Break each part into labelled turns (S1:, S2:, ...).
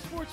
S1: sports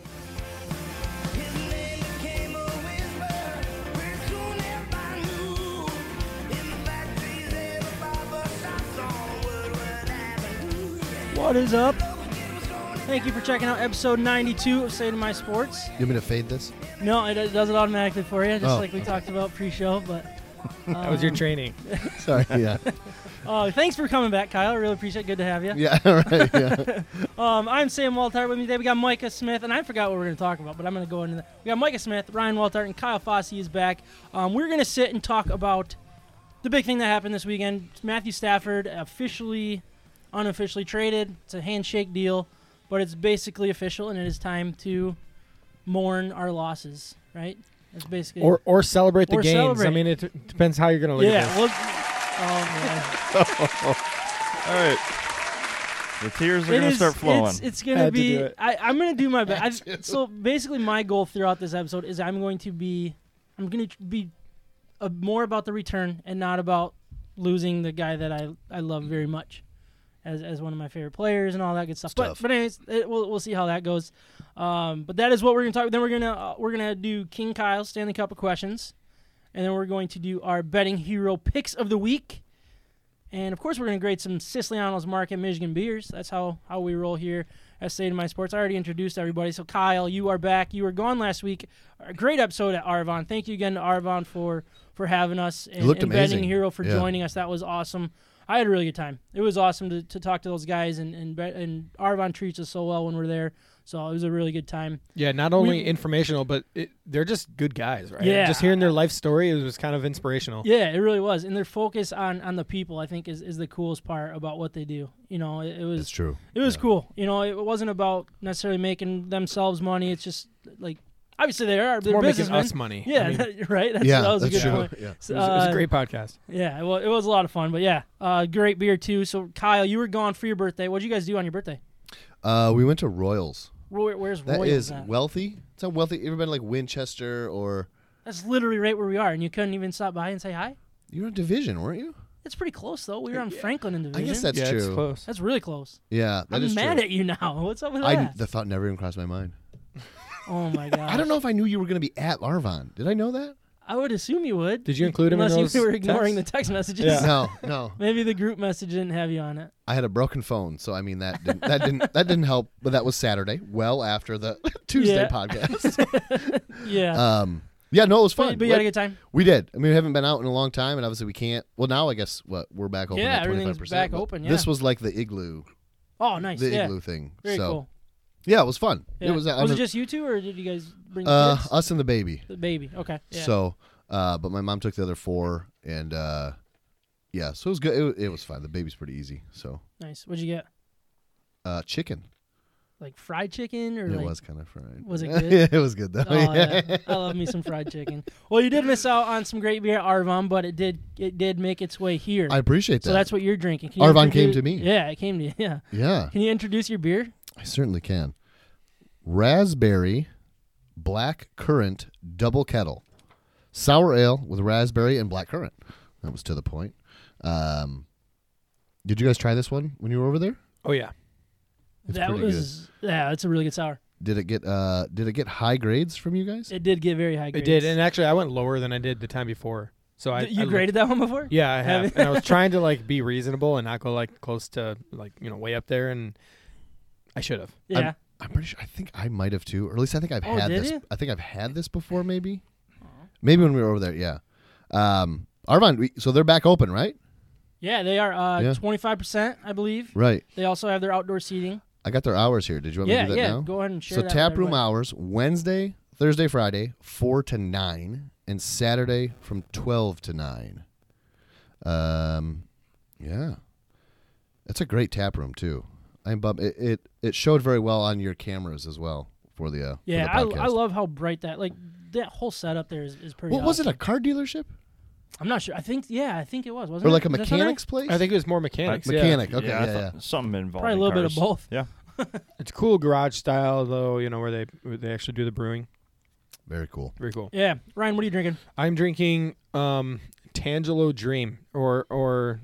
S2: His name became a whisper, where soon everybody knew. In the factories, everybody was our song, word would happen.
S1: What is up?
S2: It was gonna
S1: Thank you for checking out episode 92 of State of My Sports.
S3: You want me to fade this?
S1: No, it, it does it automatically for you, just
S3: Oh,
S1: like we
S3: okay.
S1: talked about pre-show. But
S4: That was your training.
S3: Sorry. Yeah.
S1: uh, thanks for coming back, Kyle. I really appreciate. it. Good to have you.
S3: Yeah. all Right. Yeah.
S1: Um, I'm Sam Waltart. With me today, we got Micah Smith, and I forgot what we are going to talk about, but I'm going to go into that. We got Micah Smith, Ryan Waltart, and Kyle Fossey is back. Um, we're going to sit and talk about the big thing that happened this weekend. Matthew Stafford officially, unofficially traded. It's a handshake deal, but it's basically official, and it is time to mourn our losses, right? That's basically
S4: Or or celebrate the
S1: Or
S4: gains.
S1: celebrate.
S4: I mean, it d- depends how you're going to look
S1: yeah.
S4: at
S1: Well, oh, man.
S5: All right. The tears are
S1: It
S5: going to
S1: is-
S5: start flowing.
S1: It's, it's gonna
S4: Had to
S1: be.
S4: do it.
S1: I, I'm gonna do my best. I, so basically, my goal throughout this episode is I'm going to be, I'm gonna tr- be, uh, more about the return and not about losing the guy that I I love very much, as as one of my favorite players and all that good stuff.
S3: Stuff.
S1: But but anyways, it, we'll we'll see how that goes. Um, but that is what we're gonna talk. Then we're gonna uh, we're gonna do King Kyle Stanley Cup of questions, and then we're going to do our betting hero picks of the week. And of course, we're going to grade some Siciliano's Market Michigan beers. That's how, how we roll here at State of My Sports. I already introduced everybody. So, Kyle, you are back. You were gone last week. A great episode at Arvon. Thank you again to Arvon for, for having us and,
S3: looked
S1: and
S3: amazing.
S1: Betting Hero for
S3: Yeah.
S1: joining us. That was awesome. I had a really good time. It was awesome to, to talk to those guys, and, and, Bet- and Arvon treats us so well when we're there. So, it was a really good time.
S4: it. Yeah, not only informational, but it, they're just good guys, right?
S1: Yeah.
S4: Just hearing their life story it was kind of inspirational.
S1: Yeah, it really was. And their focus on, on the people, I think, is, is the coolest part about what they do. You know, it, it was.
S3: It's true.
S1: It was cool. You know, it wasn't about necessarily making themselves money. It's just like obviously they are they're
S4: More making
S1: businessmen.
S4: us money.
S1: Yeah,
S4: I mean, it,
S1: right. That's,
S3: yeah.
S1: that was
S3: that's
S1: a good
S3: true.
S1: point.
S3: Yeah.
S1: So,
S4: was, it was
S1: uh,
S4: a great podcast.
S1: Yeah, well, it was a lot of fun. But yeah, uh, great beer too. So Kyle, you were gone for your birthday. What would you guys do on your birthday?
S3: Uh, we went to Royals.
S1: Where, where's
S3: That
S1: Royals
S3: is
S1: at?
S3: wealthy. It's not wealthy. Everybody like Winchester or
S1: That's literally right where we are, and you couldn't even stop by and say hi.
S3: you were in Division, weren't you?
S1: It's pretty close though. We were on Franklin in
S3: I
S1: Division.
S3: guess that's
S4: yeah,
S3: true.
S4: it's close.
S1: that's really close.
S3: Yeah, that
S1: I'm
S3: is
S1: mad
S3: true.
S1: at you now. What's up with
S3: I
S1: that?
S3: the thought never even crossed my mind.
S1: oh my god.
S3: I don't know if I knew you were going to be at Larvon. Did I know that?
S1: I would assume you would.
S4: Did you include him in
S1: Unless
S4: those
S1: you were ignoring
S4: texts?
S1: the text messages.
S4: Yeah.
S3: No, no.
S1: Maybe the group message didn't have you on it.
S3: I had a broken phone, so I mean that didn't, that didn't that didn't help. But that was Saturday, well after the Tuesday
S1: Yeah.
S3: podcast.
S1: Yeah.
S3: Um, yeah, no, it was fun.
S1: but, but you had a
S3: Like-
S1: good time.
S3: We did. I mean, we haven't been out in a long time, and obviously we can't. Well, now I guess what we're back open.
S1: Yeah,
S3: at
S1: everything's
S3: 25%,
S1: back
S3: but
S1: open, yeah.
S3: this was like the igloo,
S1: Oh, nice.
S3: the
S1: yeah.
S3: igloo thing.
S1: Very
S3: so
S1: cool.
S3: yeah, it was fun.
S1: Yeah.
S3: It was.
S1: it
S3: I'm a-
S1: just you two, or did you guys bring the
S3: uh,
S1: kids?
S3: us and the baby.
S1: the baby? Okay. Yeah.
S3: So, uh, but my mom took the other four, and uh, yeah, so it was good. It, wa- it was fun. The baby's pretty easy. So
S1: nice. What'd you get?
S3: uh, chicken.
S1: Like fried chicken, or like,
S3: It was kind of fried.
S1: was it
S3: yeah,
S1: good?
S3: it was good though.
S1: Oh,
S3: yeah.
S1: yeah. I love me some fried chicken. Well, you did miss out on some great beer at Arvon, but it did it did make its way here.
S3: I appreciate that.
S1: so that's what you're drinking. Can you
S3: Arvon came
S1: introduce-
S3: to me.
S1: Yeah, it came to you. Yeah.
S3: yeah.
S1: Can you introduce your beer?
S3: I certainly can. Raspberry black currant double kettle. Sour ale with raspberry and black currant. That was to the point. Um, did you guys try this one when you were over there?
S4: Oh yeah.
S3: It's
S1: that
S3: pretty
S1: was yeah, it's a really good sour.
S3: Did it get uh did it get high grades from you guys?
S1: It did get very high.
S4: It
S1: Grades.
S4: did. And actually I went lower than I did the time before. So I
S1: Th- you
S4: I looked-
S1: graded that one before?
S4: Yeah, I
S1: Have you?
S4: have. and I was trying to like be reasonable and not go like close to like, you know, way up there and I should have.
S1: Yeah.
S3: I'm pretty sure I think I might have too, or at least I think I've
S1: Oh,
S3: had
S1: did
S3: this
S1: you?
S3: I think I've had this before maybe. Maybe when we were over there, yeah. Um Arvon, we, so they're back open, right?
S1: Yeah, they are
S3: Yeah.
S1: uh twenty five percent, I believe.
S3: Right.
S1: They also have their outdoor seating.
S3: I got their hours here. Did you want me
S1: yeah,
S3: to do that
S1: yeah.
S3: now?
S1: Go ahead and share.
S3: so
S1: that with
S3: tap room
S1: everybody.
S3: hours Wednesday, Thursday, Friday, four to nine, and Saturday from twelve to nine. Um, yeah, that's a great tap room too. I'm bum- it, it it showed very well on your cameras as well for the uh, for
S1: Yeah,
S3: the
S1: I,
S3: podcast.
S1: I love how bright that like that whole setup there is, is pretty.
S3: What was it? A
S1: awesome.
S3: car dealership
S1: I'm not sure. I think yeah, I think it was wasn't
S3: or
S1: it?
S3: like a
S1: Is that something?
S3: mechanics place?
S4: I think it was more mechanics. yeah.
S3: mechanic. Okay,
S5: yeah, I
S3: yeah,
S5: thought something involved.
S1: Probably a little bit of
S5: cars.
S1: both.
S5: Yeah,
S4: It's cool garage style though, you know, where they where they actually do the brewing.
S3: very cool.
S4: Very cool.
S1: Yeah, Ryan, what are you drinking?
S4: I'm drinking um Tangelo Dream or or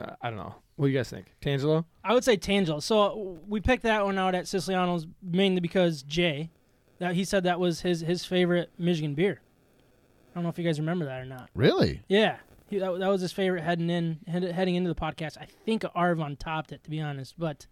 S4: uh, I don't know. What do you guys think? Tangelo?
S1: I would say Tangelo. So uh, we picked that one out at Siciliano's mainly because Jay, that he said that was his his favorite Michigan beer. I don't know if you guys remember that or not.
S3: Really?
S1: Yeah, he, that, that was his favorite heading in head, heading into the podcast. I think Arvon topped it to be honest, but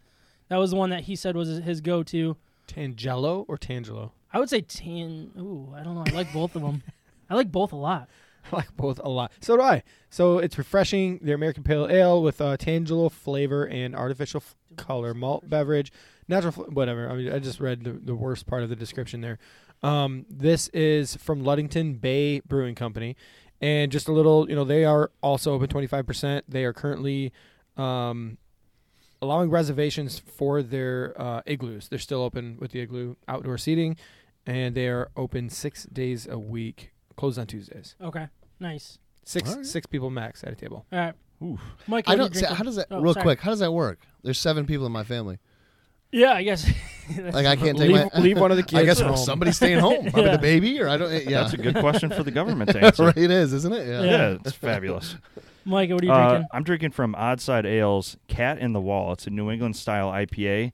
S1: that was the one that he said was his, his go to.
S4: Tangelo or Tangelo?
S1: I would say tan. Ooh, I don't know. I like both of them. I like both a lot.
S4: I like both a lot. So do I. So it's refreshing. The American Pale Ale with uh, Tangelo flavor and artificial f- color malt beverage, natural fl- whatever. I mean, I just read the, the worst part of the description there. Um, this is from Ludington Bay Brewing Company, and just a little, you know, they are also open twenty five percent. They are currently um, allowing reservations for their uh, igloos. They're still open with the igloo outdoor seating, and they are open six days a week. Closed on Tuesdays.
S1: Okay, nice.
S4: Six
S3: All right.
S4: six people max at a table.
S1: All right,
S5: Oof.
S1: Mike. what are
S3: I
S1: you
S3: don't. See,
S1: drinking?
S3: how does that?
S1: Oh,
S3: real
S1: sorry.
S3: quick. How does that work? There's seven people in my family.
S1: Yeah, I guess. That's-
S3: Like I can't take
S4: leave,
S3: my.
S4: leave one of the kids.
S3: I guess
S4: home.
S3: somebody's staying home. Probably
S1: Yeah.
S3: the baby, or I don't. eh, Yeah,
S5: that's a good question for the government to answer.
S3: right. It is, isn't it? Yeah.
S5: yeah. it's fabulous.
S1: Mike, what are you
S5: Uh,
S1: drinking?
S5: I'm drinking from Oddside Ales Cat in the Wall. It's a New England style IPA,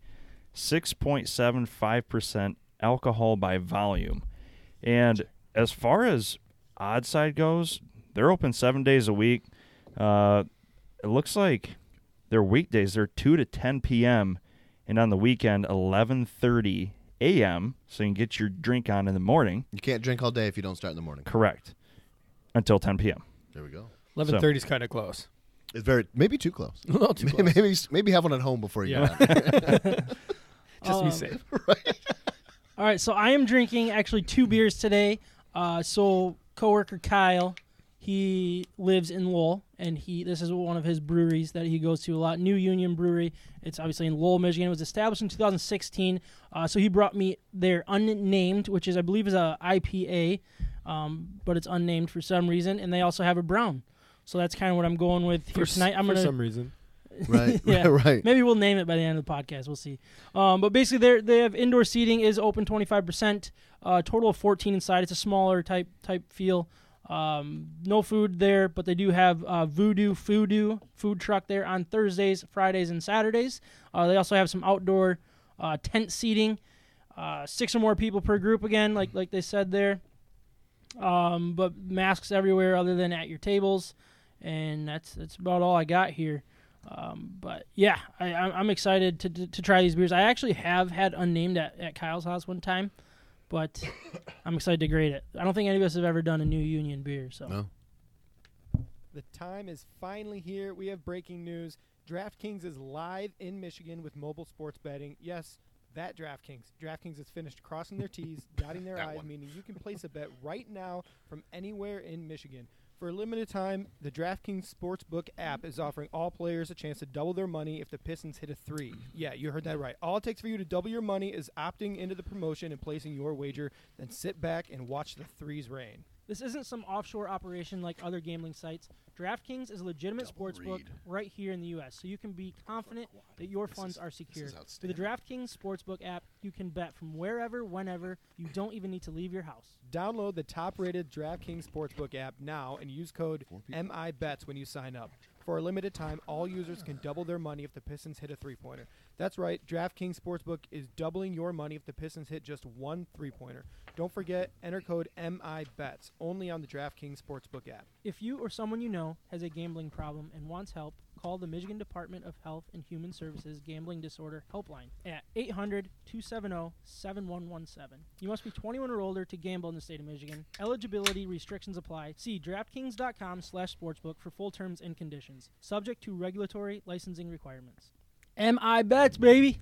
S5: 6.75% alcohol by volume. And as far as Oddside goes, they're open seven days a week. Uh, it looks like their weekdays they're 2 to 10 p.m. and on the weekend 11:30 a.m. so you can get your drink on in the morning.
S3: You can't drink all day if you don't start in the morning.
S5: Correct. Until 10 p.m.
S3: There we go.
S4: Eleven thirty is kind of close.
S3: It's very maybe too close.
S4: A little too close.
S3: maybe maybe have one at home before you
S4: Yeah.
S3: go. out.
S4: Just to
S1: Um,
S4: be safe.
S1: All right, so I am drinking actually two beers today. Uh, so coworker Kyle, he lives in Lowell, and he this is one of his breweries that he goes to a lot. New Union Brewery. It's obviously in Lowell, Michigan. It was established in 2016. Uh, so he brought me their unnamed, which is I believe is a IPA, um, but it's unnamed for some reason. And they also have a brown. So that's kind of what I'm going with here tonight. I'm
S4: for
S1: gonna
S4: some reason.
S3: right.
S1: Yeah.
S3: Right.
S1: Maybe we'll name it by the end of the podcast. We'll see. Um, but basically, they they have indoor seating is open twenty five percent, Uh, total of fourteen inside. It's a smaller type type feel. Um, no food there, but they do have uh, Voodoo Foodoo food truck there on Thursdays, Fridays, and Saturdays. Uh, they also have some outdoor uh, tent seating, uh, six or more people per group again, like like they said there. Um, but masks everywhere other than at your tables, and that's that's about all I got here. Um, but yeah, I, I'm I'm excited to, to to try these beers. I actually have had unnamed at, at Kyle's house one time, but I'm excited to grade it. I don't think any of us have ever done a new Union beer, so
S3: No.
S4: The time is finally here. We have breaking news. DraftKings is live in Michigan with mobile sports betting. Yes, that DraftKings. DraftKings has finished crossing their T's, dotting their
S3: That
S4: I's,
S3: one.
S4: meaning you can place a bet right now from anywhere in Michigan. For a limited time, the DraftKings Sportsbook app is offering all players a chance to double their money if the Pistons hit a three. Yeah, you heard that right. All it takes for you to double your money is opting into the promotion and placing your wager, then sit back and watch the threes rain.
S1: this isn't some offshore operation like other gambling sites. DraftKings is a legitimate sports book
S3: read.
S1: right here in the U.S., so you can be confident that your funds are secure.
S3: is
S1: With the DraftKings Sportsbook app, you can bet from wherever, whenever. You don't even need to leave your house.
S4: Download the top-rated DraftKings Sportsbook app now and use code MIBETS when you sign up. For a limited time, all users can double their money if the Pistons hit a three-pointer. That's right, DraftKings Sportsbook is doubling your money if the Pistons hit just one three-pointer. Don't forget, enter code MIBETS only on the DraftKings Sportsbook app.
S1: If you or someone you know has a gambling problem and wants help, call the Michigan Department of Health and Human Services Gambling Disorder Helpline at 800 270 7117. You must be 21 or older to gamble in the state of Michigan. Eligibility restrictions apply. See DraftKings.com slash sportsbook for full terms and conditions, subject to regulatory licensing requirements. MI bets, baby!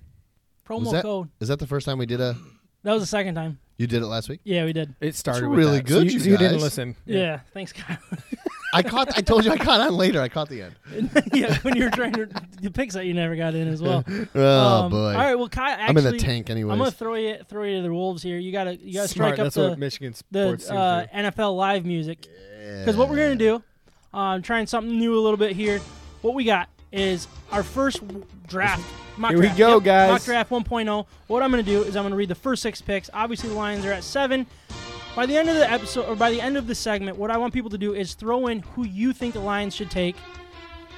S1: Promo
S3: Was that-
S1: code.
S3: Is that the first time we did a?
S1: That was the second time.
S3: You did it last week.
S1: Yeah, we did.
S4: It started
S3: It's
S4: with
S3: really
S4: that. So
S3: good,
S4: you,
S3: you
S4: so you didn't
S3: guys.
S4: listen.
S1: Yeah, thanks, Kyle.
S3: I caught. I told you I caught on later. I caught the end.
S1: yeah, when you were trying to the picks that you never got in as well.
S3: Oh
S1: Um,
S3: boy.
S1: All right, well, Kyle, actually,
S3: I'm in the tank anyways.
S1: I'm gonna throw you throw you to the wolves here. You gotta you gotta
S4: Smart.
S1: strike up
S4: That's what
S1: the
S4: Michigan
S1: the
S4: sports teams
S1: uh,
S4: do.
S1: NFL live music because what we're gonna do, um, trying something new a little bit here. What we got is our first w- draft. Mock
S4: Here we
S1: draft.
S4: go,
S1: Yep,
S4: guys.
S1: Mock draft 1.0. What I'm gonna do is I'm gonna read the first six picks. Obviously, the Lions are at seven. By the end of the episode, or by the end of the segment, what I want people to do is throw in who you think the Lions should take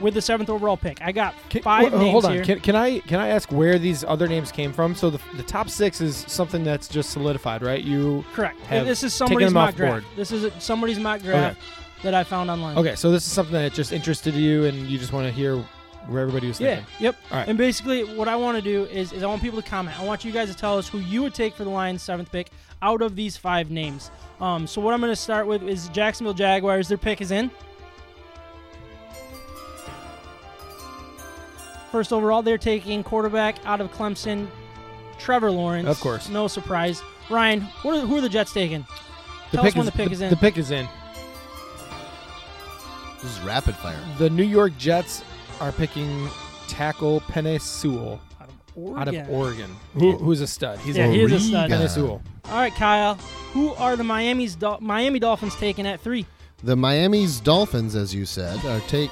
S1: with the seventh overall pick. I got
S4: Can-
S1: five
S4: wh- uh,
S1: names
S4: oh, hold on.
S1: here.
S4: Can, can I can I ask where these other names came from? So the, the top six is something that's just solidified, right? You
S1: Correct.
S4: have
S1: This is
S4: taken
S1: somebody's
S4: them off
S1: mock draft.
S4: board.
S1: This is a, somebody's mock draft that I found online.
S4: okay? So this is something that just interested you, and you just want to hear where everybody was
S1: Yeah.
S4: thinking.
S1: Yep.
S4: All right.
S1: And basically, what I want to do is, is I want people to comment. I want you guys to tell us who you would take for the Lions' seventh pick out of these five names. Um, so what I'm going to start with is Jacksonville Jaguars. Their pick is in. First overall, they're taking quarterback out of Clemson, Trevor Lawrence.
S4: Of course.
S1: No surprise. Ryan, what are, who are the Jets taking? Tell us when the pick is in.
S4: The pick is in.
S3: This is rapid fire.
S4: The New York Jets are picking tackle Penny Sewell
S1: Out of Oregon.
S4: out of Oregon, who, who's a stud. He's
S1: Yeah,
S4: a
S1: he is a stud.
S3: Oregon.
S4: Penei Sewell.
S1: All right, Kyle. Who are the Miami's Dol- Miami Dolphins taking at three?
S3: The Miami's Dolphins, as you said, are take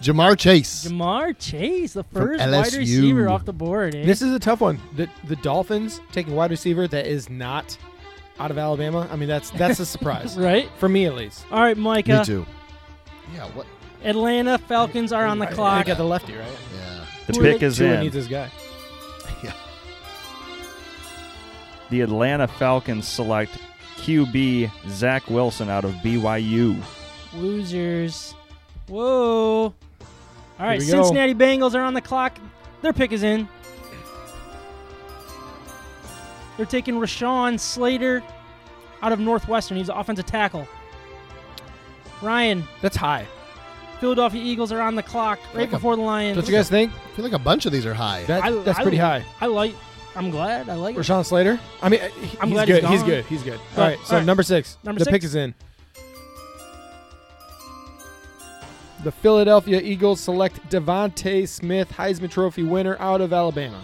S3: Jamar Chase.
S1: Jamar Chase, the
S3: From
S1: first wide
S3: LSU.
S1: receiver off the board. Eh?
S4: This is a tough one. The, the Dolphins taking wide receiver that is not out of Alabama. I mean, that's that's a surprise
S1: right.
S4: for me at least.
S1: All right,
S3: Me
S1: Micah.
S3: too. Yeah. What?
S1: Atlanta Falcons are on the
S4: I- I
S1: clock.
S4: got the lefty right.
S3: Yeah.
S5: The
S1: Who are
S5: pick
S1: they-
S5: is
S4: Tua
S5: in.
S4: needs this guy.
S5: the Atlanta Falcons select QB Zach Wilson out of BYU.
S1: Losers. Whoa. All right,
S4: we go.
S1: Cincinnati Bengals are on the clock. Their pick is in. They're taking Rashawn Slater out of Northwestern. He's an offensive tackle. Ryan,
S4: That's high.
S1: Philadelphia Eagles are on the clock right
S3: Like a-
S1: before the Lions.
S4: Don't you guys think?
S3: I feel like a bunch of these are high.
S4: That,
S1: I-
S4: that's
S1: I-
S4: pretty high.
S1: I like. I'm glad. I like it.
S4: Rashawn Slater. I mean, uh, he-
S1: I'm
S4: he's
S1: glad he's
S4: good. he's
S1: gone.
S4: good. He's good.
S1: But-
S4: all right. So
S1: all right.
S4: number six.
S1: Number
S4: the
S1: six?
S4: pick is in. The Philadelphia Eagles select Devonte Smith, Heisman Trophy winner out of Alabama.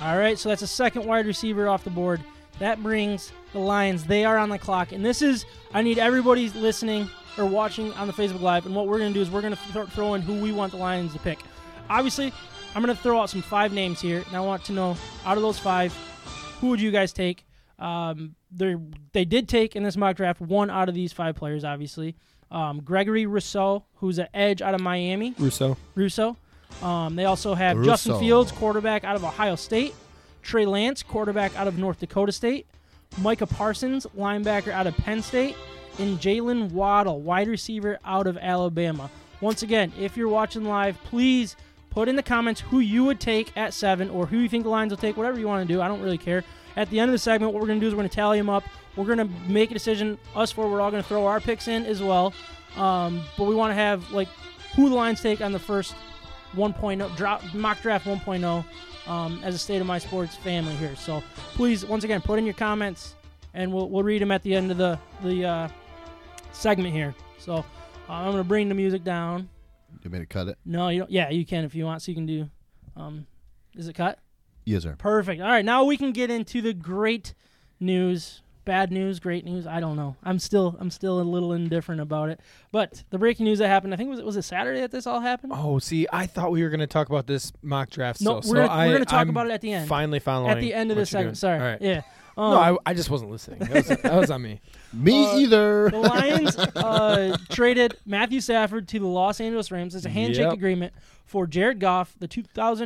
S1: All right, so that's a second wide receiver off the board. That brings the Lions. They are on the clock. And this is, I need everybody listening or watching on the Facebook Live. And what we're going to do is we're going to th- throw in who we want the Lions to pick. Obviously, I'm going to throw out some five names here. And I want to know, out of those five, who would you guys take? Um, they they did take in this mock draft one out of these five players, obviously. Um, Gregory Rousseau, who's an edge out of Miami.
S4: Russo.
S1: Russo. Um, they also have
S3: Russo.
S1: Justin Fields, quarterback out of Ohio State. Trey Lance, quarterback out of North Dakota State. Micah Parsons, linebacker out of Penn State. And Jalen Waddle, wide receiver out of Alabama. Once again, if you're watching live, please put in the comments who you would take at seven or who you think the Lions will take, whatever you want to do. I don't really care. At the end of the segment, what we're going to do is we're going to tally them up. We're going to make a decision. Us four, we're all going to throw our picks in as well. Um, but we want to have, like, who the Lions take on the first 1.0 drop, mock draft 1.0 um, as a state of my sports family here. So please, once again, put in your comments, and we'll, we'll read them at the end of the the uh, segment here. So uh, I'm gonna bring the music down.
S3: You made it cut it.
S1: No, you don't. Yeah, you can if you want. So you can do. Um, is it cut?
S3: Yes, sir.
S1: Perfect. All right, now we can get into the great news. Bad news, great news. I don't know. I'm still, I'm still a little indifferent about it. But the breaking news that happened, I think was it was it Saturday that this all happened.
S4: Oh, see, I thought we were going to talk about this mock draft.
S1: No,
S4: still,
S1: we're
S4: so
S1: gonna-
S4: I,
S1: we're gonna talk
S4: I'm
S1: about it at the end.
S4: Finally, following
S1: At the end of
S4: what
S1: the
S4: you're doing.
S1: segment. Sorry.
S4: All right.
S1: Yeah. Um,
S4: no, I, I just wasn't listening. That was, that was on me.
S3: Me
S1: Uh,
S3: either.
S1: The Lions uh, traded Matthew Stafford to the Los Angeles Rams as a handshake
S4: Yep.
S1: agreement for Jared Goff, the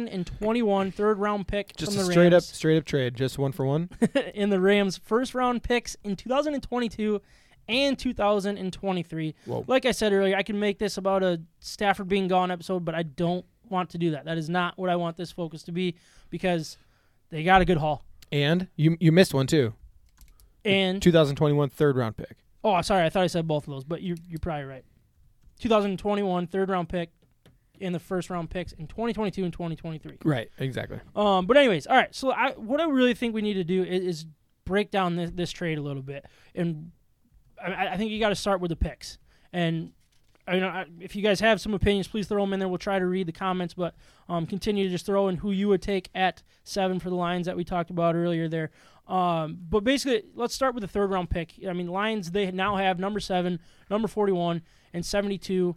S1: 2021 third round pick
S4: Just
S1: from
S4: a
S1: the
S4: straight up,
S1: Rams
S4: straight up trade. Just one for one.
S1: in the Rams first round picks in 2022 and 2023.
S4: Whoa.
S1: Like I said earlier, I can make this about a Stafford being gone episode, but I don't want to do that. That is not what I want this focus to be because they got a good haul.
S4: And you you missed one too.
S1: And
S4: 2021 third round pick.
S1: Oh, sorry. I thought I said both of those, but you're, you're probably right. 2021 third round pick in the first round picks in 2022 and 2023.
S4: Right. Exactly.
S1: Um, but anyways, all right. So I, what I really think we need to do is, is break down this, this trade a little bit, and I- I, I think you got to start with the picks. And I mean, I, if you guys have some opinions, please throw them in there. We'll try to read the comments, but um, continue to just throw in who you would take at seven for the Lions that we talked about earlier there. Um, but basically, let's start with the third round pick. I mean, Lions they now have number seven, number forty-one, and seventy-two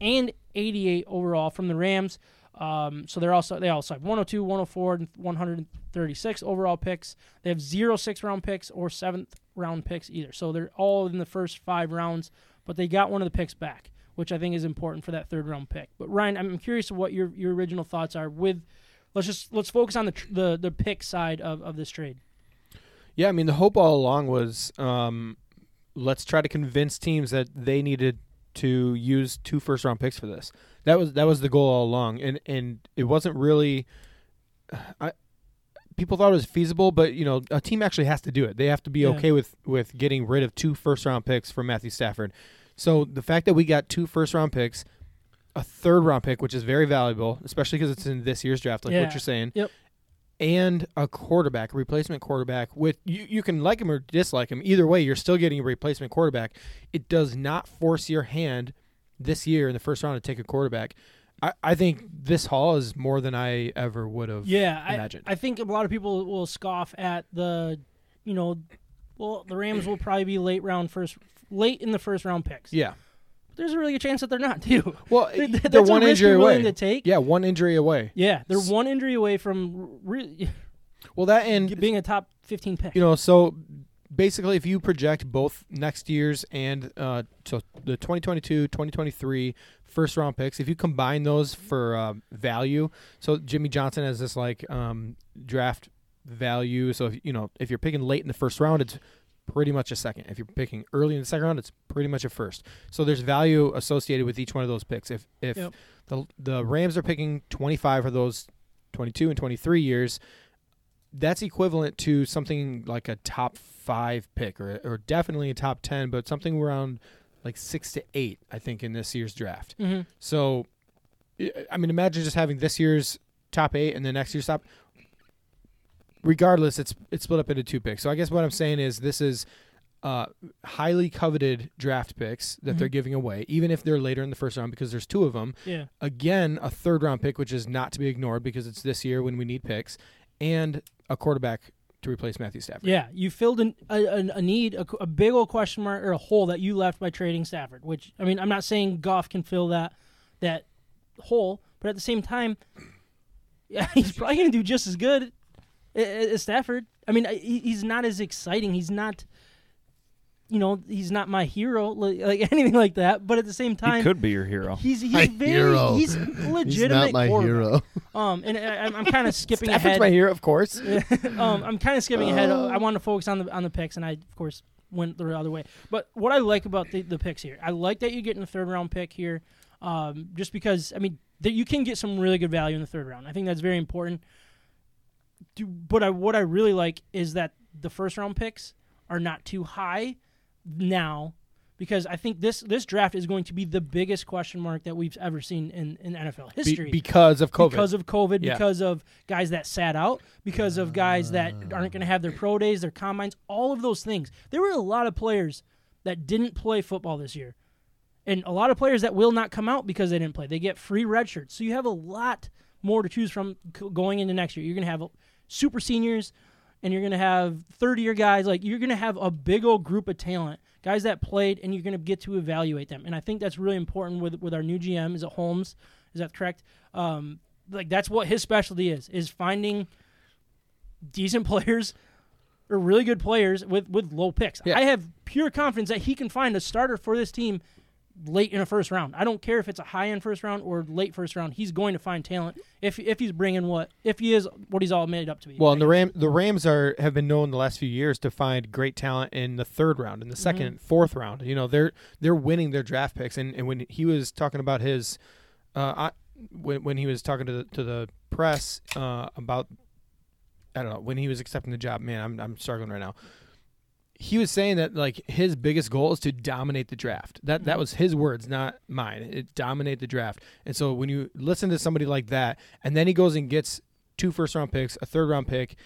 S1: and 88 overall from the Rams. Um, so they're also they also have 102, 104, and 136 overall picks. They have zero six round picks or seventh round picks either. So they're all in the first five rounds, but they got one of the picks back, which I think is important for that third round pick. But Ryan, I'm curious of what your your original thoughts are with. Let's just let's focus on the tr- the the pick side of of this trade.
S4: Yeah, I mean the hope all along was um, let's try to convince teams that they needed to use two first round picks for this. That was that was the goal all along, and and it wasn't really. I people thought it was feasible, but you know a team actually has to do it. They have to be
S1: Yeah.
S4: okay with with getting rid of two first round picks for Matthew Stafford. So the fact that we got two first round picks, a third round pick, which is very valuable, especially because it's in this year's draft, like
S1: Yeah.
S4: what you're saying
S1: Yep.
S4: and a quarterback, a replacement quarterback with you, you can like him or dislike him. Either way, you're still getting a replacement quarterback. It does not force your hand this year in the first round to take a quarterback. I, I think this haul is more than I ever would have
S1: Yeah, I,
S4: imagined.
S1: I think a lot of people will scoff at the, you know, well the Rams will probably be late round first, late in the first round picks.
S4: yeah.
S1: there's a really good chance that they're not too.
S4: Well,
S1: Th-
S4: they're
S1: that's a
S4: one
S1: risk you're
S4: injury
S1: willing
S4: away.
S1: to take.
S4: Yeah, one injury away.
S1: Yeah, they're one injury away from re-
S4: Well, that and
S1: being a top 15 pick.
S4: you know so basically if you project both next year's and uh so the 2022 2023 first round picks if you combine those for uh, value so jimmy johnson has this like um draft value so if you know if you're picking late in the first round it's pretty much a second if you're picking early in the second round it's pretty much a first so there's value associated with each one of those picks if if
S1: Yep.
S4: the the rams are picking 25 for those 22 and 23 years that's equivalent to something like a top five pick or, or definitely a top 10, but something around like six to eight, I think, in this year's draft.
S1: Mhm.
S4: So, I- I mean, imagine just having this year's top eight and the next year's top. Regardless, it's it's split up into two picks. So I guess what I'm saying is this is uh, highly coveted draft picks that they're giving away, even if they're later in the first round because there's two of them
S1: Yeah,
S4: again a third round pick, which is not to be ignored because it's this year when we need picks, and a quarterback to replace Matthew Stafford.
S1: yeah. You filled an, a, a, a need, a, a big old question mark or a hole that you left by trading Stafford. Which I mean, I'm not saying Goff can fill that that hole, but at the same time, yeah, he's probably going to do just as good a- a- as Stafford. I mean, I- he- he's not as exciting. He's not. You know, he's not my hero, like, like anything like that. But at the same time,
S5: He could be your hero.
S1: He's he's
S3: My
S1: very
S3: hero.
S1: he's
S3: He's
S1: legitimate.
S3: not my
S1: quarterback.
S3: hero.
S1: Um, and I, I'm, I'm kind of skipping
S4: Stafford's
S1: ahead.
S4: my hero, of course.
S1: um, I'm kind of skipping ahead. Uh, I want to focus on the on the picks, and I of course went the other way. But what I like about the, the picks here, I like that you're getting a third round pick here, um, just because I mean that you can get some really good value in the third round. I think that's very important. Do, but I what I really like is that the first round picks are not too high now. Because I think this this draft is going to be the biggest question mark that we've ever seen in, in NFL
S4: Be-
S1: history
S4: because of COVID.
S1: because of COVID,
S4: Yeah.
S1: because of guys that sat out, because of guys that aren't going to have their pro days, their combines, all of those things. There were a lot of players that didn't play football this year, and a lot of players that will not come out because they didn't play. They get free red shirts, so you have a lot more to choose from c- going into next year. You're going to have uh, super seniors, and you're going to have third year guys. Like you're going to have a big old group of talent. Guys that played, and you're going to get to evaluate them, and I think that's really important with with our new GM. Is it Holmes? Is that correct? Um, like that's what his specialty is is finding decent players or really good players with with low picks.
S4: Yeah.
S1: I have pure confidence that he can find a starter for this team late in a first round. I don't care if it's a high end first round or late first round. He's going to find talent if if he's bringing what if he is what he's all made up to be.
S4: well, and the Ram the Rams are have been known the last few years to find great talent in the third round, in the 2nd
S1: Mm-hmm.
S4: fourth round. You know, they're they're winning their draft picks, and, and when he was talking about his, uh, I, when when he was talking to the to the press uh, about, I don't know when he was accepting the job. Man, I'm I'm struggling right now. he was saying that like his biggest goal is to dominate the draft. That
S1: Mm-hmm.
S4: that was his words, not mine. It dominate the draft. And so when you listen to somebody like that, and then he goes and gets two first round picks, a third round pick,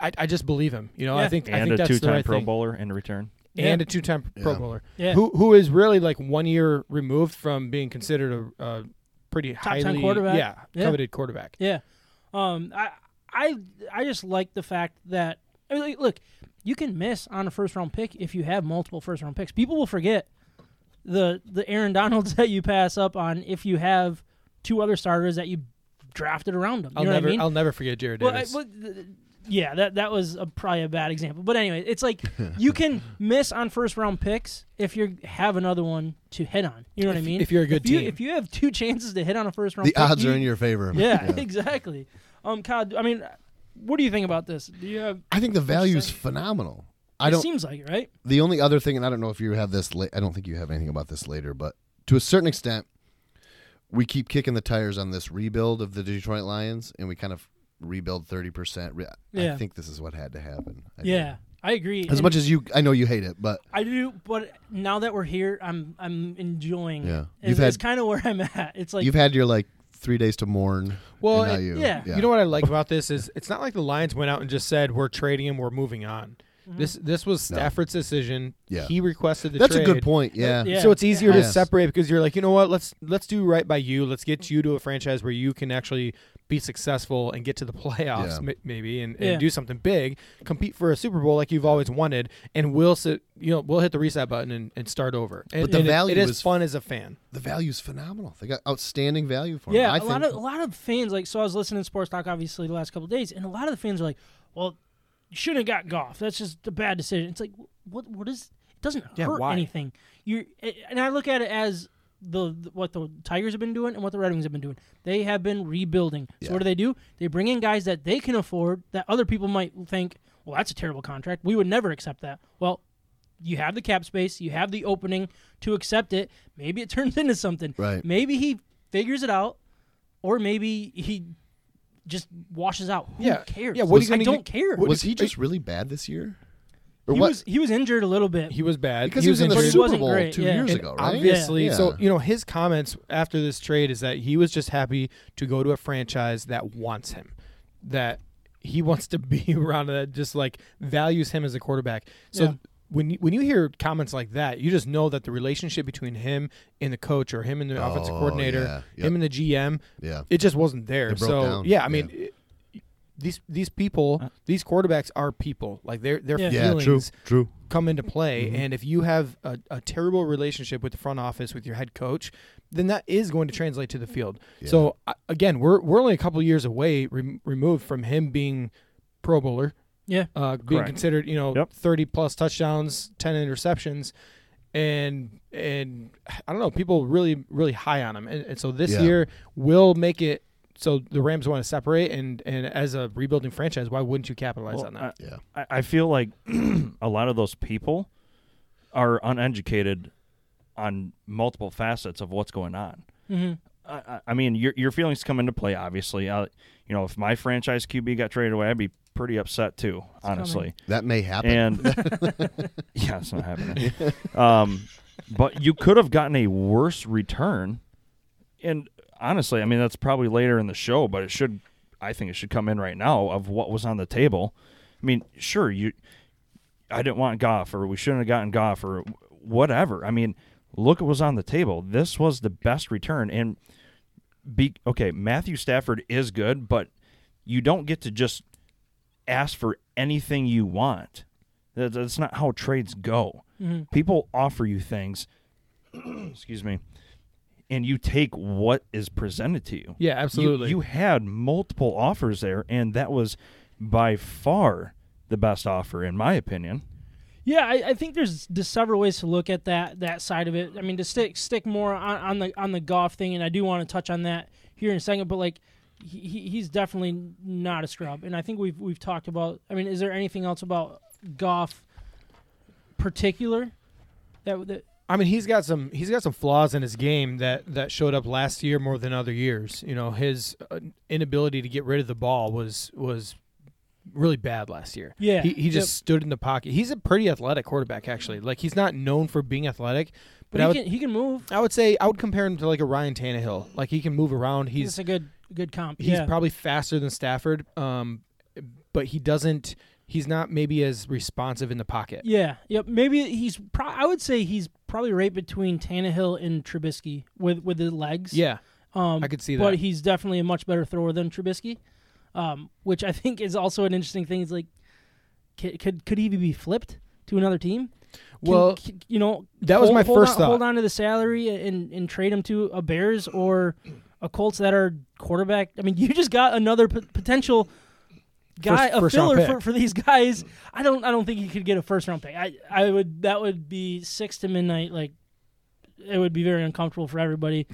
S4: I, I just believe him. You know, I
S1: Yeah.
S4: think I
S5: and
S4: think
S5: a
S4: that's the
S5: two-time
S4: right
S5: Pro
S4: thing.
S5: Bowler in return.
S4: and a two time Pro
S3: Yeah.
S4: Bowler,
S1: Yeah.
S4: who who is really like one year removed from being considered a, a pretty
S1: ten
S4: highly
S1: quarterback.
S4: yeah,
S1: Yeah.
S4: coveted quarterback.
S1: Yeah. Um, I I I just like the fact that I mean, like, look, you can miss on a first round pick if you have multiple first round picks. People will forget the the Aaron Donalds that you pass up on if you have two other starters that you drafted around them. You
S4: I'll
S1: know
S4: never
S1: what I mean?
S4: I'll never forget Jared
S1: well, I,
S4: Davis.
S1: well, th- th- yeah, that that was a, probably a bad example. But anyway, it's like you can miss on first round picks if you have another one to hit on. You know what I mean?
S4: if you're a good
S1: if you,
S4: team.
S1: if you have two chances to hit on a first round,
S3: The
S1: pick,
S3: odds
S1: you-
S3: are in your favor.
S1: yeah, exactly. Um, Kyle, I mean, what do you think about this? Do you have?
S3: I think the value's
S1: saying?
S3: phenomenal. I
S1: It
S3: don't.
S1: seems like it, right?
S3: The only other thing, and I don't know if you have this. La- I don't think you have anything about this later, but to a certain extent, we keep kicking the tires on this rebuild of the Detroit Lions, and we kind of rebuild thirty percent. Re- I
S1: Yeah.
S3: think this is what had to happen. I
S1: yeah, I agree.
S3: think. As
S1: and
S3: much as you, I know you hate it, but
S1: I do, but now that we're here, I'm I'm enjoying.
S3: Yeah.
S1: it.
S3: You've
S1: It's,
S3: had-
S1: kind of where I'm at. It's like
S3: you've had your like three days to mourn.
S4: Well,
S3: and now
S4: it-
S3: you,
S1: yeah.
S4: You know what I like about this is it's not like the Lions went out and just said we're trading him, we're moving on. This this was
S3: No.
S4: Stafford's decision.
S3: Yeah.
S4: He requested the
S3: That's
S4: trade.
S3: a good point. Yeah.
S1: yeah.
S4: So it's easier to
S3: Yes.
S4: separate because you're like, you know what, let's let's do right by you. Let's get you to a franchise where you can actually be successful and get to the playoffs,
S3: Yeah.
S4: m- maybe, and,
S1: Yeah.
S4: and do something big, compete for a Super Bowl like you've always wanted, and we'll sit, you know, we'll hit the reset button and, and start over. And,
S3: But the
S4: and it-
S3: value
S4: it is
S3: was-
S4: fun as a fan.
S3: The value's phenomenal. They got outstanding value for
S1: yeah,
S3: him. I
S1: a
S3: think
S1: lot of a lot of fans like. So I was listening to sports talk obviously the last couple of days, and a lot of the fans are like, "Well, you shouldn't have got Goff. That's just a bad decision." It's like, what what is? It doesn't
S4: Yeah,
S1: hurt
S4: why?
S1: anything. You and I look at it as the what the Tigers have been doing and what the Red Wings have been doing. They have been rebuilding. So
S3: Yeah.
S1: what do they do? They bring in guys that they can afford that other people might think, "Well, that's a terrible contract. We would never accept that." Well, you have the cap space, you have the opening to accept it. Maybe it turns into something.
S3: Right.
S1: Maybe he figures it out, or maybe he just washes out. Who
S4: Yeah.
S1: cares?
S4: Yeah, what are you
S1: I
S4: gonna
S1: don't
S4: get-
S1: care.
S4: what-
S3: was he just really bad this year? Or
S1: he
S3: what?
S1: was he was injured a little bit.
S4: He was bad.
S3: because he was, in the
S1: injured. But
S4: injured.
S1: he
S3: Super
S1: wasn't
S3: Bowl
S1: great,
S3: two
S1: yeah.
S3: years
S1: And
S3: ago, right?
S4: Obviously,
S3: Yeah.
S4: so you know his comments after this trade is that he was just happy to go to a franchise that wants him, that he wants to be around that just like values him as a quarterback. So
S1: Yeah.
S4: when you, when you hear comments like that, you just know that the relationship between him and the coach or him and the offensive
S3: Oh,
S4: coordinator,
S3: yeah. Yep.
S4: him and the GM,
S3: Yeah.
S4: it just wasn't there.
S3: It broke
S4: so
S3: down.
S4: yeah, I
S3: Yeah.
S4: mean. it- these, these people these quarterbacks are people like their their
S1: Yeah.
S3: Yeah,
S4: feelings
S3: true, true.
S4: come into play.
S5: Mm-hmm.
S4: And if you have a, a terrible relationship with the front office, with your head coach, then that is going to translate to the field. So I- again, we're we're only a couple years away rem removed from him being Pro Bowler,
S1: yeah,
S4: uh, being
S5: Correct.
S4: considered you know
S5: Yep.
S4: thirty plus touchdowns, ten interceptions. And and I don't know, people really really high on him, and, and so this
S3: Yeah.
S4: year will make it so the Rams want to separate, and and as a rebuilding franchise, why wouldn't you capitalize
S5: Well,
S4: on that?
S5: I-
S3: Yeah.
S5: I, I feel like a lot of those people are uneducated on multiple facets of what's going on.
S4: Mm-hmm.
S5: I, I- I mean, your your feelings come into play. Obviously, uh, you know, if my franchise QB got traded away, I'd be pretty upset too, honestly.
S3: That may happen.
S5: And yeah, it's not happening. um, but you could have gotten a worse return. And honestly, I mean that's probably later in the show, but it should. I think it should come in right now of what was on the table. I mean, sure, you. I didn't want Goff, or we shouldn't have gotten Goff, or whatever. I mean, look what was on the table. This was the best return, and be okay. Matthew Stafford is good, but you don't get to just ask for anything you want. That- That's not how trades go.
S4: Mm-hmm.
S5: People offer you things, excuse me, and you take what is presented to you.
S4: Yeah,
S5: You-
S4: absolutely.
S5: You, had multiple offers there, and that was by far the best offer, in my opinion.
S1: yeah. I, I think there's just several ways to look at that that side of it. I mean, to stick stick more on, on the on the golf thing, and I do want to touch on that here in a second. But like, he, he- he's definitely not a scrub, and I think we've we've talked about. I mean, is there anything else about golf particular that that
S4: I mean, he's got some he's got some flaws in his game that that showed up last year more than other years. You know, his uh, inability to get rid of the ball was was really bad last year.
S1: Yeah.
S4: he, he just
S1: Yep.
S4: stood in the pocket. He's a pretty athletic quarterback, actually. Like he's not known for being athletic, but,
S1: But
S4: I
S1: he
S4: would
S1: can he can move.
S4: I would say I would compare him to like a Ryan Tannehill. Like he can move around.
S1: He's
S4: He's
S1: a good good comp.
S4: he's
S1: yeah.
S4: probably faster than Stafford, um, but he doesn't. He's not maybe as responsive in the pocket.
S1: yeah. Yep. Maybe he's. Pro- I would say he's probably right between Tannehill and Trubisky with with the legs.
S4: Yeah,
S1: Um,
S4: I could see
S1: But
S4: that.
S1: he's definitely a much better thrower than Trubisky, um, which I think is also an interesting thing. Is like, could could, could he be flipped to another team? Can-
S4: Well,
S1: can- you know,
S4: that was
S1: hold-
S4: my
S1: hold
S4: first
S1: on,
S4: thought.
S1: Hold on to the salary and and trade him to a Bears or a Colts that are quarterback. I mean, you just got another p- potential guy
S4: First-
S1: a
S4: first round
S1: filler
S4: pick.
S1: for, for these guys. I don't I don't think you could get a first round pick. I I would that would be six to midnight. Like, it would be very uncomfortable for everybody.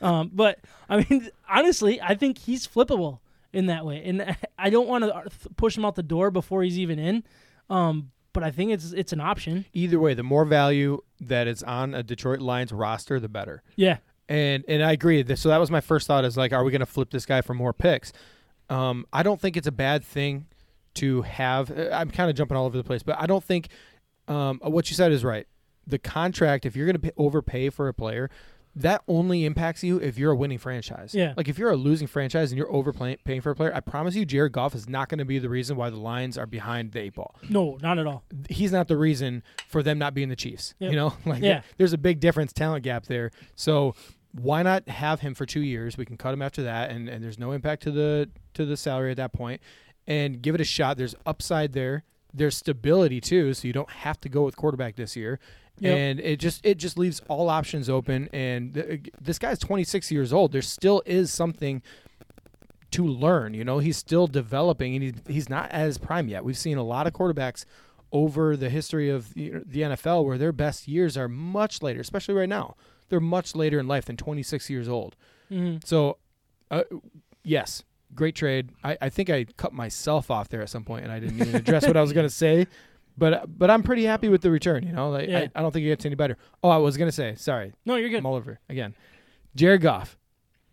S1: Um, but I mean, honestly, I think he's flippable in that way, and I don't want to push him out the door before he's even in. Um, but I think it's it's an option.
S4: Either way, the more value that is on a Detroit Lions roster, the better.
S1: Yeah,
S4: And and I agree. Th- So that was my first thought is like, are we going to flip this guy for more picks? Um, I don't think it's a bad thing to have. uh, I'm kind of jumping all over the place, but I don't think um, what you said is right. The contract, if you're going to overpay for a player, that only impacts you if you're a winning franchise.
S1: Yeah.
S4: Like if you're a losing franchise and you're overpaying paying for a player, I promise you, Jared Goff is not going to be the reason why the Lions are behind the eight ball
S1: no, not at all.
S4: he's not the reason for them not being the Chiefs.
S1: Yep.
S4: You know, like
S1: Yeah.
S4: there's a big difference, talent gap there. So why not have him for two years? We can cut him after that, and, and there's no impact to the to the salary at that point, and give it a shot. There's upside there. There's stability too, so you don't have to go with quarterback this year.
S1: Yep.
S4: And it just it just leaves all options open. And th- this guy's 26 years old. There still is something to learn. You know, he's still developing, and he's he's not at his prime yet. We've seen a lot of quarterbacks over the history of the the NFL where their best years are much later, especially right now. They're much later in life than 26 years old.
S1: Mhm.
S4: So, uh, yes, great trade. I, I think I cut myself off there at some point, and I didn't even address what I was going to say. But but I'm pretty happy with the return. You know, like,
S1: Yeah.
S4: I, I don't think it gets any better. Oh, I was going to say, sorry,
S1: No, you're good.
S4: I'm all over again. Jared Goff.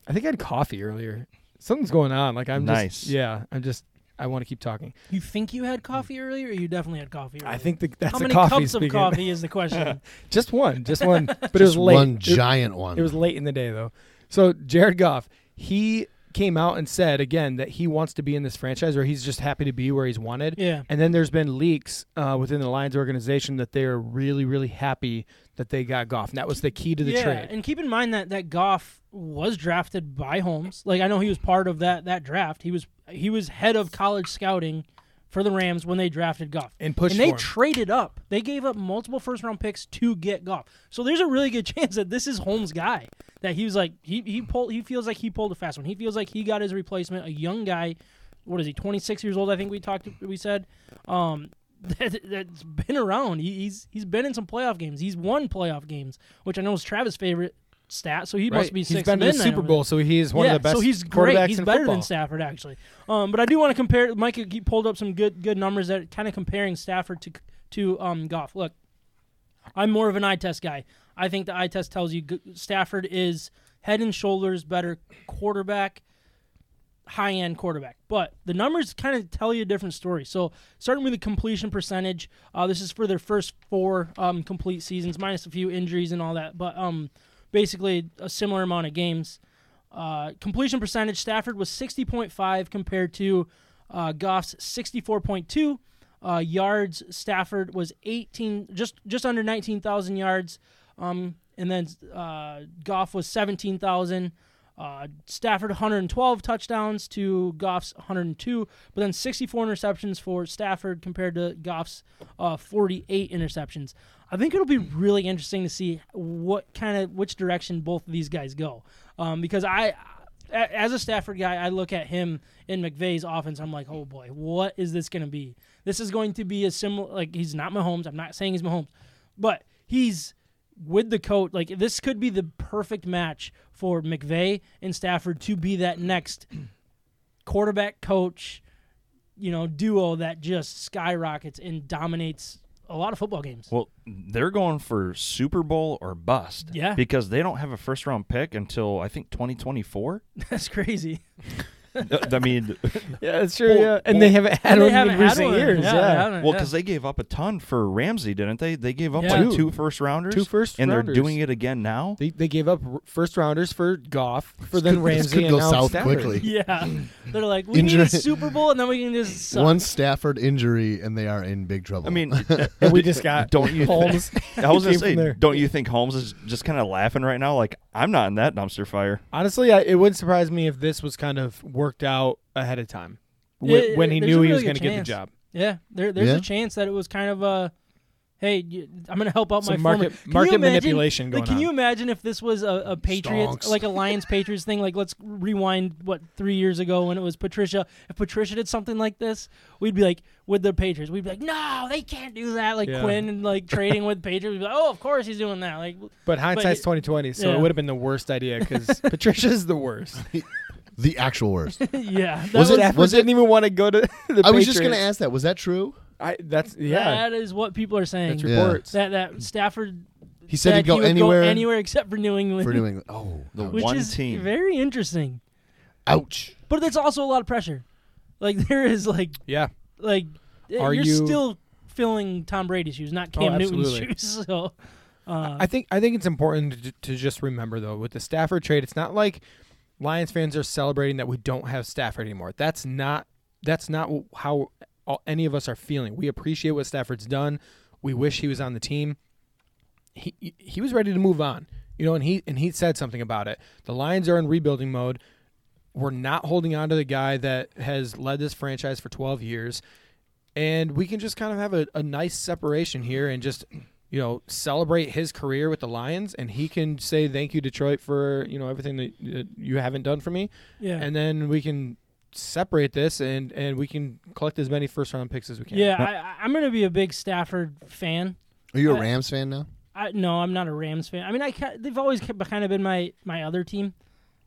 S4: I think I had coffee earlier. Something's going on. Like I'm
S5: Nice.
S4: just yeah. I'm just I want to keep talking.
S1: You think you had coffee earlier, or you definitely had coffee? Earlier?
S4: I think the, that's
S1: How
S4: the
S1: many
S4: coffee
S1: cups
S4: speaking.
S1: of coffee is the question?
S4: Just one, just one. But it was
S3: Just
S4: late.
S3: one
S4: It-
S3: giant one.
S4: It was late in the day though. So Jared Goff, he came out and said again that he wants to be in this franchise, or he's just happy to be where he's wanted.
S1: yeah,
S4: And then there's been leaks uh, within the Lions organization that they are really, really happy that they got Goff, and that was the key to the
S1: yeah.
S4: trade.
S1: And keep in mind that that Goff was drafted by Holmes. Like I know he was part of that that draft. He was he was head of college scouting for the Rams when they drafted Goff.
S4: And pushed
S1: and they
S4: for him.
S1: traded up. They gave up multiple first round picks to get Goff. So there's a really good chance that this is Holmes' guy. That he was like he he pulled he feels like he pulled a fast one. He feels like he got his replacement, a young guy. What is he? 26 years old, I think we talked we said. Um that, that's been around. He, he's he's been in some playoff games. He's won playoff games, which I know is Travis' favorite stat. So he
S4: Right?
S1: must be
S4: he's
S1: six.
S4: been to the
S1: midnight
S4: Super
S1: over
S4: Bowl, so he is one
S1: yeah,
S4: of the best
S1: So he's
S4: quarterbacks
S1: great. He's
S4: in
S1: better
S4: football.
S1: than Stafford actually. Um, but I do want to compare. Mike he pulled up some good good numbers that kind of comparing Stafford to to um Goff. Look, I'm more of an eye test guy. I think the eye test tells you G- Stafford is head and shoulders better quarterback, high end quarterback. But the numbers kind of tell you a different story. So starting with the completion percentage, uh, this is for their first four um, complete seasons, minus a few injuries and all that. But um, basically a similar amount of games. Uh, completion percentage, Stafford was 60.5 compared to uh, Goff's 64.2. Uh, yards, Stafford was 18, just just under 19,000 yards, um, and then uh, Goff was 17,000. Uh, Stafford 112 touchdowns to Goff's 102, but then 64 interceptions for Stafford compared to Goff's uh, 48 interceptions. I think it'll be really interesting to see what kind of which direction both of these guys go, um, because I, a- as a Stafford guy, I look at him in McVay's offense. I'm like, oh boy, what is this going to be? This is going to be a similar. Like he's not Mahomes. I'm not saying he's Mahomes, but he's with the coach, like this could be the perfect match for McVay and Stafford to be that next quarterback coach, you know, duo that just skyrockets and dominates a lot of football games.
S5: Well, they're going for Super Bowl or bust.
S1: Yeah.
S5: Because they don't have a first round pick until I think 2024.
S1: That's crazy.
S5: I mean,
S4: Yeah, that's true.
S5: Well-
S4: yeah, and
S5: well-
S4: they haven't had
S1: And they
S4: one
S1: haven't
S4: in
S1: had
S4: recent
S1: one.
S4: years.
S1: they
S4: Yeah,
S1: haven't,
S5: well,
S1: yeah.
S5: because they gave up a ton for Ramsey, didn't they? They gave up
S1: Yeah.
S5: like
S4: Two.
S5: two first rounders,
S4: Two first
S5: and
S4: rounders.
S5: they're doing it again now.
S4: They, they gave up r- first rounders for Goff,
S3: This
S4: for then
S3: could- this
S4: Ramsey,
S3: could
S4: and
S3: go
S4: now
S3: south
S4: Stafford.
S3: quickly.
S1: yeah, they're like, we
S3: Injury-
S1: need a Super Bowl, and then we can just suck.
S3: One Stafford injury, and they are in big trouble.
S5: I mean,
S4: And we just got
S5: Don't you-
S4: Holmes.
S5: I was
S4: Came
S5: gonna
S4: from there.
S5: say, don't you think Holmes is just kind of laughing right now? Like I'm not in that dumpster fire.
S4: Honestly, I, it wouldn't surprise me if this was kind of worked out ahead of time whe-
S1: Yeah,
S4: when he
S1: there's
S4: knew
S1: a
S4: he
S1: really
S4: was going
S1: good
S4: to get the
S1: chance.
S4: job.
S1: Yeah, there, there's
S3: Yeah.
S1: a chance that it was kind of a, hey, you, I'm going to help out
S4: Some
S1: my
S4: market
S1: former. Can you
S4: market
S1: imagine-
S4: manipulation going
S1: like, can
S4: on.
S1: you imagine if this was a, a Patriots,
S3: Stonks.
S1: like a Lions Patriots thing? Like, let's rewind what three years ago when it was Patricia. If Patricia did something like this, we'd be like, with the Patriots, we'd be like, no, they can't do that. Like
S4: Yeah.
S1: Quinn and like trading with Patriots, we'd be like, oh, of course he's doing that. Like,
S4: but hindsight's
S1: it-
S4: twenty twenty, so
S1: yeah.
S4: it would have been the worst idea because Patricia's the worst.
S3: the actual worst.
S1: yeah, that
S3: Was it-
S4: Stafford
S3: was
S4: didn't even want to go to the.
S3: I was just going to
S4: Patriots.
S3: ask that. Was that true?
S4: I, that's yeah.
S1: that is what people are saying.
S4: That's
S3: Yeah.
S4: reports.
S1: That that Stafford
S3: He said
S1: that
S3: he'd go
S1: he would
S3: anywhere,
S1: go anywhere except for New England.
S3: for New England. Oh,
S5: The
S1: which
S5: one
S1: is
S5: team.
S1: very interesting.
S3: ouch!
S1: But it's also a lot of pressure. Like there is like
S4: Yeah.
S1: like eh,
S4: Are
S1: you're
S4: you-
S1: still filling Tom Brady's shoes,
S3: Oh,
S1: not Cam Newton's
S4: absolutely.
S1: shoes. So uh,
S4: I think I think it's important to, to just remember though with the Stafford trade, it's not like Lions fans are celebrating that we don't have Stafford anymore. That's not that's not wh- how all, any of us are feeling. We appreciate what Stafford's done. We wish he was on the team. He he- he was ready to move on, you know, and he and he said something about it. The Lions are in rebuilding mode. We're not holding on to the guy that has led this franchise for 12 years and we can just kind of have a, a nice separation here and just you know celebrate his career with the lions and he can say thank you detroit for you know everything that that you haven't done for me
S1: yeah.
S4: and then we can separate this and and we can collect as many first round picks as we can
S1: yeah, I- I, I'm gonna be a big Stafford fan.
S3: Are you a
S1: I-
S3: Rams fan now?
S1: I, no, I'm not a Rams fan. I mean, I ca- they've always kept, kind of been my my other team.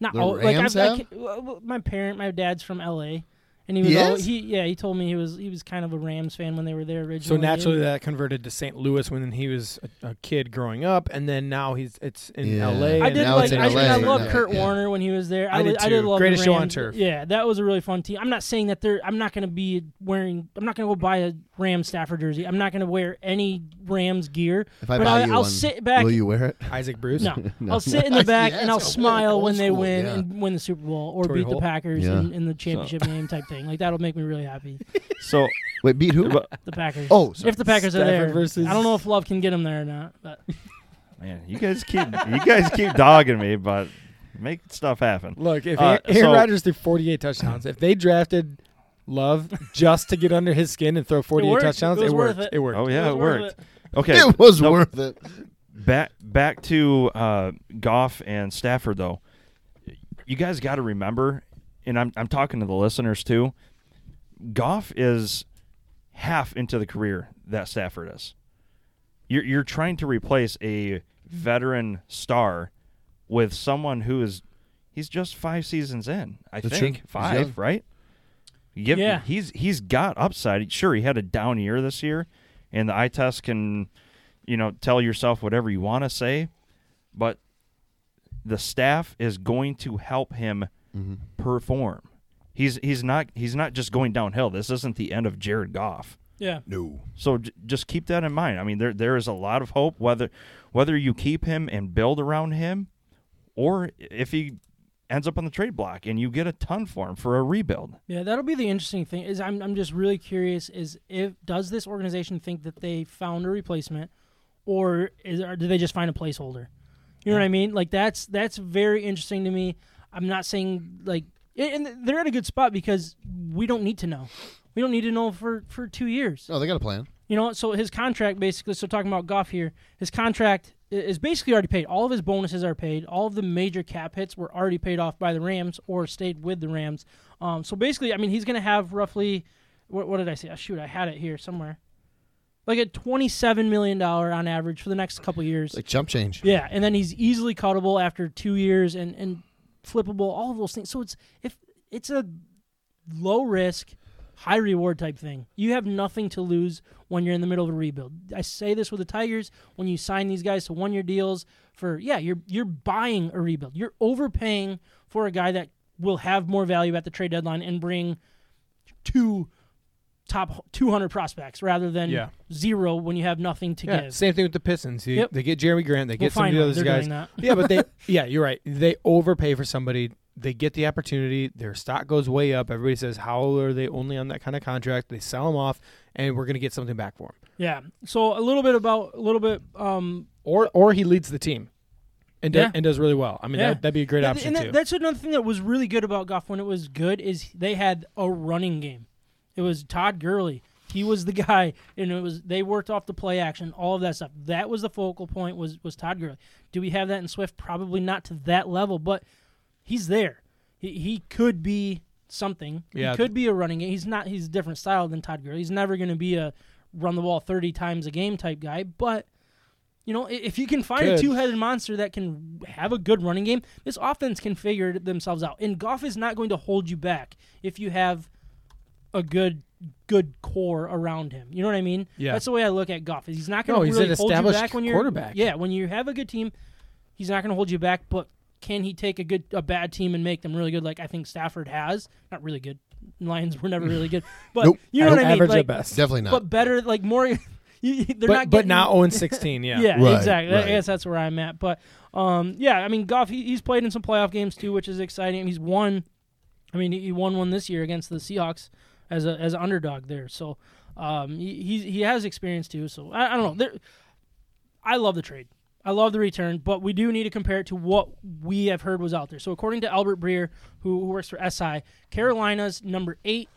S1: Not
S3: The
S1: al-
S3: Rams
S1: like I've,
S3: have?
S1: I, ca- well, well, my parent, my dad's from L.A. And he was
S3: He
S1: al-
S3: is?
S1: he yeah he told me he was he was kind of a Rams fan when they were there originally.
S4: so naturally that converted to st louis when he was a, a kid growing up and then now he's it's in
S3: Yeah.
S4: la
S1: I
S4: and
S1: did
S4: now
S1: like.
S4: it's in
S1: I, think I
S4: LA.
S1: love
S3: Yeah.
S1: Kurt
S3: Yeah.
S1: Warner when he was there.
S4: I
S1: li-
S4: did
S1: I did
S4: too.
S1: love
S4: Greatest
S1: the
S4: show on
S1: Rams.
S4: turf.
S1: Yeah, that was a really fun team. I'm not saying that they're. I'm not going to be wearing. I'm not going to go buy a Rams Stafford jersey. I'm not going to wear any Rams gear.
S3: If I
S1: but
S3: buy
S1: I'll,
S3: you
S1: I'll
S3: one,
S1: sit back.
S3: will you wear it?
S4: isaac bruce
S1: No,
S3: No.
S1: I'll sit in the back
S3: Yeah,
S1: and I'll
S3: it's a
S1: smile
S3: old
S1: when they
S3: school,
S1: win
S3: yeah.
S1: and win the Super Bowl or
S4: Torrey
S1: beat
S4: Holt?
S1: the Packers
S3: Yeah.
S1: in, in the championship game type thing. Like that'll make me really happy.
S5: So
S3: Wait, beat who?
S1: The Packers.
S3: Oh, sorry.
S1: if the Packers are
S4: Stafford
S1: there,
S4: versus-
S1: I don't know if Love can get them there or not. But
S5: man, you guys keep you guys keep dogging me, but make stuff happen.
S4: Look, if
S5: Uh,
S4: Aaron
S5: so-
S4: Rodgers threw 48 touchdowns, if they drafted Love just to get under his skin and throw 48
S1: worked.
S4: touchdowns,
S1: It
S4: it,
S1: was worth
S4: worked.
S1: it.
S4: It worked.
S5: Oh yeah,
S1: It
S5: it
S1: was worth
S5: worked. Okay,
S3: It was
S5: no,
S3: worth it.
S5: back back to uh, Goff and Stafford though. You guys got to remember, and I'm I'm talking to the listeners too. Goff is half into the career that Stafford is. You're you're trying to replace a veteran star with someone who is he's just five seasons in. I
S3: That's true.
S5: think
S3: He's young.
S5: five, right? Give,
S1: Yeah.
S5: he's he's got upside. Sure, he had a down year this year, and the eye test can, you know, tell yourself whatever you want to say, but the staff is going to help him perform. He's he's not he's not just going downhill. This isn't the end of Jared Goff.
S1: yeah,
S3: No.
S5: So j- just keep that in mind. I mean, there there is a lot of hope whether whether you keep him and build around him, or if he ends up on the trade block and you get a ton for him for a rebuild.
S1: Yeah, that'll be the interesting thing. Is I'm I'm just really curious. Is if does this organization think that they found a replacement, or is or did they just find a placeholder? You know what I mean? Like that's that's very interesting to me. I'm not saying like and and they're at a good spot because we don't need to know. We don't need to know for for two years.
S3: No, Oh, they got a plan.
S1: You know, so his contract basically. So talking about Goff here, his contract i- is basically already paid. All of his bonuses are paid. All of the major cap hits were already paid off by the Rams or stayed with the Rams. Um, so basically, I mean, he's going to have roughly, what, what did I say? Oh, shoot, I had it here somewhere, like a twenty-seven million dollar on average for the next couple years.
S3: It's like jump change.
S1: Yeah, and then he's easily cuttable after two years and and flippable. All of those things. So it's if it's a low risk, high reward type thing. You have nothing to lose when you're in the middle of a rebuild. I say this with the Tigers when you sign these guys to one year deals for yeah, you're you're buying a rebuild. You're overpaying for a guy that will have more value at the trade deadline and bring two top 200 prospects rather than
S4: Yeah.
S1: zero when you have nothing to
S4: Yeah,
S1: give.
S4: same thing with the Pistons. You,
S1: Yep.
S4: They get Jeremy Grant. They
S1: Well,
S4: get some of the
S1: fine,
S4: other
S1: they're
S4: guys.
S1: doing that.
S4: yeah, but they. Yeah, you're right. They overpay for somebody. They get the opportunity. Their stock goes way up. Everybody says, "How are they only on that kind of contract?" They sell them off, and we're going to get something back for him.
S1: Yeah. So a little bit about a little bit um
S4: Or, or he leads the team, and do-
S1: Yeah.
S4: and does really well. I mean,
S1: Yeah.
S4: that, that'd be a great
S1: Yeah,
S4: option
S1: and that-
S4: too.
S1: that's another thing that was really good about Goff when it was good is they had a running game. It was Todd Gurley. He was the guy, and it was they worked off the play action, all of that stuff. That was the focal point. Was was Todd Gurley? Do we have that in Swift? Probably not to that level, but he's there. He he could be something.
S4: Yeah.
S1: He could be a running game. He's not. He's a different style than Todd Gurley. He's never going to be a run the ball thirty times a game type guy, but you know, i- if you can find
S4: Good.
S1: a two-headed monster that can have a good running game, this offense can figure it themselves out. And Goff is not going to hold you back if you have a good good core around him. You know what I mean?
S4: Yeah.
S1: That's the way I look at Goff. is He's not going
S4: No,
S1: to
S4: he's
S1: really
S4: an
S1: hold you
S4: established
S1: back when you're
S4: quarterback.
S1: Yeah, when you have a good team, he's not going to hold you back. But can he take a good a bad team and make them really good? Like I think Stafford has. Not really good. Lions were never really good, but
S3: Nope.
S1: you know what I mean.
S4: Average
S1: Like,
S4: at best,
S3: Definitely not.
S1: But better, like more. you- you, they're
S4: but
S1: not
S4: but
S1: getting-
S4: not 0 16. Yeah.
S1: yeah,
S3: Right,
S1: exactly.
S3: right.
S1: I guess that's where I'm at. But um, yeah, I mean, Goff, he, he's played in some playoff games too, which is exciting. He's won. I mean, he won one this year against the Seahawks as a as an underdog there. So um, he he's, he has experience too. So I, I don't know. There, I love the trade. I love the return, but we do need to compare it to what we have heard was out there. So according to Albert Breer, who, who works for SI, Carolina's number eight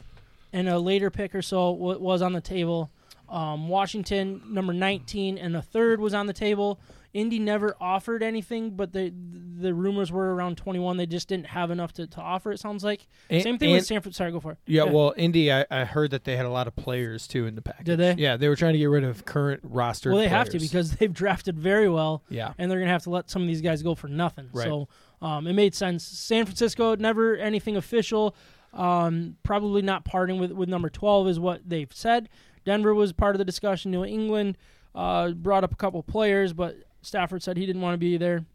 S1: and a later pick or so wa- was on the table. Um, Washington, number 19, and a third was on the table. Indy never offered anything, but the the rumors were around 21. They just didn't have enough to, to offer, it sounds like.
S4: And-
S1: Same thing
S4: and-
S1: with Sanford. Sorry, go for it.
S4: Yeah, well, Indy, I, I heard that they had a lot of players too in the package.
S1: Did they?
S4: Yeah, they were trying to get rid of current roster.
S1: Well, they have to
S4: players.
S1: because they've drafted very well.
S4: yeah,
S1: and they're gonna have to let some of these guys go for nothing.
S4: Right.
S1: So um, it made sense. San Francisco never anything official. Um, probably not parting with with number twelve is what they've said. Denver was part of the discussion. New England uh, brought up a couple players, but Stafford said he didn't want to be there.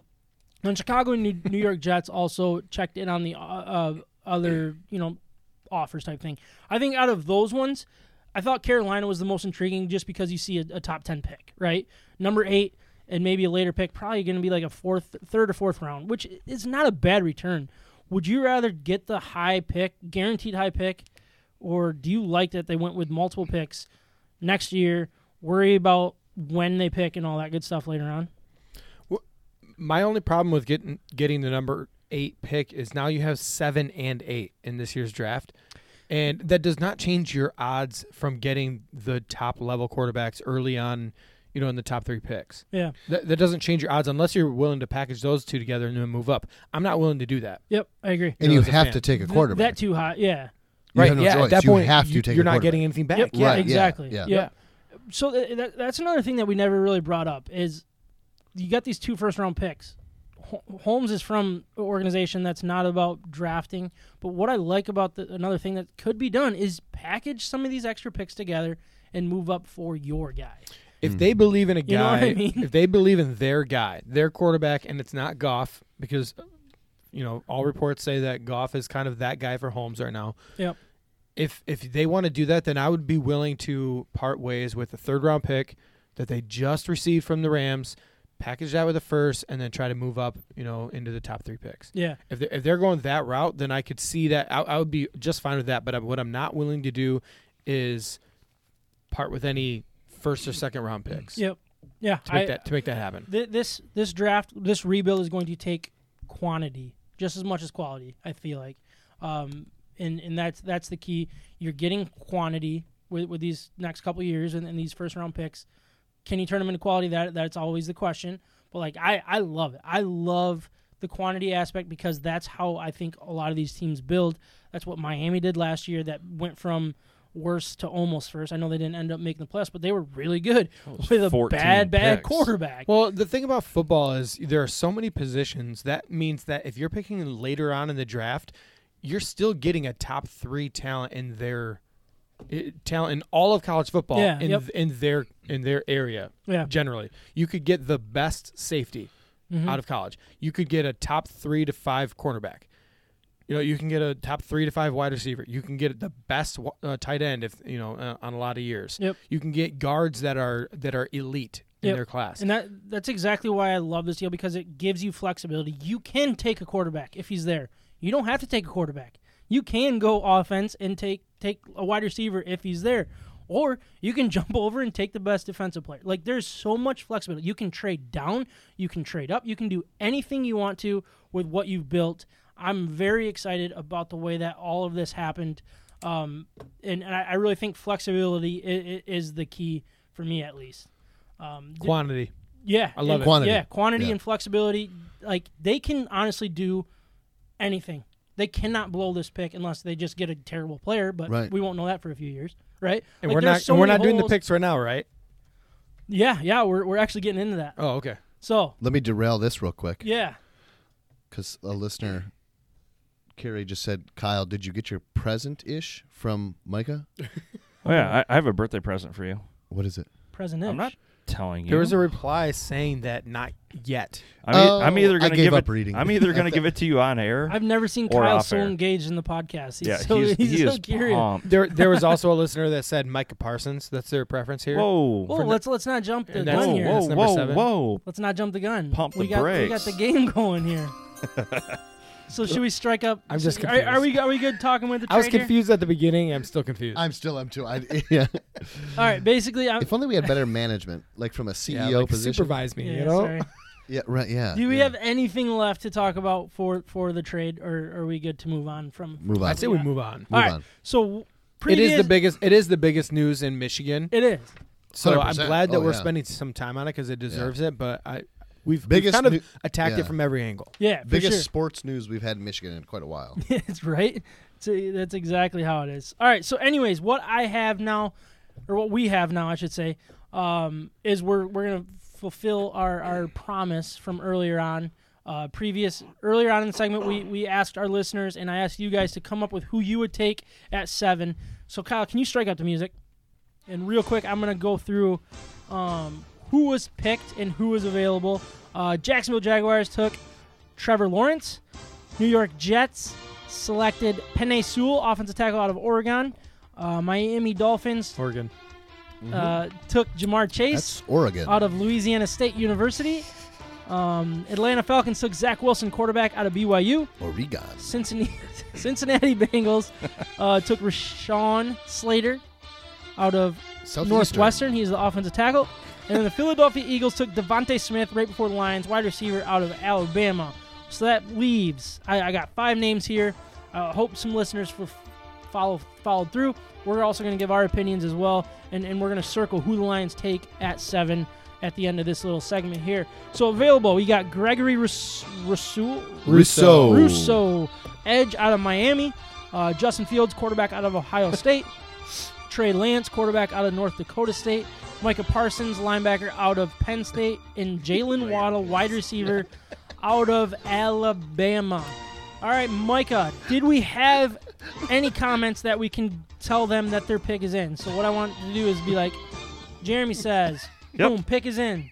S1: And Chicago and New, New York Jets also checked in on the uh, uh, other you know offers type thing. I think out of those ones, I thought Carolina was the most intriguing just because you see a, a top 10 pick, right? Number eight and maybe a later pick, probably going to be like a fourth, third or fourth round, which is not a bad return. Would you rather get the high pick, guaranteed high pick, or do you like that they went with multiple picks next year, worry about when they pick and all that good stuff later on?
S4: my only problem with getting getting the number eight pick is now you have seven and eight in this year's draft, and that does not change your odds from getting the top level quarterbacks early on. You know, in the top three picks,
S1: Yeah.
S4: that, that doesn't change your odds unless you're willing to package those two together and then move up. I'm not willing to do that.
S1: Yep, I agree.
S3: and you
S4: you know, as a
S3: have
S4: fan.
S3: to take a
S1: Th-
S3: quarterback.
S1: That too high. Yeah.
S3: You
S4: right?
S3: have no
S4: yeah,
S3: choice.
S4: at that
S3: You
S4: point,
S3: have to
S4: you,
S3: take a
S4: are not
S3: quarterback.
S4: getting anything back.
S1: Yep. Yeah.
S3: Right, yeah,
S1: Exactly.
S3: yeah.
S1: yeah. So th- that, that's another thing that we never really brought up is you got these two first round picks. Ho- Holmes is from an organization that's not about drafting, but what I like about the, another thing that could be done is package some of these extra picks together and move up for your guy.
S4: If they believe in a guy,
S1: You know what I mean?
S4: if they believe in their guy, their quarterback, and it's not Goff, because you know all reports say that Goff is kind of that guy for Holmes right now.
S1: Yep.
S4: If if they want to do that, then I would be willing to part ways with a third round pick that they just received from the Rams, package that with a first, and then try to move up, you know, into the top three picks.
S1: Yeah.
S4: If they're, if they're going that route, then I could see that. I, I would be just fine with that. But I, what I'm not willing to do is part with any first or second round picks.
S1: Yep. Yeah.
S4: To make,
S1: I-
S4: that, to make that happen.
S1: Th- this this draft this rebuild is going to take quantity just as much as quality. I feel like, um, and and that's that's the key. You're getting quantity with, with these next couple years and, and these first round picks. Can you turn them into quality? That that's always the question. But like I I love it. I love the quantity aspect because that's how I think a lot of these teams build. That's what Miami did last year. That went from worst to almost first. I know they didn't end up making the playoffs, but they were really good with a
S5: 14
S1: bad bad
S5: picks.
S1: quarterback.
S4: Well, the thing about football is there are so many positions. That means that if you're picking later on in the draft, you're still getting a top three talent in their eh, talent in all of college football
S1: Yeah,
S4: in
S1: yep.
S4: in their in their area.
S1: yeah.
S4: generally. You could get the
S1: Mm-hmm.
S4: best safety out of college. You could get a top three to five cornerback. you know, you can get a top three to five wide receiver. You can get the best wa- uh, tight end if you know uh, on a lot of years.
S1: Yep.
S4: You can get guards that are that are elite in
S1: Yep.
S4: their class.
S1: And that that's exactly why I love this deal because it gives you flexibility. You can take a quarterback if he's there. You don't have to take a quarterback. You can go offense and take take a wide receiver if he's there. Or you can jump over and take the best defensive player. Like there's so much flexibility. You can trade down, you can trade up, you can do anything you want to with what you've built. I'm very excited about the way that all of this happened, um, and, and I, I really think flexibility is, is the key for me, at least. Um, d-
S4: Quantity.
S1: yeah,
S4: I love
S1: and-
S4: it.
S3: Quantity.
S1: Yeah, quantity
S3: Yeah.
S1: and flexibility. Like they can honestly do anything. They cannot blow this pick unless they just get a terrible player, but
S3: Right.
S1: we won't know that for a few years, right?
S4: And
S1: Like,
S4: we're
S1: there's
S4: not
S1: so
S4: and we're
S1: many
S4: not doing the
S1: holes-
S4: picks right now, right?
S1: Yeah, yeah, we're we're actually getting into that.
S4: Oh, okay.
S1: So
S3: Let me derail this real quick.
S1: yeah,
S3: because a listener, Carrie, just said, Kyle, did you get your present ish from Micah?
S5: Oh yeah, I, I have a birthday present for you.
S3: What is it?
S1: present.
S5: I'm not telling you.
S4: There was a reply saying that not yet.
S5: I'm, e-
S3: Oh,
S5: I'm either
S3: I
S5: gonna
S3: gave
S5: give
S3: up
S5: it.
S3: reading.
S5: I'm either gonna give it to you on air.
S1: I've never seen
S5: Or
S1: Kyle
S5: off
S1: so
S5: air.
S1: engaged in the podcast. He's
S5: yeah,
S1: so
S5: he's,
S1: he's,
S5: he
S1: so
S5: is
S1: curious.
S5: pumped.
S4: There there was also a listener that said Micah Parsons. That's their preference here.
S5: Whoa,
S1: Well, let's let's not jump the
S4: And that's-
S1: gun
S5: whoa,
S1: here.
S5: whoa,
S4: That's number
S5: whoa,
S4: seven.
S5: whoa!
S1: Let's not jump the gun.
S5: Pump the
S1: we got, We got
S5: brakes.
S1: the game going here. so should we strike up?
S4: I'm just
S1: Are, are
S4: confused.
S1: we are we good talking with the?
S4: I was
S1: trade here?
S4: confused at the beginning. I'm still confused.
S3: I'm still am too. I, yeah.
S1: All right, basically, I'm.
S3: If only we had better management, like from a
S4: yeah,
S3: CEO
S4: like,
S3: position.
S4: supervise me,
S1: yeah,
S4: you know?
S1: sorry.
S3: Yeah, right. Yeah.
S1: Do we
S3: yeah.
S1: have anything left to talk about for for the trade, or are we good to move on from?
S3: Move on.
S4: I'd say we move on.
S1: All right.
S3: on.
S1: So
S4: Uh, It
S1: previous,
S4: is the biggest it is the biggest news in Michigan.
S1: It is.
S4: So i am
S3: 100%.
S4: glad that
S3: Oh,
S4: we're
S3: yeah.
S4: spending some time on it because it deserves it. But I, we've, we've
S3: Biggest
S4: kind of
S3: new-
S4: attacked
S3: yeah.
S4: it from every angle.
S1: Yeah, for
S3: Biggest
S1: sure.
S3: sports news we've had in Michigan in quite a while.
S1: It's right. It's- that's exactly how it is. All right. So, anyways, what I have now, or what we have now, I should say, um, is we're we're gonna fulfill our our promise from earlier on. Uh, previous earlier on in the segment, we we asked our listeners and I asked you guys to come up with who you would take at seven. So, Kyle, can you strike up the music? And real quick, I'm gonna go through um, who was picked and who was available. Uh, Jacksonville Jaguars took Trevor Lawrence. New York Jets selected Penny Sewell, offensive tackle out of Oregon. Uh, Miami Dolphins
S4: Oregon.
S1: uh, took Jamar Chase
S3: That's Oregon.
S4: Uh,
S1: out of Louisiana State University. Um, Atlanta Falcons took Zach Wilson, quarterback out of BYU.
S3: Oregon.
S1: Cincinnati, Cincinnati Bengals uh, took Rashawn Slater out of
S3: Southeastern.
S1: Northwestern. He's the offensive tackle. And then the Philadelphia Eagles took Devontae Smith right before the Lions, wide receiver out of Alabama. So that leaves. I, I got five names here. I Uh, hope some listeners for follow followed through. We're also going to give our opinions as well, and, and we're going to circle who the Lions take at seven at the end of this little segment here. So available, we got Gregory Rus- Rasul,
S3: Rousseau.
S1: Russo, edge out of Miami. Uh, Justin Fields, quarterback out of Ohio State. Trey Lance, quarterback out of North Dakota State. Micah Parsons, linebacker out of Penn State. And Jalen Waddle, wide receiver out of Alabama. All right, Micah, did we have any comments that we can tell them that their pick is in? So, what I want to do is be like, Jeremy says,
S5: Yep.
S1: boom, pick is in.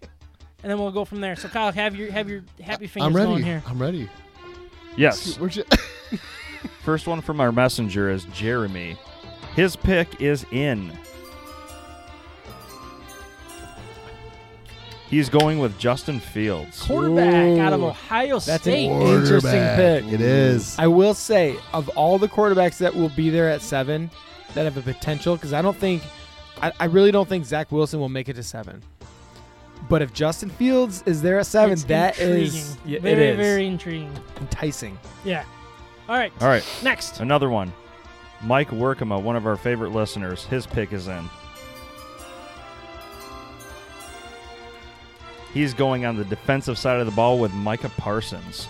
S1: And then we'll go from there. So, Kyle, have your have your happy fingers
S3: I'm ready.
S1: going here.
S3: I'm ready.
S5: Yes.
S3: We're ju-
S5: First one from our messenger is Jeremy. His pick is in. He's going with Justin Fields.
S1: quarterback out of
S4: Ooh.
S1: Ohio
S4: That's
S1: State.
S4: an interesting
S3: Quarterback.
S4: pick.
S3: It is.
S4: I will say, of all the quarterbacks that will be there at seven, that have a potential, because I don't think, I, I really don't think Zach Wilson will make it to seven. But if Justin Fields is there at seven,
S1: It's
S4: that is
S1: intriguing.
S4: yeah, it
S1: very
S4: is
S1: very intriguing.
S4: enticing.
S1: Yeah. All right.
S5: All right,
S1: Next.
S5: another one. Mike Workema, one of our favorite listeners. His pick is in. He's going on the defensive side of the ball with Micah Parsons.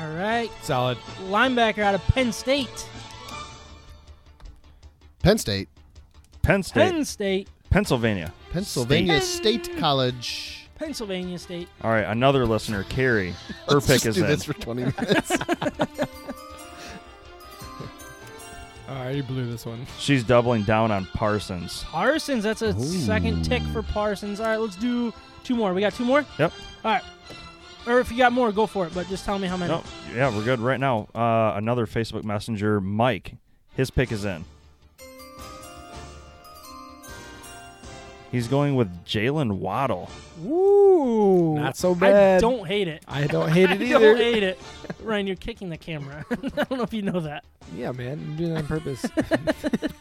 S1: All right.
S4: Solid.
S1: Linebacker out of Penn State.
S3: Penn State.
S5: Penn State,
S1: Penn State.
S5: Pennsylvania.
S3: Pennsylvania
S1: State.
S3: State College.
S1: Pennsylvania State.
S5: All right, another listener, Carrie. Her
S3: Let's
S5: pick
S3: just
S5: is
S3: do
S5: in.
S3: this for 20 minutes.
S4: I already blew this one.
S5: She's doubling down on Parsons.
S1: Parsons. That's a second tick for Parsons. All right. Let's do two more. We got two more.
S5: Yep.
S1: All right. Or if you got more, go for it. But just tell me how many.
S5: No, yeah, we're good right now. Uh, another Facebook Messenger, Mike. His pick is in. He's going with Jalen Waddle.
S4: Woo! Not so bad.
S1: I don't hate it.
S4: I don't hate it
S1: I
S4: either.
S1: don't hate it. Ryan, you're kicking the camera. I don't know if you know that.
S4: Yeah, man, I'm doing that on purpose.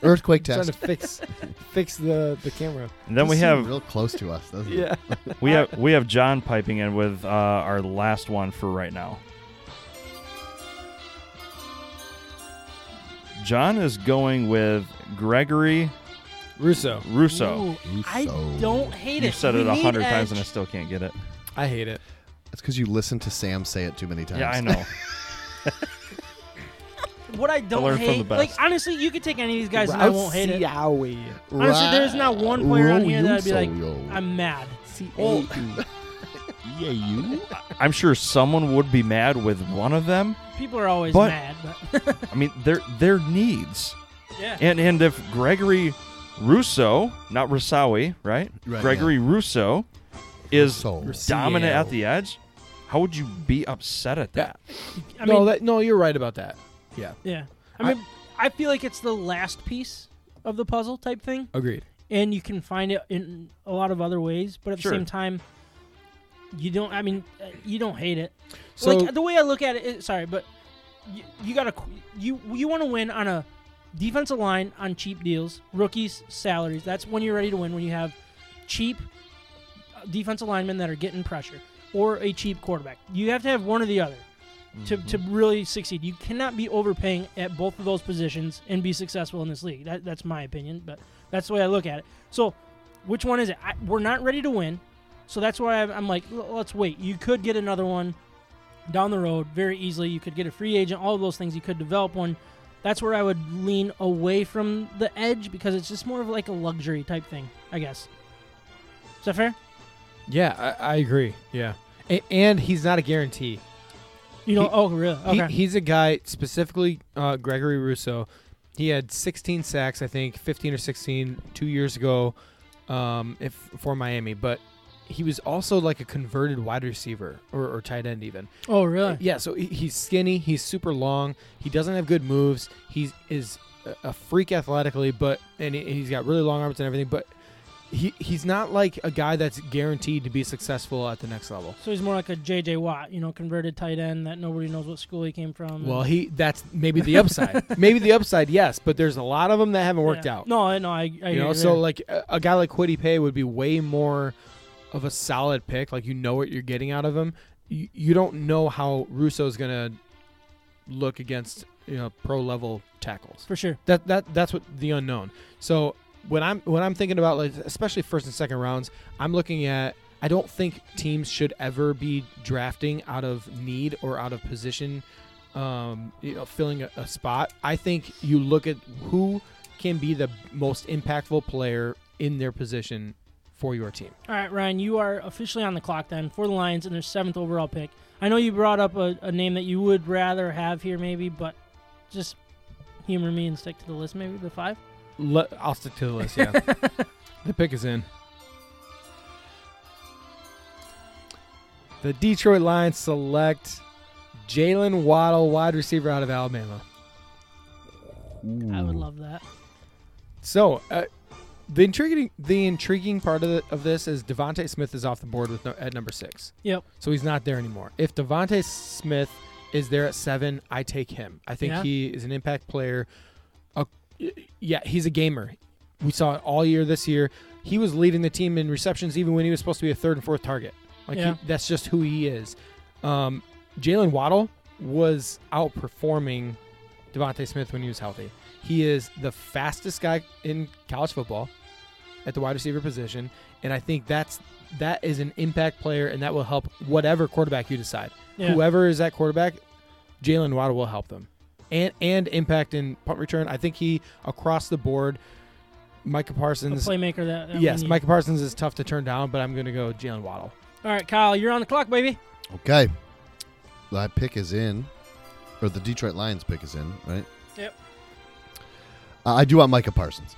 S3: Earthquake
S4: trying to
S3: test.
S4: fix fix the the camera.
S5: And then we
S3: This seemed
S5: have
S3: real close to us. doesn't it?
S4: Yeah.
S5: we have we have John piping in with uh, our last one for right now. John is going with Gregory
S4: Russo,
S5: Russo.
S1: Ooh, I
S3: Russo.
S1: don't hate it.
S5: You've Oh, said
S1: We
S5: it a
S1: need
S5: hundred times and I
S1: edge.
S5: still can't get it.
S4: I hate it.
S3: That's because you listen to Sam say it too many times.
S5: Yeah, I know.
S1: What I don't
S5: learn from
S1: hate,
S5: the best.
S1: like honestly, you could take any of these guys and I won't hate it. Honestly, there's not one
S3: Ra-
S1: player on here that I'd be
S3: Russo,
S1: like,
S3: yo.
S1: I'm mad.
S3: Well, yeah, you.
S5: I'm sure someone would be mad with one of them.
S1: People are always
S5: But-
S1: mad, but
S5: I mean, their their needs.
S1: yeah.
S5: And and if Gregory Russo, not Roussawi, right?
S3: Right,
S5: Gregory Russo is
S3: So
S5: dominant at the edge, how would you be upset at that?
S1: I
S4: no,
S1: mean,
S4: that, no, you're right about that. Yeah,
S1: yeah. I mean, I feel like it's the last piece of the puzzle type thing,
S4: agreed.
S1: and you can find it in a lot of other ways. But at
S5: Sure.
S1: the same time, you don't. I mean, uh, you don't hate it.
S4: So
S1: like the way I look at it, is, sorry, but you, you gotta qu- you you want to win on a defensive line on cheap deals, rookies, salaries. That's when you're ready to win when you have cheap uh, defensive linemen that are getting pressure or a cheap quarterback. You have to have one or the other to, to really succeed. You cannot be overpaying at both of those positions and be successful in this league. That, that's my opinion, but that's the way I look at it. So, which one is it? I, we're not ready to win, so that's why I'm, I'm like, "L- let's wait. You could get another one down the road very easily. You could get a free agent. All of those things. You could develop one. That's where I would lean away from the edge because it's just more of like a luxury type thing, I guess. Is that fair?
S4: yeah, I, I agree. Yeah, A- and he's not a guarantee.
S1: You know?
S4: He-
S1: oh, really?
S4: He-
S1: Okay.
S4: he's a guy specifically uh, Gregory Russo. He had 16 sacks, I think, 15 or 16, two years ago, um, if, for Miami. But he was also like a converted wide receiver or, or tight end, even.
S1: oh, really?
S4: Yeah, so he, he's skinny. He's super long. He doesn't have good moves. He is a- a freak athletically, but and he- he's got really long arms and everything. But he he's not like a guy that's guaranteed to be successful at the next level.
S1: So he's more like a J.J. Watt, you know, converted tight end that nobody knows what school he came from.
S4: Well, he that's maybe the upside. maybe the upside, yes. But there's a lot of them that haven't worked
S1: Yeah.
S4: out.
S1: No, I- no, I, I
S4: you
S1: hear
S4: know,
S1: you
S4: so
S1: there.
S4: like a, a guy like Quiddy Pay would be way more of a solid pick. Like you know what you're getting out of him. You, you don't know how Russo's gonna look against you know pro level tackles.
S1: for sure.
S4: That that that's what the unknown. So when I'm when I'm thinking about like especially first and second rounds, I'm looking at I don't think teams should ever be drafting out of need or out of position, um, you know, filling a, a spot. I think you look at who can be the most impactful player in their position for your team.
S1: All right, Ryan, you are officially on the clock then for the Lions and their seventh overall pick. I know you brought up a, a name that you would rather have here, maybe, but just humor me and stick to the list, maybe the five.
S4: Le- I'll stick to the list. Yeah, the pick is in. The Detroit Lions select Jalen Waddle, wide receiver out of Alabama.
S1: I would love that.
S4: So, uh, the intriguing the intriguing part of, the, of this is Devonte Smith is off the board with no, at number six.
S1: Yep.
S4: So he's not there anymore. If Devonte Smith is there at seven, I take him. I think
S1: Yeah.
S4: he is an impact player. A- yeah, he's a gamer. We saw it all year this year. He was leading the team in receptions, even when he was supposed to be a third and fourth target. Like
S1: Yeah.
S4: he, that's just who he is. Um, Jalen Waddle was outperforming Devonte Smith when he was healthy. He is the fastest guy in college football at the wide receiver position, and I think that's that is an impact player, and that will help whatever quarterback you decide.
S1: Yeah.
S4: Whoever is that quarterback, Jalen Waddle will help them, and and impact in punt return. I think he across the board. Micah
S1: A
S4: Parsons,
S1: playmaker that. that we
S4: yes,
S1: need.
S4: Micah Parsons is tough to turn down, but I'm going to go Jalen Waddle.
S1: All right, Kyle, you're on the clock, baby.
S3: Okay. My pick is in, or the Detroit Lions pick is in, right?
S1: Yep.
S3: Uh, I do want Micah Parsons.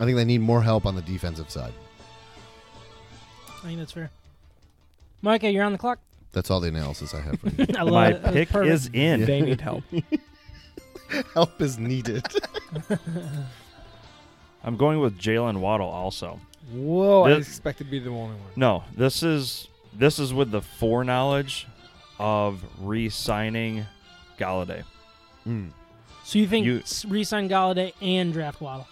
S3: I think they need more help on the defensive side.
S1: I think that's fair. Micah, you're on the clock.
S3: That's all the analysis I have for you.
S1: I love
S5: My
S1: it. That was
S5: pick
S1: perfect.
S5: is in.
S4: They need help.
S3: Help is needed.
S5: I'm going with Jalen Waddle also.
S4: Whoa, I
S5: This-
S4: expected to be the only one.
S5: No, this is this is with the foreknowledge of re-signing Galladay.
S3: Mm.
S1: So you think
S5: You-
S1: s re-sign Galladay and draft Waddle?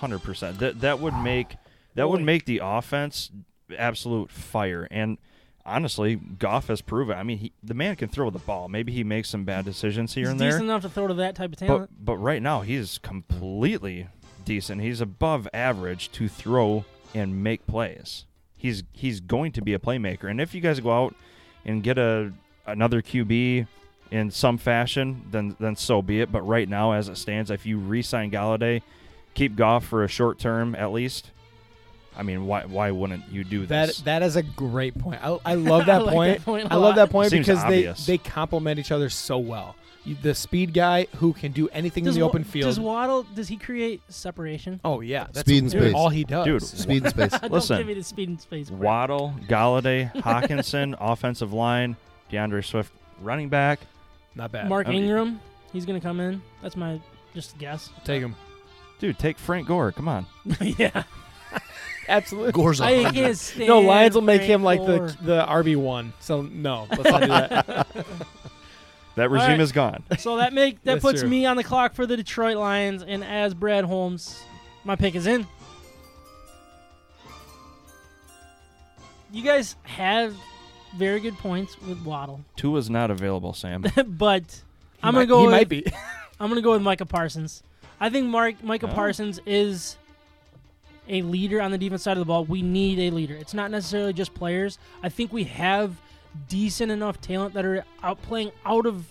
S5: Hundred percent. That that would make that would
S1: Boy.
S5: make the offense absolute fire. And honestly, Goff has proven. I mean, he, the man can throw the ball. Maybe he makes some bad decisions here
S1: He's
S5: and
S1: decent
S5: there.
S1: enough to throw to that type of
S5: But
S1: talent.
S5: but right now he's completely decent. He's above average to throw and make plays. He's he's going to be a playmaker. And if you guys go out and get a another QB in some fashion, then then so be it. But right now, as it stands, if you re-sign Galladay, keep Goff for a short term at least. I mean, why why wouldn't you do
S4: That
S5: this?
S4: that is a great point. I, I love that
S1: I like
S4: point.
S1: that point a
S4: I love
S1: lot.
S4: that point
S5: Seems
S4: because
S5: obvious.
S4: they they complement each other so well. You, the speed guy who can do anything in the
S1: Wa-
S4: open field.
S1: Does Waddle? Does he create separation?
S4: oh yeah, that's
S3: Speed and
S4: dude,
S3: space.
S4: all he does.
S5: Dude,
S3: Speed and space.
S5: Listen.
S1: Don't give me the speed and space. crap.
S5: Waddle, Galladay, Hawkinson, offensive line, DeAndre Swift, running back.
S4: not bad.
S1: Mark
S5: I mean-
S1: Ingram, he's gonna come in. That's my just a guess.
S4: take him.
S5: Dude, take Frank Gore. Come on.
S1: yeah,
S4: Absolutely.
S3: Gore's
S1: I
S3: on.
S1: can't stand.
S4: No, Lions will make
S1: Frank
S4: him like
S1: Gore.
S4: the the RB one. So no, let's not do that.
S5: That
S1: All
S5: regime
S1: right.
S5: is gone.
S1: So that make that
S4: That's
S1: puts
S4: true.
S1: me on the clock for the Detroit Lions, and as Brad Holmes, my pick is in. You guys have very good points with Waddle,
S5: Two is not available, Sam.
S1: but I'm gonna
S4: He might-
S1: go.
S4: He
S1: with,
S4: might be.
S1: I'm gonna go with Micah Parsons. I think Mark Micah
S5: Oh.
S1: Parsons is a leader on the defense side of the ball. We need a leader. It's not necessarily just players. I think we have decent enough talent that are out playing out of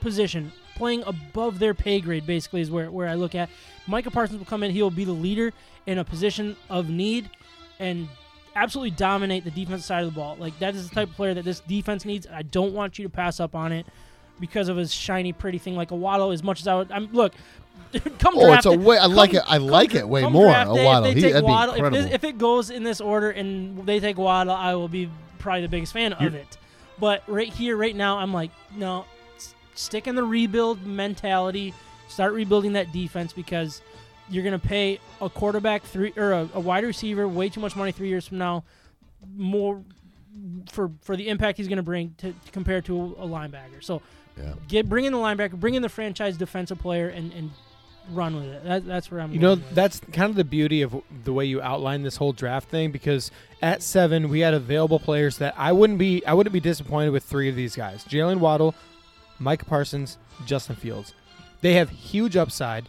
S1: position, playing above their pay grade. Basically, is where where I look at. Micah Parsons will come in. He will be the leader in a position of need, and absolutely dominate the defense side of the ball. Like that is the type of player that this defense needs. I don't want you to pass up on it because of his shiny, pretty thing like a Waddle. As much as I would, I'm look. come
S3: Oh,
S1: draft
S3: it's
S1: it.
S3: a way. I like
S1: Come-
S3: it. I like
S1: come-
S3: it way
S1: come
S3: more.
S1: draft
S3: A
S1: day, if
S3: Waddle.
S1: they
S3: He,
S1: take
S3: that'd be
S1: Waddle- if,
S3: incredible.
S1: this- if it goes in this order and they take Waddle, I will be probably the biggest fan of
S5: You're-
S1: it. But right here, right now, I'm like, no, s- stick in the rebuild mentality. Start rebuilding that defense because you're going to pay a quarterback three or a, a wide receiver way too much money three years from now, more for for the impact he's going to bring to compared to a linebacker. So
S3: yeah.
S1: get bring in the linebacker, bring in the franchise defensive player, and and run with it. That, that's where I'm.
S4: You know,
S1: going with.
S4: that's kind of the beauty of the way you outline this whole draft thing because at seven we had available players that I wouldn't be I wouldn't be disappointed with three of these guys: Jalen Waddle, Mike Parsons, Justin Fields. They have huge upside.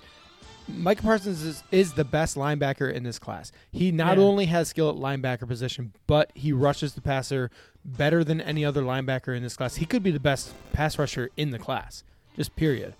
S4: Mike Parsons is, is the best linebacker in this class. He not
S1: Yeah.
S4: only has skill at linebacker position, but he rushes the passer better than any other linebacker in this class. He could be the best pass rusher in the class. Just period.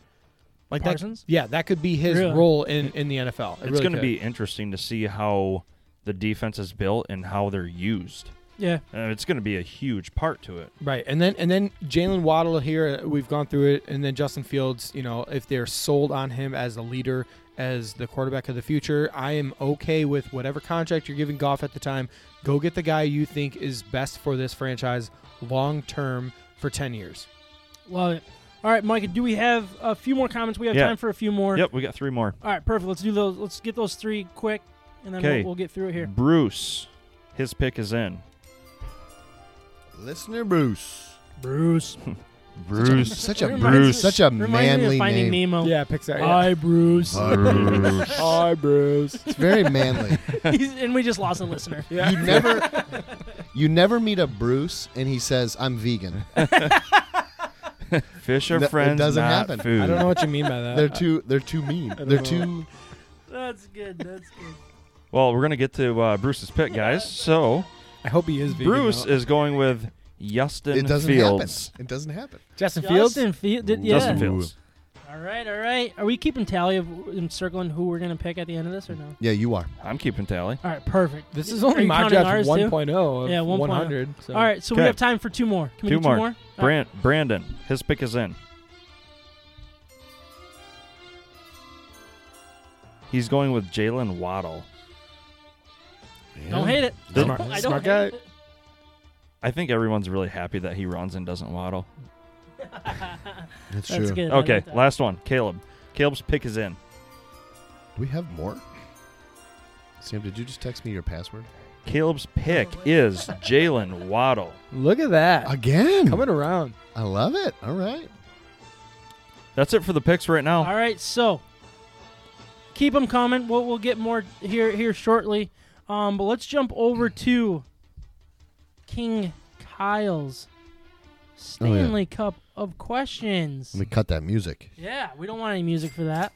S4: Like that,
S1: Parsons?
S4: yeah, that could be his
S1: Really?
S4: role in, in the NFL. It
S5: it's
S4: really
S5: going to
S4: could.
S5: be interesting to see how the defense is built and how they're used.
S1: yeah.
S5: Uh, it's going to be a huge part to it.
S4: right, and then and then Jalen Waddle here. uh, We've gone through it, and then Justin Fields. You know, if they're sold on him as the leader, as the quarterback of the future, I am okay with whatever contract you're giving Goff at the time. Go get the guy you think is best for this franchise long term for ten years.
S1: Love it. All right, Micah, do we have a few more comments? We have
S5: Yeah.
S1: time for a few more.
S5: Yep, we got three more.
S1: All right, perfect. Let's do those. Let's get those three quick, and then
S5: 'Kay.
S1: we'll, we'll get through it here.
S5: Bruce, his pick is in.
S3: Listener Bruce.
S1: Bruce.
S5: Bruce.
S3: Such a, such a
S1: Reminds
S3: Bruce.
S1: me-
S3: Such a
S1: Reminds me
S3: manly
S1: of Finding
S3: name.
S1: Nemo.
S4: Yeah, Pixar.
S1: Hi, Bruce.
S3: Bruce.
S4: Hi, Bruce.
S3: It's very manly.
S1: He's- and we just lost a listener.
S4: Yeah.
S3: You never, you never meet a Bruce and he says, "I'm vegan."
S5: Fish are
S3: That- it
S5: friends,
S3: doesn't
S5: not
S3: happen.
S5: food.
S4: I don't know what you mean by that.
S3: They're too. They're too mean.
S4: don't
S3: They're
S4: know.
S3: too.
S1: That's good. That's good.
S5: Well, we're going to get to uh, Bruce's pick, guys. So
S4: I hope he is. Vegan,
S5: Bruce
S4: though.
S5: is going with Justin
S3: It doesn't
S5: Fields.
S3: happen. It doesn't happen.
S4: Justin Fields.
S1: Justin Fields. Did, yeah.
S5: Justin Fields.
S1: All right, all right. Are we keeping tally of and circling who we're gonna pick at the end of this or no?
S3: Yeah, you are.
S5: I'm keeping tally.
S1: All right, perfect.
S4: This is
S1: Are
S4: only
S1: you
S4: my
S1: counting
S4: draft
S1: ours, too?
S4: 1.0 of
S1: Yeah, 1.0.
S4: 100. So.
S1: All right, so we
S5: Okay.
S1: have time for two more. Can we
S5: Two
S1: do two
S5: more.
S1: more? All right.
S5: Brand, Brandon, his pick is in. He's going with Jalen Waddle.
S1: Don't hate it.
S5: This-
S4: Smart-
S1: I don't
S4: smart
S1: hate
S4: guy.
S1: it.
S5: I think everyone's really happy that he runs and doesn't waddle.
S1: That's
S3: That's, true.
S1: good. I
S5: Okay,
S1: like that.
S5: last one. Caleb. Caleb's pick is in.
S3: Do we have more? Sam, did you just text me your password
S5: Caleb's pick
S1: Oh,
S5: is Jalen Waddle.
S4: Look at that.
S3: again?
S4: Coming around.
S3: I love it. All right.
S5: That's it for the picks right now.
S1: All right, so keep them coming. We'll, we'll get more here here shortly. Um, but let's jump over to King Kyle's
S3: Oh, yeah.
S1: Stanley Cup of questions.
S3: Let me cut that music.
S1: Yeah, we don't want any music for that.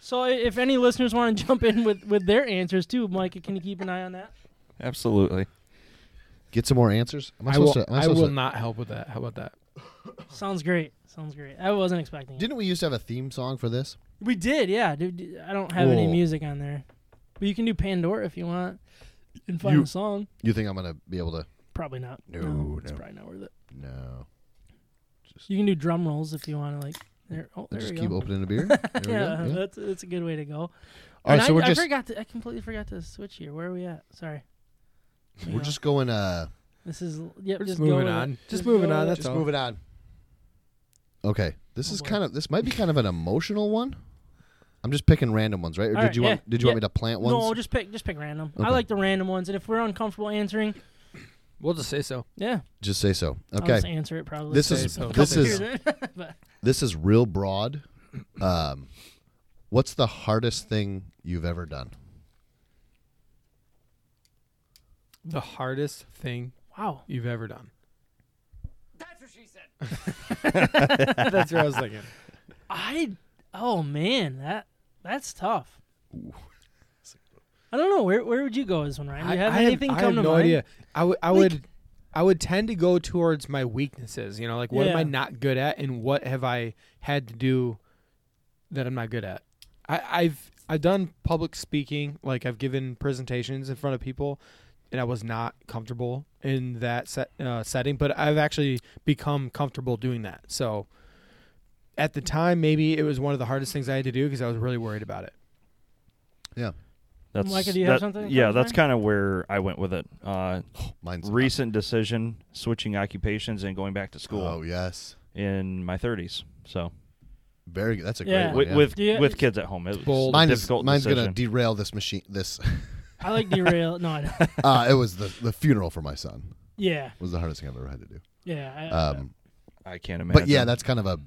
S1: So i- if any listeners want to jump in with, with their answers too, Micah, can you keep an eye on that?
S5: Absolutely.
S3: Get some more answers. Am I
S4: will,
S3: supposed to? Am I
S4: I
S3: supposed
S4: will
S3: to-
S4: not help with that. How about that?
S1: Sounds great. Sounds great. I wasn't expecting it.
S3: Didn't we used to have a theme song for this?
S1: We did, yeah. Dude, d- I don't have any
S3: Whoa.
S1: music on there. But you can do Pandora if you want and find
S3: You-
S1: a song.
S3: You think I'm gonna be able to?
S1: Probably not.
S3: No,
S1: It's
S3: no.
S1: probably not worth it.
S3: No.
S1: You can do drum rolls if you want to, like. There, oh,
S3: I
S1: there
S3: just
S1: we
S3: keep
S1: go.
S3: opening a beer. There we go.
S1: yeah,
S3: Yeah.
S1: that's that's a good way to go.
S3: All
S1: And
S3: right. So
S1: I,
S3: we're
S1: I
S3: just
S1: forgot to. I completely forgot to switch here. Where are we at? Sorry.
S3: we're
S1: Yeah.
S3: just going. Uh,
S1: This is yep.
S4: We're
S1: Just,
S4: just
S1: go
S4: moving
S1: with it.
S4: on. Just moving
S1: go
S4: on,
S1: with
S4: that's
S1: it.
S4: Just all. moving
S3: on. Okay, this
S1: Oh,
S3: is
S1: boy.
S3: kind of this might be kind of an emotional one. I'm just picking random ones, right? Or
S1: All
S3: did
S1: right,
S3: you
S1: yeah,
S3: want did you
S1: yeah.
S3: want me to plant ones?
S1: No, just pick. Just pick random. I
S3: Okay.
S1: like the random ones, and if we're uncomfortable answering,
S4: We'll just say so.
S1: yeah,
S3: just say so.
S1: I'll
S3: Okay,
S1: just answer it probably.
S3: this
S4: say
S3: is
S4: so.
S3: this
S1: Couple
S3: is
S1: years. But
S3: this is real broad. Um, what's the hardest thing you've ever done?
S4: The hardest thing
S1: wow,
S4: you've ever done. That's what I was thinking.
S1: I oh man, that that's tough. I don't know where where would you go with this one, Ryan? Do you have anything
S4: I
S1: come to
S4: have no
S1: mind?
S4: idea. I would. I
S1: Like-
S4: would. I would tend to go towards my weaknesses. You know, like what am I
S1: Yeah.
S4: not good at, and what have I had to do that I'm not good at. I, I've I've done public speaking. Like I've given presentations in front of people, and I was not comfortable in that set, uh, setting. But I've actually become comfortable doing that. So. At the time, maybe it was one of the hardest things I had to do because I was really worried about it.
S5: That's
S1: Micah, do you have
S5: that-
S1: something that
S5: Yeah,
S1: comes
S5: that's
S1: to
S5: kind of where I went with it. Uh,
S3: Mine's
S5: recent decision switching occupations and going back to school
S3: Oh yes,
S5: in my 30s. So
S3: very good. That's a great
S1: Yeah.
S3: one.
S5: with
S3: yeah.
S5: with,
S1: Do you-
S5: with kids at home, it was
S4: Bold.
S5: a
S3: mine is,
S5: difficult
S3: mine's
S5: decision.
S3: gonna derail this machine. This
S1: I like derail. No, I don't.
S3: uh, it was the the funeral for my son
S1: yeah,
S3: was the hardest thing I've ever had to do.
S1: yeah. I,
S3: Um,
S5: I can't imagine.
S3: but yeah, that's kind of a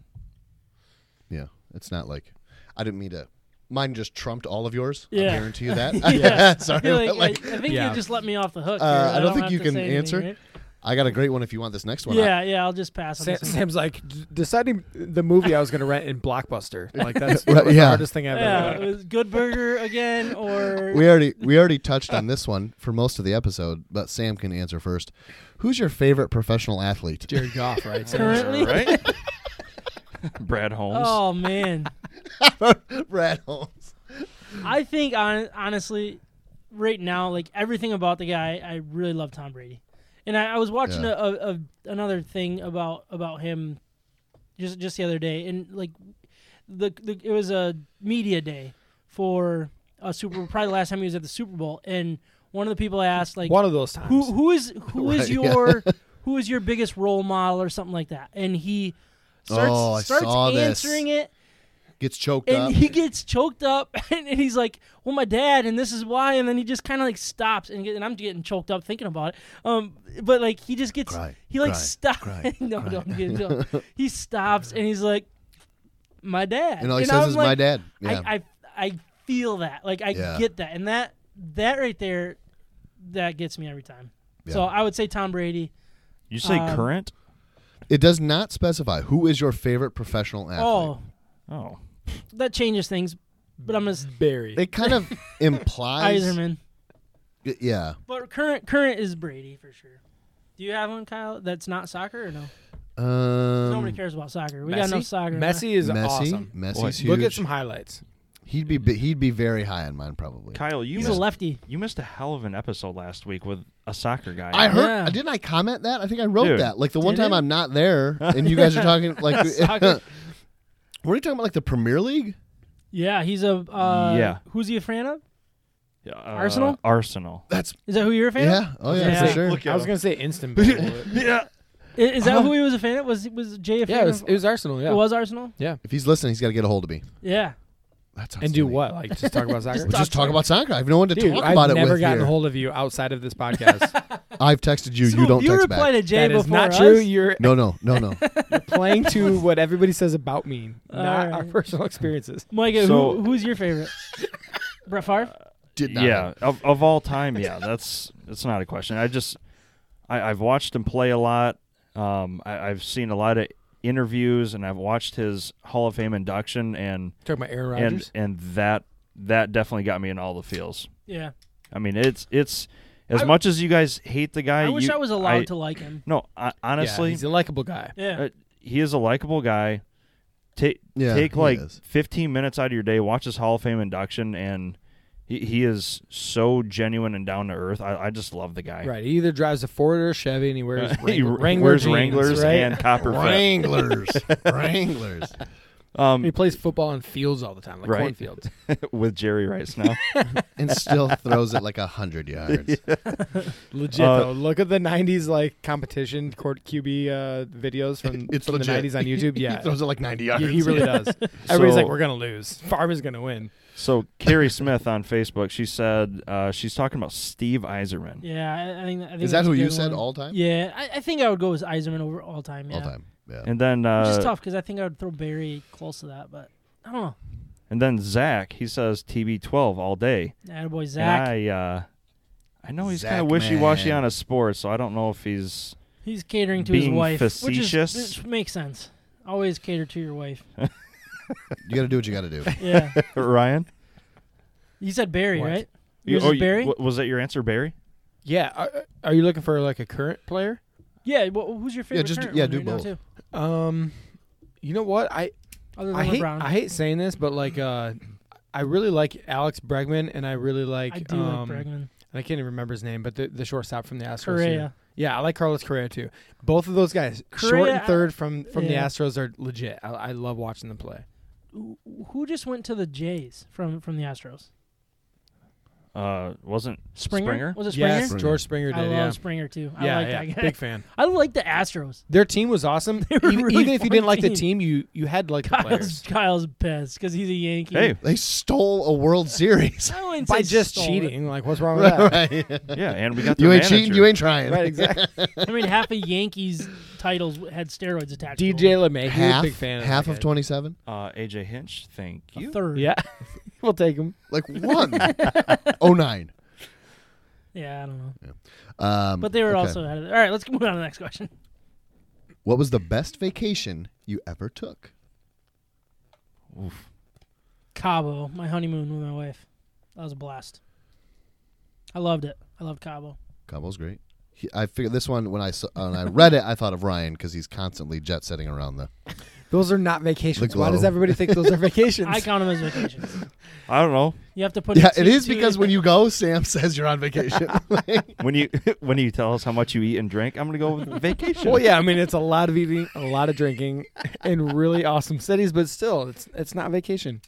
S3: yeah. It's not like I didn't mean to. Mine just trumped all of yours.
S1: Yeah.
S3: I guarantee you that.
S1: Yeah. I
S3: Sorry,
S1: feel like,
S3: but, like,
S1: I, I think
S4: Yeah.
S1: you just let me off the hook.
S3: Uh,
S1: here.
S3: I don't think
S1: have
S3: you
S1: to
S3: can
S1: say anything,
S3: answer.
S1: right?
S3: I got a great one if you want this next one. I-
S1: Yeah, yeah. I'll just pass on
S4: Sam,
S1: this. one.
S4: Sam's like "D- deciding the movie I was going to rent in Blockbuster. Like that's
S3: Right,
S4: that was the
S3: yeah.
S4: hardest thing I've
S1: Yeah,
S4: ever
S1: it
S4: done.
S1: was Good Burger again, or
S3: we already we already touched on this one for most of the episode, but Sam can answer first. Who's your favorite professional athlete?
S4: Jared Goff, right? Sam?
S1: currently.
S5: right. Brad Holmes.
S1: Oh man,
S3: Brad Holmes.
S1: I think on, honestly, right now, like everything about the guy, I really love Tom Brady, and I, I was watching
S3: Yeah.
S1: a, a, a another thing about about him, just just the other day, and like the, the it was a media day for a Super Bowl, probably the last time he was at the Super Bowl, and one of the people I asked like
S4: One of those times.
S1: who who is who is
S3: Right, yeah.
S1: your who is your biggest role model or something like that, and he starts
S3: Oh, I
S1: starts
S3: saw this.
S1: answering it
S3: Gets choked
S1: and
S3: up.
S1: he gets choked up and, and he's like well my dad and this is why and then he just kind of like stops and, get, and i'm getting choked up thinking about it um but like he just gets
S3: Cry,
S1: he like
S3: cry,
S1: stops
S3: cry,
S1: no don't get don't. he stops and he's like my dad
S3: and all he says
S1: I'm
S3: is
S1: like,
S3: my dad. Yeah.
S1: I, I i feel that like i
S3: Yeah.
S1: get that and that that right there that gets me every time so
S3: Yeah.
S1: i would say tom brady
S5: you say
S1: um,
S5: current?
S3: it does not specify who is your favorite professional athlete.
S1: oh
S5: Oh,
S1: that changes things but i'm gonna s-
S4: Barry.
S3: It kind of implies
S1: Iserman.
S3: Yeah.
S1: But current current is Brady for sure. Do you have one, Kyle? That's not soccer or no?
S3: Um,
S1: Nobody cares about soccer. We
S4: Messi?
S1: got enough soccer. in
S4: Messi is
S3: Messi,
S4: awesome.
S3: Messi's
S5: Boy,
S3: huge.
S4: Look at some highlights.
S3: He'd be bi- he'd be very high on mine probably.
S5: Kyle,
S1: there.
S5: you
S1: He's
S5: missed,
S1: a lefty.
S5: you missed a hell of an episode last week with a soccer guy.
S3: I heard.
S1: Yeah.
S3: Didn't I comment that? I think I wrote
S5: Dude.
S3: that. Like the one
S1: Did
S3: time
S1: it?
S3: I'm not there, and you guys are talking like.
S1: Soccer.
S3: Were you talking about like the Premier League?
S1: Yeah, he's a. Uh,
S5: Yeah.
S1: Who's he a fan of?
S5: Yeah, uh,
S1: Arsenal?
S5: Arsenal.
S3: That's
S1: Is that who you're a fan?
S3: yeah. Oh yeah,
S1: Yeah.
S3: for sure.
S5: Look at
S4: I was
S5: him.
S4: gonna say instant. Bowl, but-
S5: Yeah.
S1: I- Is,
S3: Uh-huh.
S1: that who he was a fan of? Was was Jay a fan
S4: yeah, it was,
S1: of?
S4: it was Arsenal. Yeah,
S1: It was Arsenal.
S3: If he's listening, he's got to get a hold of me.
S1: Yeah.
S3: That's
S4: and do what? Like just talk about soccer.
S3: We'll just talk about soccer. I have no one to
S4: Dude,
S3: talk
S4: I've
S3: about it
S4: never
S3: with
S4: gotten
S3: here.
S4: a hold of you outside of this podcast.
S3: I've texted you.
S1: So
S3: you don't
S1: you
S3: text
S1: reply to
S3: back.
S1: Jay
S4: that is
S1: before
S4: not
S1: us?
S4: true. You're
S3: No, no, no, no.
S4: playing to what everybody says about me,
S1: All
S4: not our
S1: right.
S4: personal experiences.
S1: Micah,
S5: So-
S1: who, who's your favorite? Brett Favre.
S3: Did not.
S5: yeah, of, of all time, yeah, that's that's not a question. I just I, I've watched him play a lot. Um, I, I've seen a lot of interviews, and I've watched his Hall of Fame induction, and
S4: Talking about Aaron
S5: and
S4: Rodgers.
S5: and that that definitely got me in all the feels.
S1: Yeah.
S5: I mean, it's it's as
S1: I-
S5: much as you guys hate the guy.
S1: I wish
S5: you-
S1: I was allowed to like him.
S5: No, I,
S4: yeah,
S5: honestly,
S4: he's a likable guy.
S1: Yeah.
S5: uh, he is a likable guy. Take
S3: Yeah,
S5: take
S3: he
S5: like
S3: is.
S5: 15 minutes out of your day, watch his Hall of Fame induction, and he, he is so genuine and down to earth. I, I just love the guy.
S4: Right. He either drives a Ford or a Chevy, and he wears
S5: he
S4: Wrangler, Wrangler
S5: wears
S4: jeans,
S5: Wranglers
S4: right?
S5: and copper fit.
S3: Wranglers, Wranglers.
S5: Um,
S4: He plays football in fields all the time, like
S5: Right.
S4: cornfields.
S5: with Jerry Rice now.
S3: and still throws it like a hundred yards.
S4: Legit
S5: Uh,
S4: though. Look at the '90s like competition court QB uh, videos from,
S3: It's
S4: from the
S3: legit.
S4: '90s on YouTube. Yeah,
S3: he throws it like ninety yards.
S4: Yeah, he really does. Everybody's like,
S5: So-
S4: "We're gonna lose. Favre is gonna win."
S5: so Carrie Smith on Facebook, she said uh, she's talking about Steve Eiserman.
S1: Yeah. I, I think. I think
S3: Is that
S1: that's a
S3: who you
S1: good
S3: said
S1: one.
S3: all time?
S1: Yeah, I, I think I would go with Eiserman over all time. Yeah.
S3: All time. Yeah.
S5: And then
S1: Which
S5: uh,
S1: is tough because I think I would throw Barry close to that, but I don't know.
S5: and then Zach, he says TB12 all day.
S1: Attaboy Zach.
S5: And I uh, I know he's kind
S3: Zach,
S5: of wishy-washy
S3: man.
S5: on his sports, so I don't know if he's
S1: He's catering to his
S5: Being
S1: wife.
S5: facetious.
S1: Which, is, which makes sense. Always cater to your wife.
S3: You got to do what you got to do.
S1: Yeah.
S5: Ryan.
S1: you said Barry,
S4: What?
S1: right?
S5: You-
S1: Yours
S5: oh,
S1: is
S5: you-
S1: Barry?
S5: wa- was that your answer, Barry?
S4: Yeah. Are, are you looking for like a current player?
S1: Yeah. Well, who's your favorite?
S3: just do-
S1: current
S3: yeah,
S1: one
S3: do
S1: right now,
S3: both.
S1: too?
S4: Um, you know what? I
S1: Other than
S4: I hate
S1: LeBron.
S4: I hate saying this, but like uh, I really like Alex Bregman, and I really like
S1: I do
S4: um,
S1: like Bregman.
S4: and I can't even remember his name, but the, the shortstop from the Astros. too.
S1: Correa.
S4: Yeah, I like Carlos Correa too. Both of those guys, short
S1: Correa,
S4: and third from from
S1: yeah.
S4: the Astros, are legit. I, I love watching them play.
S1: Who who just went to the Jays from from the Astros?
S5: Uh, wasn't
S1: Springer?
S5: Springer?
S1: Was it Springer?
S4: Yes,
S3: Springer?
S4: George Springer did.
S1: I love
S4: yeah,
S1: Springer too. I
S4: yeah,
S1: like
S4: yeah.
S1: that guy.
S4: big fan.
S1: I like the Astros.
S4: Their team was awesome.
S1: They were
S4: even
S1: really
S4: even if you
S1: fun
S4: didn't like the
S1: team.
S4: team, you you had like the
S1: Kyle's
S4: players
S1: Kyle's pissed because he's a Yankee.
S5: Hey,
S3: They stole a World Series.
S1: I wouldn't say
S4: by just
S1: stole it.
S4: cheating. Like, what's wrong with that?
S3: right.
S5: yeah, and we got the
S3: You ain't
S5: manager.
S3: cheating. You ain't trying.
S4: Right, exactly.
S1: I mean, half of Yankees titles had steroids attached. to
S4: DJ
S1: them.
S4: LeMay, he was a
S3: Half.
S4: big fan.
S3: half
S4: that
S3: of
S4: guy.
S3: twenty-seven.
S5: Uh, AJ Hinch, thank
S1: A
S5: you.
S1: third.
S4: Yeah, we'll take him.
S3: Like one. oh nine.
S1: Yeah, I don't know.
S3: Um,
S1: But they were
S3: Mm, okay.
S1: also ahead of it. All right, let's move on to the next question.
S3: What was the best vacation you ever took?
S1: Cabo, my honeymoon with my wife. That was a blast. I loved it. I loved Cabo.
S3: Cabo's great. He, I figured this one when I saw, when I read it, I thought of Ryan because he's constantly jet setting around the.
S4: Those are not vacations.
S3: The
S4: Why does
S3: glow.
S4: everybody think those are vacations?
S1: I count them as vacations.
S5: I don't know
S1: You have to put.
S3: Yeah,
S1: in
S3: it
S1: two-
S3: is
S1: two-
S3: because when you go, Sam says you're on vacation.
S5: when you when you tell us how much you eat and drink. I'm gonna go with vacation.
S4: well, yeah, I mean it's a lot of eating, a lot of drinking, in really awesome cities, but still, it's it's not vacation.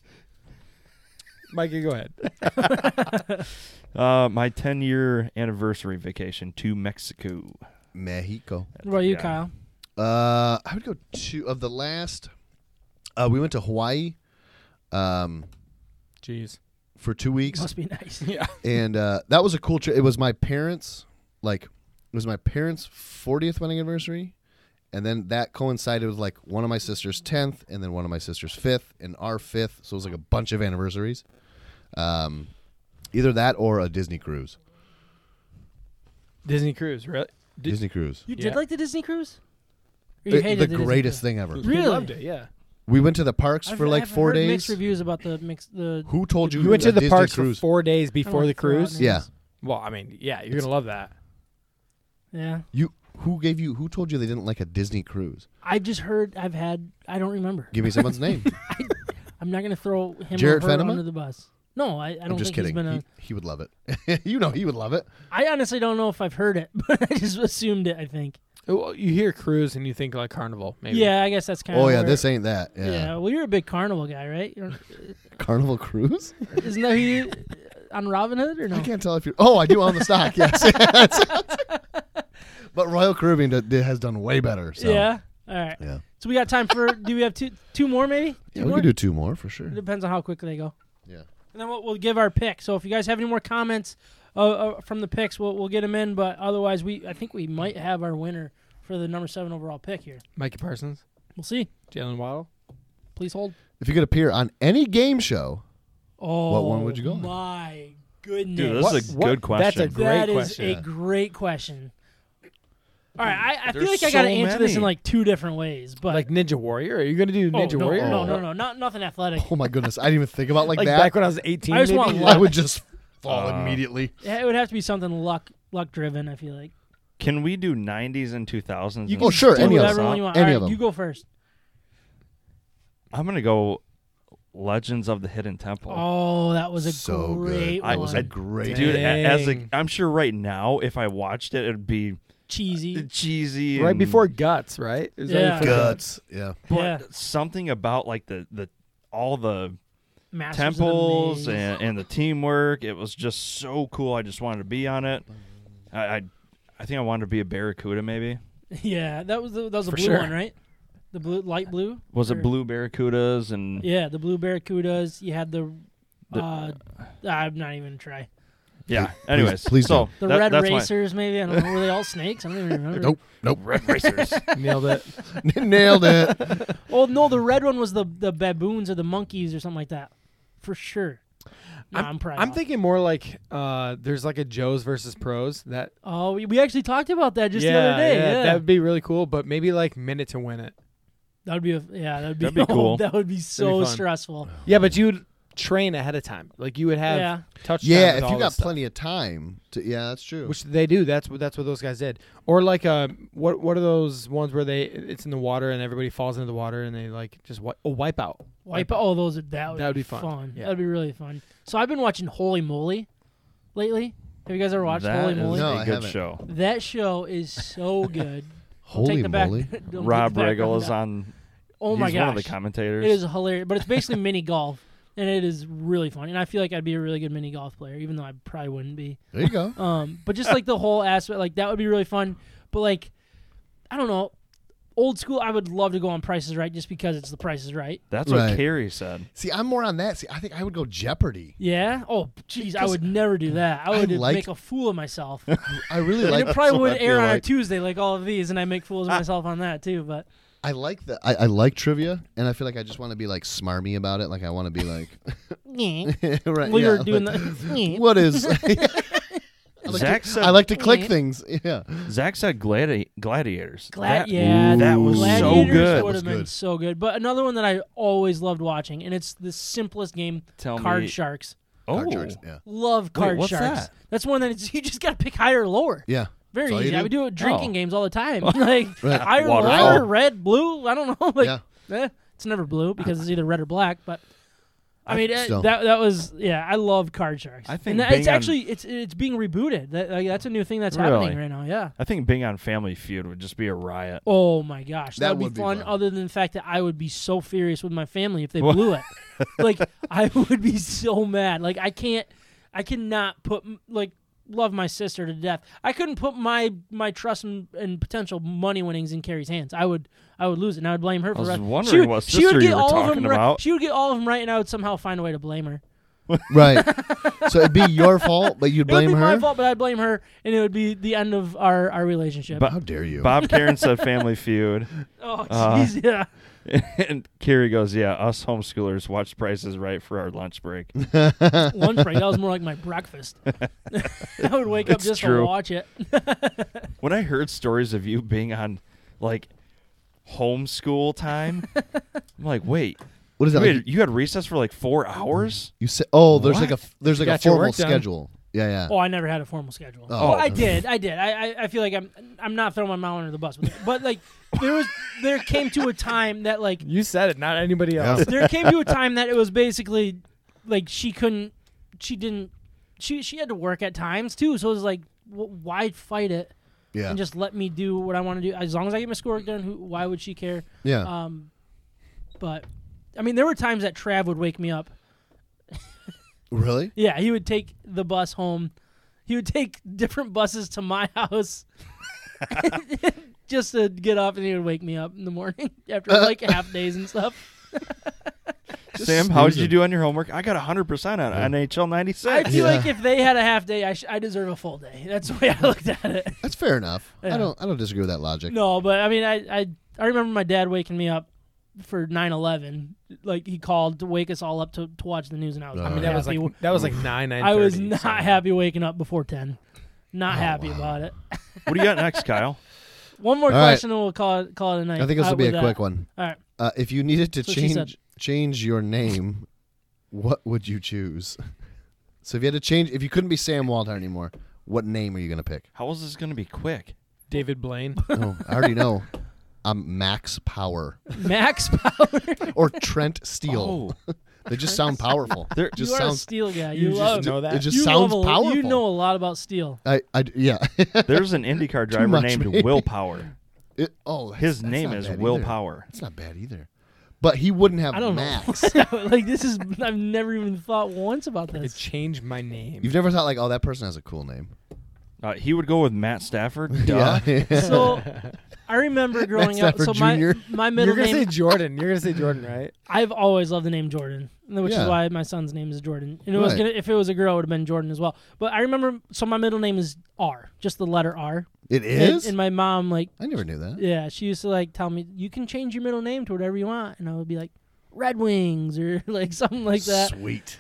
S4: Mikey, go ahead.
S5: Uh, my 10 year anniversary vacation to Mexico.
S3: Mexico.
S1: What about you,
S5: Yeah.
S1: Kyle?
S3: Uh, I would go to of the last. Uh, we went to Hawaii, um,
S4: Jeez.
S3: for two weeks,
S1: Must be nice.
S4: Yeah.
S3: and uh, that was a cool trip. It was my parents, like, it was my parents' fortieth wedding anniversary, and then that coincided with like one of my sister's tenth, and then one of my sister's fifth, and our fifth. So it was like a bunch of anniversaries. Um, either that or a Disney cruise.
S4: Disney cruise, really? Did-
S3: Disney cruise.
S1: You
S4: Yeah.
S1: did like the Disney cruise? Or you
S3: It-
S1: hated
S3: the,
S1: the Disney
S3: greatest
S1: cruise?
S3: thing ever.
S1: Really?
S4: We loved it. Yeah.
S3: We went to the parks
S1: I've-
S3: for like
S1: I've
S3: four
S1: heard
S3: days.
S1: Mixed reviews about the mix. The
S3: Who told you?
S4: You went
S3: a
S4: to the
S3: Disney
S4: parks
S3: cruise?
S4: for four days
S1: I
S4: before
S1: wanna
S4: the
S1: throw out
S4: cruise.
S1: names.
S3: Yeah.
S4: Well, I mean, yeah, you're gonna love that.
S1: Yeah.
S3: You who gave you who told you they didn't like a Disney cruise?
S1: I just heard. I've had. I don't remember.
S3: Give me someone's name.
S1: I'm not gonna throw him
S3: Jared
S1: or her
S3: Fenema?
S1: under the bus. No, I, I don't
S3: I'm just
S1: think
S3: kidding.
S1: he's been a.
S3: he, he would love it. you know he would love it.
S1: I honestly don't know if I've heard it, but I just assumed it. I think.
S4: Oh, Well, you hear cruise and you think like carnival, maybe.
S1: Yeah, I guess that's kind of.
S3: Oh yeah, this ain't that. Yeah.
S1: Yeah. Well, you're a big carnival guy, right? You're-
S3: Carnival cruise?
S1: Isn't that who you? uh, on Robinhood or no?
S3: I can't tell if you. Oh, I do own the stock. Yes. Yes. but Royal Caribbean d- d- has done way better. So.
S1: Yeah. All right.
S3: Yeah.
S1: So we got time for. do we have two two more maybe? Two
S3: Yeah, we
S1: more?
S3: could do two more for sure.
S1: It depends on how quickly they go.
S3: Yeah.
S1: And then we'll, we'll give our pick. So if you guys have any more comments uh, uh, from the picks, we'll we'll get them in. But otherwise, we I think we might have our winner for the number seven overall pick here.
S4: Mikey Parsons,
S1: We'll see.
S4: Jalen Waddle.
S1: Please hold.
S3: If you could appear on any game show,
S1: Oh,
S3: one would you go on?
S1: My goodness,
S5: Dude, this is a
S4: What-
S5: good question.
S4: that's a great
S1: That is
S4: question.
S1: a great question. All right, I, I feel
S5: There's
S1: like I got to
S5: so
S1: answer this in
S5: many.
S1: like two different ways, but
S4: Like Ninja Warrior? Are you gonna do
S1: oh,
S4: Ninja
S1: no,
S4: Warrior?
S1: no, no, no, not nothing athletic.
S3: oh my goodness, I didn't even think about like,
S4: Like
S3: that.
S4: back when I was 18.
S1: I just
S4: maybe?
S1: want
S3: I would just fall
S5: Uh,
S3: immediately.
S1: it would have to be something luck luck driven. I feel like
S5: Can we do 90s and 2000s?
S1: you
S5: and
S1: can
S3: Oh, sure,
S1: do
S3: any of
S1: whatever
S5: them.
S1: one you want.
S3: Any
S1: All right,
S3: of them.
S1: you go first.
S5: I'm gonna go Legends of the Hidden Temple.
S1: Oh, that was a
S3: so
S1: great
S3: good. That
S1: one.
S3: was a great.
S5: Dude, a- as a,
S4: Dang.
S5: I'm sure right now, if I watched it, it'd be uh,
S1: Cheesy.
S5: cheesy.
S4: right
S5: and-
S4: before Guts, right? Is that your
S1: Yeah.
S4: first
S3: guts. Yeah.
S5: but
S1: yeah.
S5: something about like the the all the
S1: Masters of the
S5: temples
S1: Maze.
S5: and, and the teamwork. It was just so cool. I just wanted to be on it. I, I, I think I wanted to be a barracuda. Maybe
S1: yeah, that was the, that was the
S4: For
S1: blue
S4: sure.
S1: one, right? The blue, light blue.
S5: was
S1: Or-
S5: it blue barracudas and
S1: Yeah, the blue barracudas. You had the.
S5: The-
S1: uh, I'm not even try.
S5: yeah. Anyways,
S3: please
S5: so
S1: The
S5: that-
S1: red
S5: that's my-
S1: racers, maybe. I don't know. Were they all snakes? I don't even remember.
S3: Nope. Nope.
S5: red racers.
S4: one? Nailed it.
S3: Nailed it.
S1: Oh no, the red one was the the baboons or the monkeys or something like that, for sure. Nah, I'm, probably.
S4: I'm
S1: off.
S4: thinking more like uh, there's like a Joe's versus Pros that
S1: Oh, we, we actually talked about that just the
S4: Yeah,
S1: other day.
S4: yeah,
S1: Yeah,
S4: that would be really cool. But maybe like minute to win it.
S1: That would be a, yeah, that would be,
S5: That'd be cool.
S1: that would be so
S4: fun.
S1: stressful.
S4: Yeah, but you'd train ahead of time. Like you would have
S1: Yeah.
S4: touchdowns.
S3: Yeah.
S4: with
S3: If
S4: all
S3: you
S4: this
S3: got
S4: stuff,
S3: plenty of time to, yeah, that's true.
S4: which they do. That's what that's what those guys did. Or like uh, what what are those ones where they it's in the water and everybody falls into the water and they like just wi- oh, wipe out.
S1: Wipe out. Oh, those are- that would,
S4: That would be
S1: fun.
S4: fun. Yeah.
S1: That'd be really fun. So I've been watching Holy Moly lately. Have you guys ever watched
S5: That
S1: Holy
S5: is
S1: Moly?
S3: No,
S5: a
S3: I
S5: good
S3: haven't.
S5: show.
S1: That show is so good. Don't
S3: Holy
S1: take the back-
S3: moly!
S1: don't take the
S5: Rob
S1: background
S5: Riggle is
S1: down.
S5: on.
S1: Oh
S5: he's
S1: my gosh,
S5: one of the commentators.
S1: it is hilarious. But it's basically mini golf, and it is really fun. And I feel like I'd be a really good mini golf player, even though I probably wouldn't be.
S3: There you go.
S1: Um, but just like the whole aspect, like that would be really fun. But like, I don't know, old school. I would love to go on Prices Right just because it's the Price is Right.
S5: That's
S3: Right.
S5: what Carrie said.
S3: See, I'm more on that. See, I think I would go Jeopardy.
S1: Yeah. Oh, jeez, I
S3: Because
S1: would never do that. I
S3: I
S1: would
S3: like-
S1: make a fool of myself. and
S3: I really like.
S1: it probably
S5: what I
S1: would air
S5: feel
S1: on a
S5: like.
S1: Tuesday, like all of these, and I make fools of myself on that too. But
S3: I like the. I, I like trivia, and I feel like I just want to be like smarmy about it. Like I want to be like.
S1: well,
S3: right.
S1: we
S3: yeah,
S1: were doing
S3: like,
S1: the.
S3: What is?
S5: Zach said
S3: I like to click things. Yeah.
S5: Zach said gladi- gladiators.
S1: Glad,
S5: That-
S1: yeah,
S5: that was so
S1: Gladiators
S5: good. That
S1: Would
S3: was
S1: have been
S3: good.
S1: so good. But another one that I always loved watching, and it's the simplest game:
S5: Tell
S1: Card
S5: me-
S1: Sharks.
S5: Oh,
S3: Card tricks, Yeah.
S1: Love Card
S5: what's
S1: Sharks.
S5: that?
S1: That's one that it's, you just got to pick higher or lower.
S3: Yeah.
S1: Very
S3: That's all you
S1: easy. I
S3: do?
S1: would do it with drinking
S5: Oh.
S1: games all the time, like
S3: Right.
S1: higher,
S5: Waterfall.
S1: lower, red, blue. I don't know. Like,
S3: yeah.
S1: Eh, it's never blue because it's either red or black. But I mean, eh,
S3: still.
S1: that that was yeah. I love card sharks.
S5: I think
S1: and that-
S5: being
S1: it's
S5: on-
S1: actually it's it's being rebooted. That like, that's a new thing that's happening
S5: Really?
S1: right now. Yeah.
S5: I think being on Family Feud would just be a riot.
S1: Oh my gosh, that,
S3: That
S1: would
S3: would
S1: be,
S3: be
S1: fun,
S3: fun.
S1: Other than the fact that I would be so furious with my family if they
S5: Wha-
S1: blew it. like I would be so mad. Like I can't, I cannot put m- like love my sister to death. I couldn't put my my trust and, and potential money winnings in Carrie's hands. I would I would lose it. and I would blame her for
S5: was
S1: the rest-
S5: wondering
S1: she would,
S5: what
S1: she
S5: sister
S1: would
S5: you
S1: get
S5: were
S1: all of
S5: talking
S1: them Right,
S5: about.
S1: she would get all of them right, and I would somehow find a way to blame her.
S3: Right. so it'd be your fault, but you'd
S1: It would
S3: blame
S1: be
S3: her.
S1: my fault, but I'd blame her, and it would be the end of our our relationship.
S5: But-
S3: How dare you?
S5: Bob Karen said Family Feud,
S1: oh
S5: Uh,
S1: jeez, yeah.
S5: and Carrie goes, "Yeah, us homeschoolers watch Prices Right for our lunch break."
S1: lunch break. That was more like my breakfast. I would wake up
S5: It's
S1: just to
S5: true.
S1: watch it.
S5: when I heard stories of you being on like homeschool time, I'm like, "Wait,
S3: What is
S5: you
S3: that?
S5: had,
S3: Like,
S5: you had recess for like four hours?"
S3: you said? Oh, there's like a
S4: What?
S3: there's
S4: You
S3: like a
S4: got your
S3: formal
S4: work done.
S3: schedule. Yeah, yeah.
S1: Oh, I never had a formal schedule.
S3: Oh.
S1: Well, I did. I did. I, I, I feel like I'm I'm not throwing my mom under the bus, but, but like there was there came to a time that like
S4: You said it, not anybody
S3: Yeah.
S4: else.
S1: there came to a time that it was basically like she couldn't she didn't she she had to work at times too, so it was like wh- why fight it
S3: yeah.
S1: and just let me do what I want to do as long as I get my schoolwork done. Who why would she care?
S3: yeah.
S1: Um, but I mean, there were times that Trav would wake me up.
S3: Really?
S1: Yeah, he would take the bus home. He would take different buses to my house just to get up, and he would wake me up in the morning after
S3: Uh,
S1: like half days and stuff.
S5: Sam, how did you
S3: snoozing.
S5: do on your homework? I got 100% on NHL
S1: I
S5: 96.
S1: feel
S3: Yeah.
S1: like if they had a half day, I, sh- I deserve a full day. That's the way I looked at it.
S3: That's fair enough.
S1: Yeah.
S3: I don't. I don't disagree with that logic.
S1: No, but I mean, I, I I remember my dad waking me up for 9-11. Like he called to wake us all up to, to watch the news, and I was.
S3: I
S4: I
S1: not
S4: mean, that Uh, was
S1: happy.
S4: like that was like nine nine.
S1: I was
S4: 30,
S1: not
S4: so-
S1: happy waking up before ten. Not happy
S3: Oh, wow.
S1: about it.
S5: what do you got next, Kyle?
S1: One more
S3: All right.
S1: question, and we'll call it call it a night.
S3: I think this
S1: Uh,
S3: will be
S1: with
S3: a
S1: that.
S3: quick one.
S1: All right.
S3: Uh, if you needed to
S1: That's what she said.
S3: change change your name, what would you choose? So if you had to change, if you couldn't be Sam Waldhart anymore, what name are you gonna pick?
S5: How is this going to be quick?
S4: David Blaine.
S3: Oh, I already know. I'm Max Power
S1: Max Power.
S3: or Trent Steele.
S5: Oh,
S3: They just sound powerful.
S5: They're-
S3: just
S1: you are a
S3: sounds.
S1: steel guy.
S4: You
S1: You,
S4: just
S1: love.
S4: know that.
S3: It just
S1: you
S3: sounds
S1: love a-
S3: powerful.
S1: You know a lot about steel.
S3: I, I, yeah.
S5: there's an IndyCar driver
S3: much,
S5: named
S3: maybe.
S5: Willpower.
S3: It- oh, that's-
S5: His
S3: that's
S5: name
S3: not
S5: is
S3: bad either.
S5: Willpower.
S3: That's not bad either. But he wouldn't have
S1: I don't
S3: Max.
S1: know. like this is. I've never even thought once about
S4: I
S1: this.
S4: changed my name.
S3: You've never thought like, oh, that person has a cool name.
S5: Uh, he would go with Matt Stafford. Duh.
S3: Yeah.
S1: So I remember growing up. So
S3: Stafford
S1: my
S3: Jr..
S1: my
S4: You're
S1: middle
S4: gonna say
S1: name.
S4: Jordan. You're gonna say Jordan, right?
S1: I've always loved the name Jordan, which
S3: Yeah.
S1: is why my son's name is Jordan. And it was
S3: Right.
S1: gonna, if it was a girl, it would have been Jordan as well. But I remember. So my middle name is R, just the letter R.
S3: it
S1: And-
S3: is.
S1: And my mom like
S3: I never knew that.
S1: Yeah, she used to like tell me you can change your middle name to whatever you want, and I would be like Red Wings or like something like that.
S3: Sweet.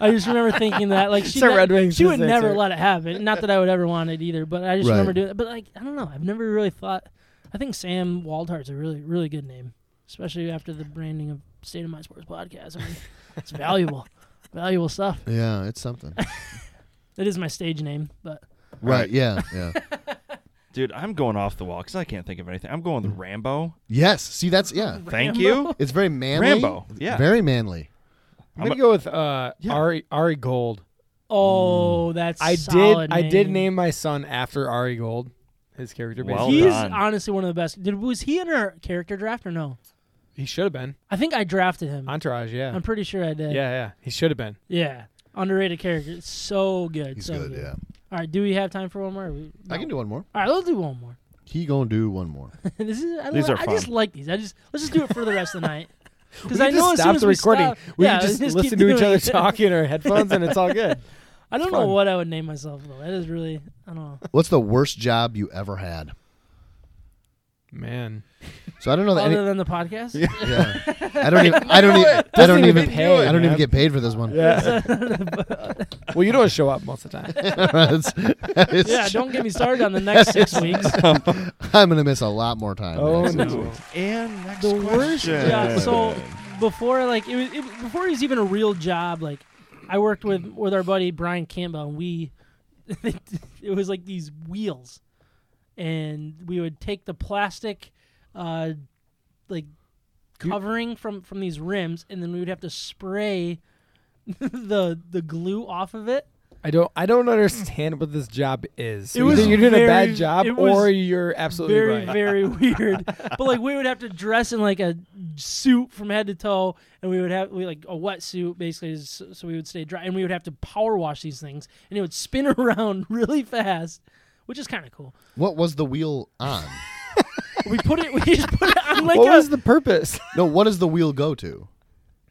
S1: I just remember thinking that like she
S4: So Red Wings
S1: she
S4: is
S1: would
S4: the
S1: never
S4: answer.
S1: let it happen. Not that I would ever want it either, but I just
S3: Right.
S1: remember doing it. But like I don't know, I've never really thought. I think Sam Waldhart's a really really good name, especially after the branding of State of My Sports podcast. I mean, it's valuable, valuable stuff.
S3: Yeah, it's something.
S1: That is my stage name, but
S3: right. Yeah. Yeah.
S5: Dude, I'm going off the wall because I can't think of anything. I'm going with Rambo.
S3: yes. See, that's yeah.
S5: Thank
S1: Rambo?
S5: you.
S3: It's very manly.
S5: Rambo, yeah.
S3: Very manly.
S4: I'm
S5: I'm
S4: gonna
S5: a-
S4: go with uh,
S5: Yeah.
S4: Ari Ari Gold.
S1: Oh, that's
S4: Mm. I
S1: solid
S4: did I did
S1: name.
S4: name my son after Ari Gold, his character.
S5: Well
S4: basically.
S1: He's
S5: done.
S1: honestly one of the best. Did was he in our character draft or no?
S4: he should have been
S1: I think I drafted him.
S4: Entourage. Yeah,
S1: I'm pretty sure I did.
S4: yeah, yeah. He should have been.
S1: Yeah. Underrated character. It's so good.
S3: He's
S1: so
S3: good. Yeah.
S1: All right. Do we have time for one more? Or we-
S3: I can do one more.
S1: All right. Let's do one more.
S3: He gonna do one more.
S1: this is. I,
S5: These
S1: li-
S5: are
S1: I just
S5: fun.
S1: like these. I just let's just do it for the rest of the night. Because
S4: We
S1: I
S4: could
S1: know
S4: just
S1: as
S4: stop
S1: soon as
S4: the
S1: we
S4: recording.
S1: stop-
S4: we
S1: yeah,
S4: could just,
S1: keep
S4: listen to each
S1: doing
S4: other
S1: it.
S4: talking in our headphones, and it's all good.
S1: I don't know
S4: fun.
S1: what I would name myself though. That is really. I don't know.
S3: What's the worst job you ever had?
S4: Man,
S3: So I don't know that.
S1: Other
S3: Any,
S1: than the podcast.
S3: yeah. I don't even. I don't even. I
S4: Doesn't
S3: don't
S4: even
S3: even.
S4: pay,
S3: I don't even
S4: man.
S3: get paid for this one.
S4: yeah. well, you don't show up most of the time.
S3: That's- that is
S1: Yeah, don't get me started on the next six weeks.
S3: I'm gonna miss a lot more time. than
S4: Oh
S3: I said.
S4: no.
S5: And next
S1: the
S5: question.
S1: worst job. So before like it was it, before it was even a real job, like I worked with with our buddy Brian Campbell, and we it was like these wheels, and we would take the plastic, uh, like covering from from these rims, and then we would have to spray the the glue off of it.
S4: I don't. I don't understand what this job is.
S1: It was
S4: Either you're doing
S1: very-
S4: a bad job,
S1: it was
S4: or you're absolutely
S1: very
S4: right.
S1: very weird but like we would have to dress in like a suit from head to toe and we would have we like a wetsuit basically s- so we would stay dry and we would have to power wash these things and it would spin around really fast which is kind of cool
S3: What was the wheel on?
S1: we put it we just put it on like
S4: what
S1: a,
S4: was the purpose?
S3: No. What does the wheel go to?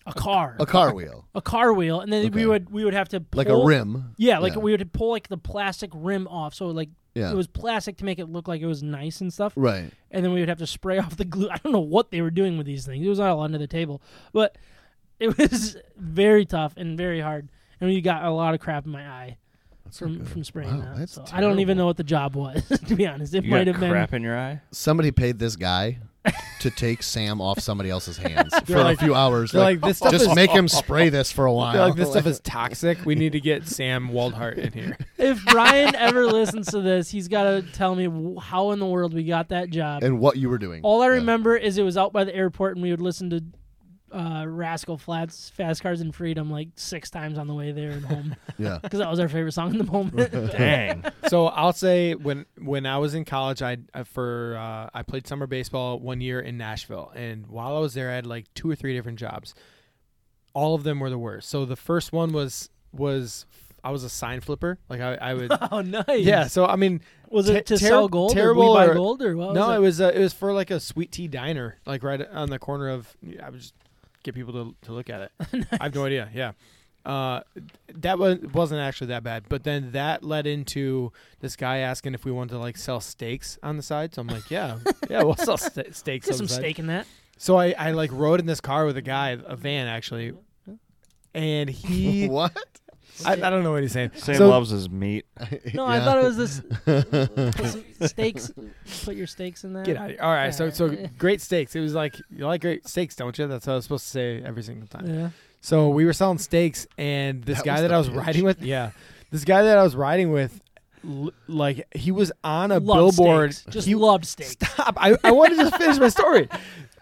S1: a car
S3: A car wheel,
S1: a car wheel and then we
S3: Okay.
S1: would we would have to
S3: like
S1: pull-
S3: a rim.
S1: yeah like
S3: Yeah.
S1: we would pull like the plastic rim off so like
S3: Yeah.
S1: it was plastic to make it look like it was nice and stuff
S3: Right.
S1: and then we would have to spray off the glue. I don't know what they were doing with these things. It was all under the table, but it was very tough and very hard. And we got a lot of crap in my eye
S3: That's
S1: from
S3: good.
S1: from spraying
S3: Wow,
S1: that.
S3: that's
S1: So I don't even
S3: terrible.
S1: know what the job was to be honest. It
S5: you
S1: might
S5: got
S1: have been
S5: crap in your eye.
S3: Somebody paid this guy to take Sam off somebody else's hands for
S4: like-
S3: a few hours.
S4: They're like, this stuff
S3: just
S4: is
S3: make him spray this for a
S4: they're
S3: while.
S4: like this stuff is toxic. We need to get Sam Waldhart in here.
S1: if Brian ever listens to this, he's got to tell me wh- how in the world we got that job.
S3: and what you were doing.
S1: All I
S3: Yeah.
S1: remember is it was out by the airport, and we would listen to uh, Rascal Flats, Fast Cars, and Freedom like six times on the way there and home
S3: Yeah.
S1: because that was our favorite song in the moment.
S5: Dang.
S4: so I'll say when when I was in college, I I- for uh, I played summer baseball one year in Nashville, and while I was there, I had like two or three different jobs. All of them were the worst. So the first one was was I was a sign flipper. Like I, I would.
S1: Oh, nice.
S4: yeah. So I mean,
S1: Was
S4: Ter-
S1: it to
S4: ter-
S1: sell gold
S4: terrible
S1: or we buy
S4: or-
S1: gold or what?
S4: no,
S1: was
S4: it was uh, it was for like a sweet tea diner, like right on the corner of. I would just get people to to look at it. I have no idea. Yeah. Uh, that was wasn't actually that bad, but then that led into this guy asking if we wanted to like sell steaks on the side. So I'm like, yeah, yeah, we'll sell ste- steaks.
S1: Get
S4: on
S1: some
S4: the side.
S1: steak in that.
S4: So I, I like rode in this car with a guy, a van actually, and he
S3: what?
S4: I, I don't know what he's saying.
S5: Sam
S4: So-
S5: loves his meat.
S1: No, I
S3: Yeah.
S1: thought it was this. put some steaks. Put your steaks in that.
S4: Get out of here! All right, so so great steaks. It was like you like great steaks, don't you? That's what I was supposed to say every single time.
S1: Yeah.
S4: So we were selling steaks, and this
S3: That
S4: guy
S3: was
S4: that
S3: the
S4: I was
S3: pitch.
S4: riding with, yeah, this guy that I was riding with, l- like he was on a
S1: Loved
S4: billboard.
S1: steaks. Just
S4: he
S1: loved steaks.
S4: Stop. I, I wanted to finish my story.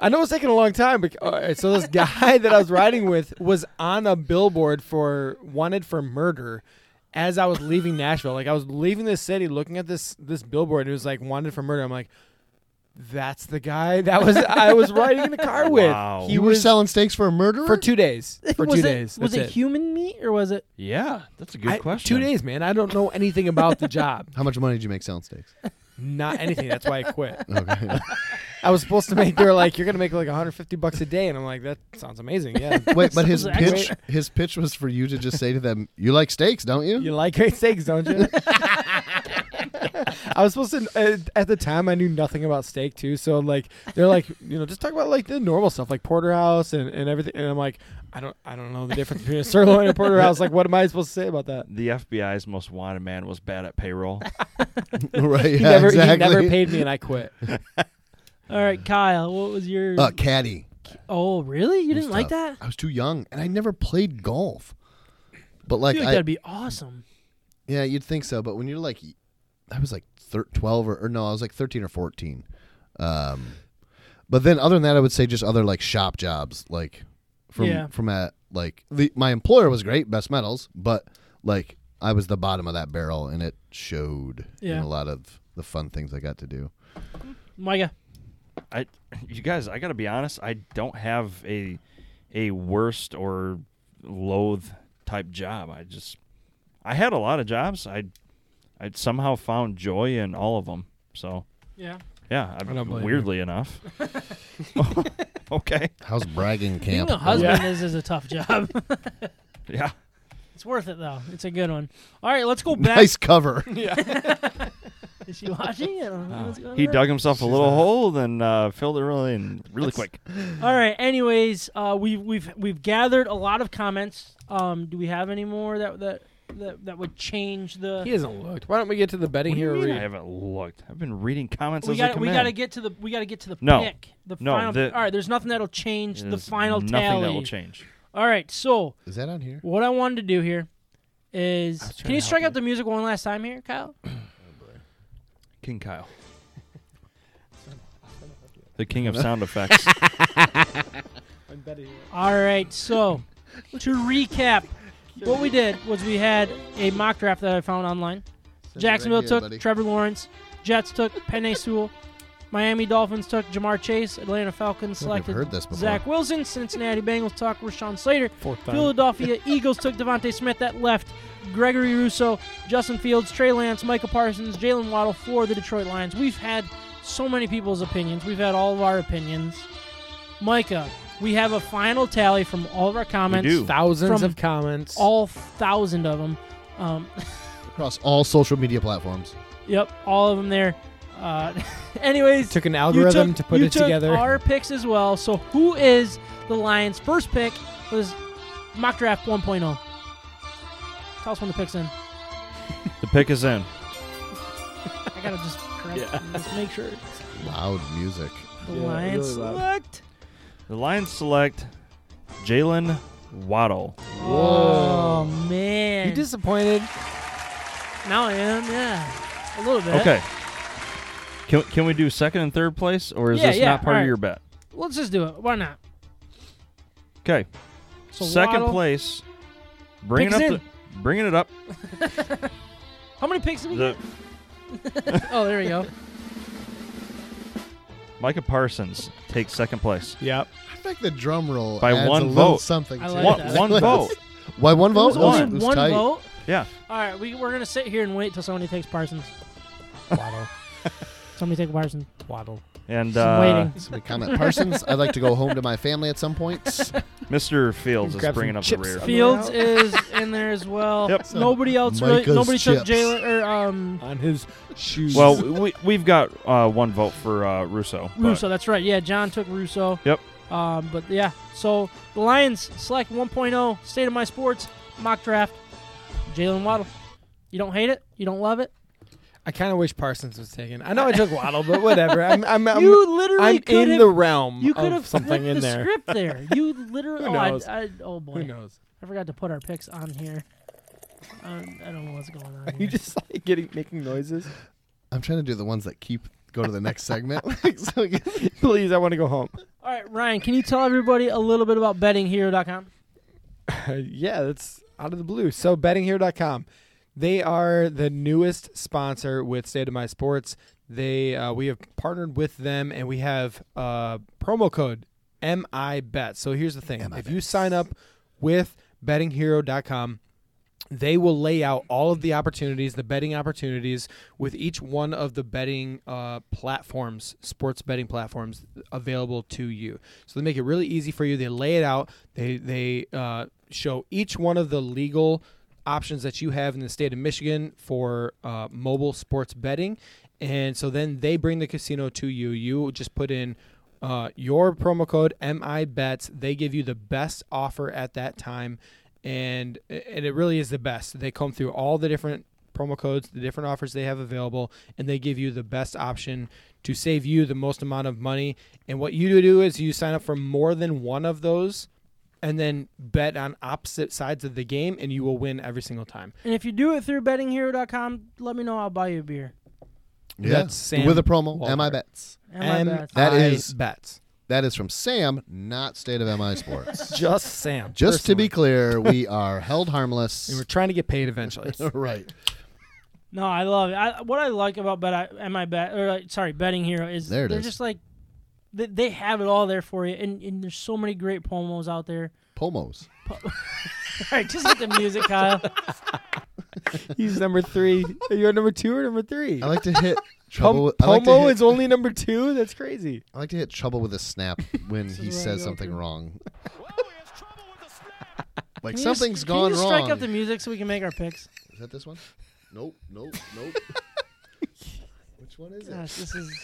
S4: I know it's taking a long time, but all right, so this guy that I was riding with was on a billboard for wanted for murder as I was leaving Nashville. Like I was leaving the city looking at this this billboard and it was like wanted for murder. I'm like, that's the guy that was I was riding in the car with.
S5: Wow.
S4: He
S3: You were
S4: was
S3: selling steaks for a murderer?
S4: for two days. For
S1: was
S4: two
S1: it,
S4: days.
S1: Was
S4: That's
S1: it human meat or was it?
S5: Yeah, that's a good
S4: I-
S5: question.
S4: Two days, man. I don't know anything about the job.
S3: How much money did you make selling steaks?
S4: Not anything. That's why I quit.
S3: Okay.
S4: I was supposed to make. They were like, "You're gonna make like 150 bucks a day," and I'm like, "That sounds amazing." Yeah.
S3: Wait, but his
S1: Sounds
S3: pitch his pitch was for you to just say to them, "You like steaks, don't you?"
S4: You like great steaks, don't you? I was supposed to. Uh, at the time, I knew nothing about steak too. So like, they're like, you know, just talk about like the normal stuff, like porterhouse and, and everything. And I'm like, I don't, I don't know the difference between a sirloin and a porterhouse. Like, what am I supposed to say about that?
S5: The FBI's most wanted man was bad at payroll.
S3: right.
S4: He
S3: yeah,
S4: never,
S3: exactly.
S4: he never paid me, and I quit.
S1: All right,
S4: Mm.
S1: Kyle. What was your?
S3: Uh, caddy.
S1: oh, really? You didn't like that?
S3: I was too young, and I never played golf. But like,
S1: I feel like
S3: I,
S1: that'd be awesome.
S3: yeah, you'd think so. But when you're like, I was like thir- twelve or, or no, I was like thirteen or fourteen. Um, but then other than that, I would say just other like shop jobs, like from
S1: Yeah.
S3: from at like the, my employer was great, best metals, but like I was the bottom of that barrel, and it showed
S1: Yeah.
S3: in a lot of the fun things I got to do.
S1: Micah.
S5: I, you guys, I gotta be honest. I don't have a a worst or loathe type job. I just I had a lot of jobs. I I somehow found joy in all of them. So
S1: Yeah.
S5: yeah, I,
S4: don't blame you.
S5: weirdly enough. okay.
S3: How's bragging
S1: Being
S3: camp?
S1: a husband is, is a tough job.
S5: Yeah.
S1: it's worth it though. It's a good one. All right, let's go back.
S3: nice cover.
S1: Is she watching? I don't know
S4: Oh.
S1: what's going
S5: He
S1: on.
S5: dug himself a little hole and uh, filled it really in really quick.
S1: All right. Anyways, uh, we've we've we've gathered a lot of comments. Um, do we have any more that that that, that would change the?
S4: He hasn't looked. Why don't we get to the betting
S5: What do you
S4: here?
S5: mean I
S4: read?
S5: haven't looked. I've been reading comments
S1: we
S5: as they
S1: got
S5: come
S1: we
S5: in.
S1: got to get to the we got to get to the
S5: No.
S1: pick. The
S5: No,
S1: final.
S5: the-
S1: all right. There's nothing that'll change the
S5: There's
S1: final
S5: nothing
S1: tally.
S5: that will change.
S1: All right. So
S3: Is that on here?
S1: what I wanted to do here is
S4: was trying
S1: can you
S4: to
S1: strike
S4: help
S1: out the music one last time here, Kyle?
S5: King Kyle. the king of sound effects.
S1: All right. So to recap, what we did was we had a mock draft that I found online. Jacksonville took Trevor Lawrence. Jets took Penny Sewell. Miami Dolphins took Jamar Chase. Atlanta Falcons
S3: feel like I've
S1: selected
S3: heard this before.
S1: Zach Wilson. Cincinnati Bengals took Rashawn Slater.
S4: Fourth time.
S1: Philadelphia Eagles took Devontae Smith. That left Gregory Russo, Justin Fields, Trey Lance, Michael Parsons, Jalen Waddle for the Detroit Lions. We've had so many people's opinions. We've had all of our opinions. Micah, we have a final tally from all of our comments.
S5: do.
S4: Thousands
S1: From
S4: of comments.
S1: All thousand of them. Um,
S3: across all social media platforms.
S1: Yep, all of them there. Uh, anyways,
S4: took an algorithm
S1: you took,
S4: to put
S1: you
S4: it
S1: took
S4: together.
S1: Our picks as well. So who is the Lions' first pick? Was mock draft 1.0. Tell us when the picks in.
S5: the pick is in.
S1: I gotta just correct just make sure
S3: Loud music.
S1: the
S4: Yeah,
S1: Lions
S4: really loud.
S1: select.
S5: The Lions select Jalen Waddle.
S1: Whoa, Oh, man!
S4: you disappointed?
S1: now I am, yeah, a little bit.
S5: Okay. Can, can we do second and third place, or is
S1: Yeah,
S5: this
S1: yeah,
S5: not part
S1: alright.
S5: of your bet?
S1: let's just do it. Why not?
S5: Okay.
S1: So
S5: second
S1: Waddle-
S5: place. Bringing
S1: Pick's
S5: up,
S1: in.
S5: the- bringing it up.
S1: How many picks did we
S5: The
S1: get? Oh, there we go.
S5: Micah Parsons takes second place.
S4: Yep.
S3: I think the drum roll
S5: By
S3: adds
S5: one
S3: a little
S5: vote.
S3: something.
S1: I
S3: to
S1: like
S3: it.
S5: One,
S1: that.
S5: one vote.
S3: Why one
S1: There
S3: vote?
S1: was
S3: It was-
S1: only
S3: it was
S1: one
S3: tight.
S1: vote.
S5: Yeah.
S1: All right, we, we're gonna sit here and wait till somebody takes Parsons.
S4: Waddle.
S1: Somebody take Parsons.
S4: Waddle.
S5: And
S1: I'm
S5: uh,
S1: waiting.
S3: Somebody comment Parsons. I'd like to go home to my family at some point.
S5: Mr. Fields is
S4: Grab some
S5: bringing up the
S4: chips.
S5: rear.
S4: Somebody
S1: Fields
S4: out?
S1: is in there as well.
S5: Yep.
S1: Nobody else. Really,
S3: Micah's
S1: nobody took
S3: chips.
S1: Jalen or um
S4: On his shoes.
S5: Well, we, we've got uh, one vote for uh, Russo. but-
S1: Russo. That's right. Yeah, John took Russo.
S5: Yep.
S1: Um, but yeah, so the Lions select 1.0 state of my sports mock draft. Jalen Waddle. You don't hate it. You don't love it.
S4: I kind of wish Parsons was taken. I know I took Waddle, but whatever. I'm, I'm, I'm,
S1: you literally
S4: I'm
S1: could
S4: in
S1: have.
S4: the realm
S1: you could
S4: of
S1: have
S4: something
S1: flipped
S4: in
S1: the
S4: there.
S1: script there. You literally.
S4: Who
S1: oh, I-
S4: knows?
S1: I, oh boy.
S4: Who knows?
S1: I forgot to put our picks on here. I don't, I don't know what's going on.
S4: Are
S1: Here.
S4: you just like getting making noises?
S3: I'm trying to do the ones that keep go to the next segment. Like, so you-
S4: Please, I want to go home.
S1: All right, Ryan, can you tell everybody a little bit about bettinghero.com?
S4: yeah, that's out of the blue. So bettinghere.com. They are the newest sponsor with State of My Sports. They uh, we have partnered with them and we have uh, promo code MIBET. So here's the thing. If you sign up with bettinghero.com, they will lay out all of the opportunities, the betting opportunities with each one of the betting uh, platforms, sports betting platforms available to you. So they make it really easy for you. They lay it out. They they uh, show each one of the legal options that you have in the state of Michigan for uh, mobile sports betting, and so then they bring the casino to you. You just put in uh, your promo code MIBETS. They give you the best offer at that time, and and it really is the best. They comb through all the different promo codes, the different offers they have available, and they give you the best option to save you the most amount of money. And what you do is you sign up for more than one of those. And then bet on opposite sides of the game, and you will win every single time.
S1: And if you do it through bettinghero.com, let me know. I'll buy you a beer.
S3: yeah.
S4: That's Sam
S3: with a promo.
S4: Walker.
S3: Mi bets.
S1: And Oh my bets.
S3: That is-
S4: bets.
S3: That is from Sam, not State of Mi Sports.
S4: Just Sam.
S3: Just to
S4: personally.
S3: be clear, we are held
S4: And
S3: harmless.
S4: we're trying to get paid eventually.
S3: right.
S1: No, I love it. I, what I like about bet I, and my bet or like, sorry, betting hero is
S3: There it
S1: they're
S3: is.
S1: just like they, they have it all there for you, and, and there's so many great promos out there.
S3: Pomos.
S1: All right, just hit the music, Kyle.
S4: He's number three. You're number two or number three?
S3: I like to hit trouble.
S4: Pom-
S3: with, I like to
S4: Pomo
S3: hit-
S4: is only number two. That's crazy.
S3: I like to hit trouble with a snap when he
S1: is what I
S3: says
S1: go
S3: something
S1: through.
S3: wrong. Like
S1: Can you
S3: something's
S1: just,
S3: gone
S1: can you just
S3: wrong.
S1: Strike up the music so we can make our picks.
S3: is that this one? Nope, nope, nope. Which one is it?
S1: Gosh, this is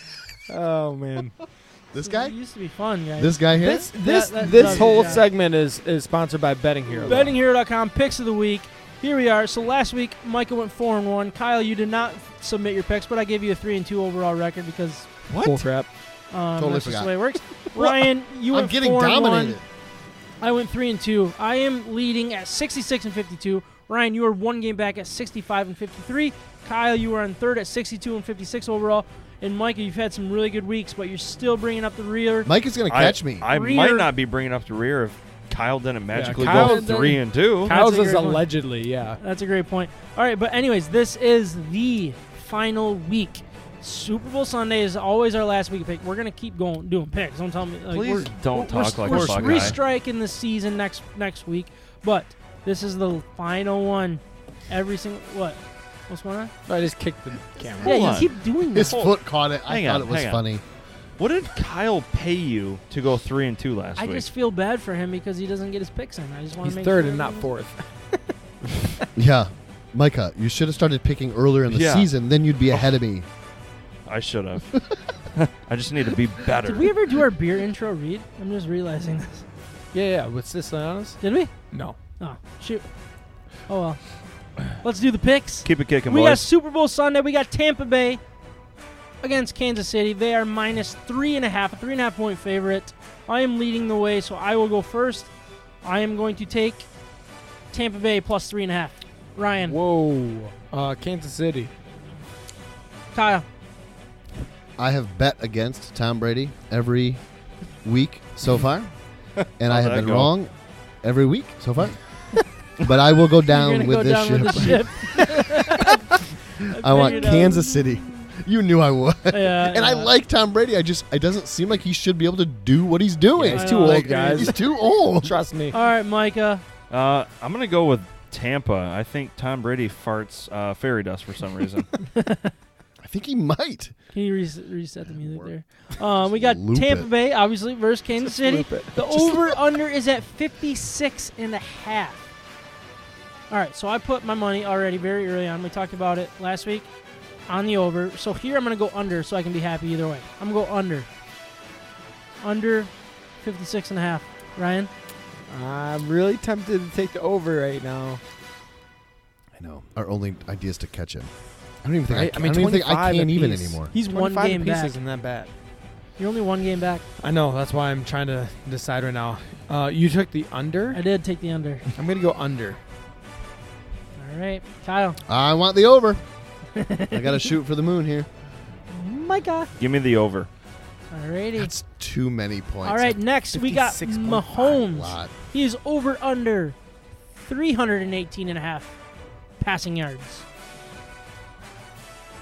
S4: Oh man,
S3: This guy?
S1: used to be fun, guys.
S3: This guy here?
S4: this this
S1: that-
S4: this
S1: that-
S4: whole
S1: yeah.
S4: segment is is sponsored by Betting Hero. though.
S1: BettingHero.com picks of the week. Here we are. So last week, Michael went four and one. Kyle, you did not submit your picks, but I gave you a three and two overall record because
S4: What? Bull crap.
S1: um,
S3: Totally
S1: that's just
S3: forgot.
S1: the way it works. Ryan, you
S3: I'm
S1: went
S3: getting
S1: four and one.
S3: dominated.
S1: I went three and two. I am leading at 66 and 52. Ryan, you are one game back at 65 and 53. Kyle, you are in third at 62 and 56 overall. And Micah, you've had some really good weeks, but you're still bringing up the rear.
S3: Mike is going to
S5: I-
S3: catch me.
S5: I
S1: Rear.
S5: might not be bringing up the rear if Kyle didn't magically
S4: Kyle
S5: go three and two.
S4: Kyle's
S1: That's a
S4: is
S1: great one.
S4: allegedly, yeah.
S1: That's a great point. All right, but anyways, this is the final week. Super Bowl Sunday is always our last week of pick. We're gonna keep going doing picks. Don't tell me. Like,
S5: Please
S1: we're,
S5: don't
S1: we're-
S5: talk like a
S1: we're,
S5: Buckeye.
S1: we're restriking the season next next week, but this is the final one. Every single what? What's going on?
S4: I just kicked the camera.
S1: yeah,
S5: on.
S1: you keep doing
S3: His
S1: this.
S3: foot caught it. I
S5: Hang
S3: thought
S5: on,
S3: it was
S5: hang on.
S3: funny.
S5: What did Kyle pay you to go three and two last
S1: I
S5: week?
S1: just feel bad for him because he doesn't get his picks in. I just want
S4: He's
S1: to make
S4: third
S1: sure
S4: and not
S1: everyone-
S4: fourth.
S3: Yeah. Micah, you should have started picking earlier in the
S5: Yeah.
S3: season. Then you'd be ahead of me.
S5: I should have. I just need to be better.
S1: Did we ever do our beer intro read? I'm just realizing this.
S4: Yeah, yeah. What's this on us?
S1: Did we?
S4: No.
S1: Oh shoot. Oh well. Let's do the picks.
S5: Keep it kicking,
S1: we got
S5: boys.
S1: Super Bowl Sunday. We got Tampa Bay against Kansas City. They are minus three and a half, a three and a half point favorite. I am leading the way, so I will go first. I am going to take Tampa Bay plus three and a half. Ryan,
S4: Whoa. Uh, Kansas City.
S1: Kyle,
S3: I have bet against Tom Brady every week so far, and I have
S5: How'd that
S3: been
S5: go?
S3: wrong every week so far. but I will go
S1: you're
S3: down
S1: gonna
S3: with
S1: go
S3: this
S1: down
S3: ship.
S1: with the ship.
S3: I want
S1: figured out.
S3: Kansas City. You knew I would.
S1: Yeah,
S3: and I
S1: yeah.
S3: like Tom Brady. I just it doesn't seem like he should be able to do what he's doing.
S4: he's
S1: too
S4: old,
S3: Like,
S4: guys.
S3: He's too old.
S4: Trust me.
S1: All right, Micah,
S5: Uh, I'm gonna go with Tampa. I think Tom Brady farts uh, fairy dust for some reason.
S3: I think he might.
S1: Can you res- reset the music there? Um, we
S3: Just
S1: got
S3: loop
S1: Tampa
S3: it.
S1: Bay, obviously, versus Kansas City.
S4: loop it.
S1: The over under is at 56 and a half. All right, so I put my money already very early on. We talked about it last week on the over. So here I'm going to go under so I can be happy either way. I'm going to go under. Under 56 and a half. Ryan?
S4: I'm really tempted to take the over right now.
S3: I know. Our only idea is to catch him. I don't even think. I,
S4: Right?
S3: can, I, don't even think I
S4: 25
S3: can even
S4: apiece.
S3: anymore.
S1: He's one
S4: 25
S1: game
S4: apiece
S1: back.
S4: isn't that bad.
S1: You're only one game back.
S4: I know. That's why I'm trying to decide right now. Uh, you took the under.
S1: I did take the under.
S4: I'm gonna go under.
S1: All right, Kyle.
S3: I want the over. I got to shoot for the moon here.
S1: Micah.
S5: Give me the over.
S1: All righty.
S3: That's too many points.
S1: All right, next we got
S4: 56.5
S1: Mahomes.
S3: lot.
S1: He is over under 318 and a half passing yards.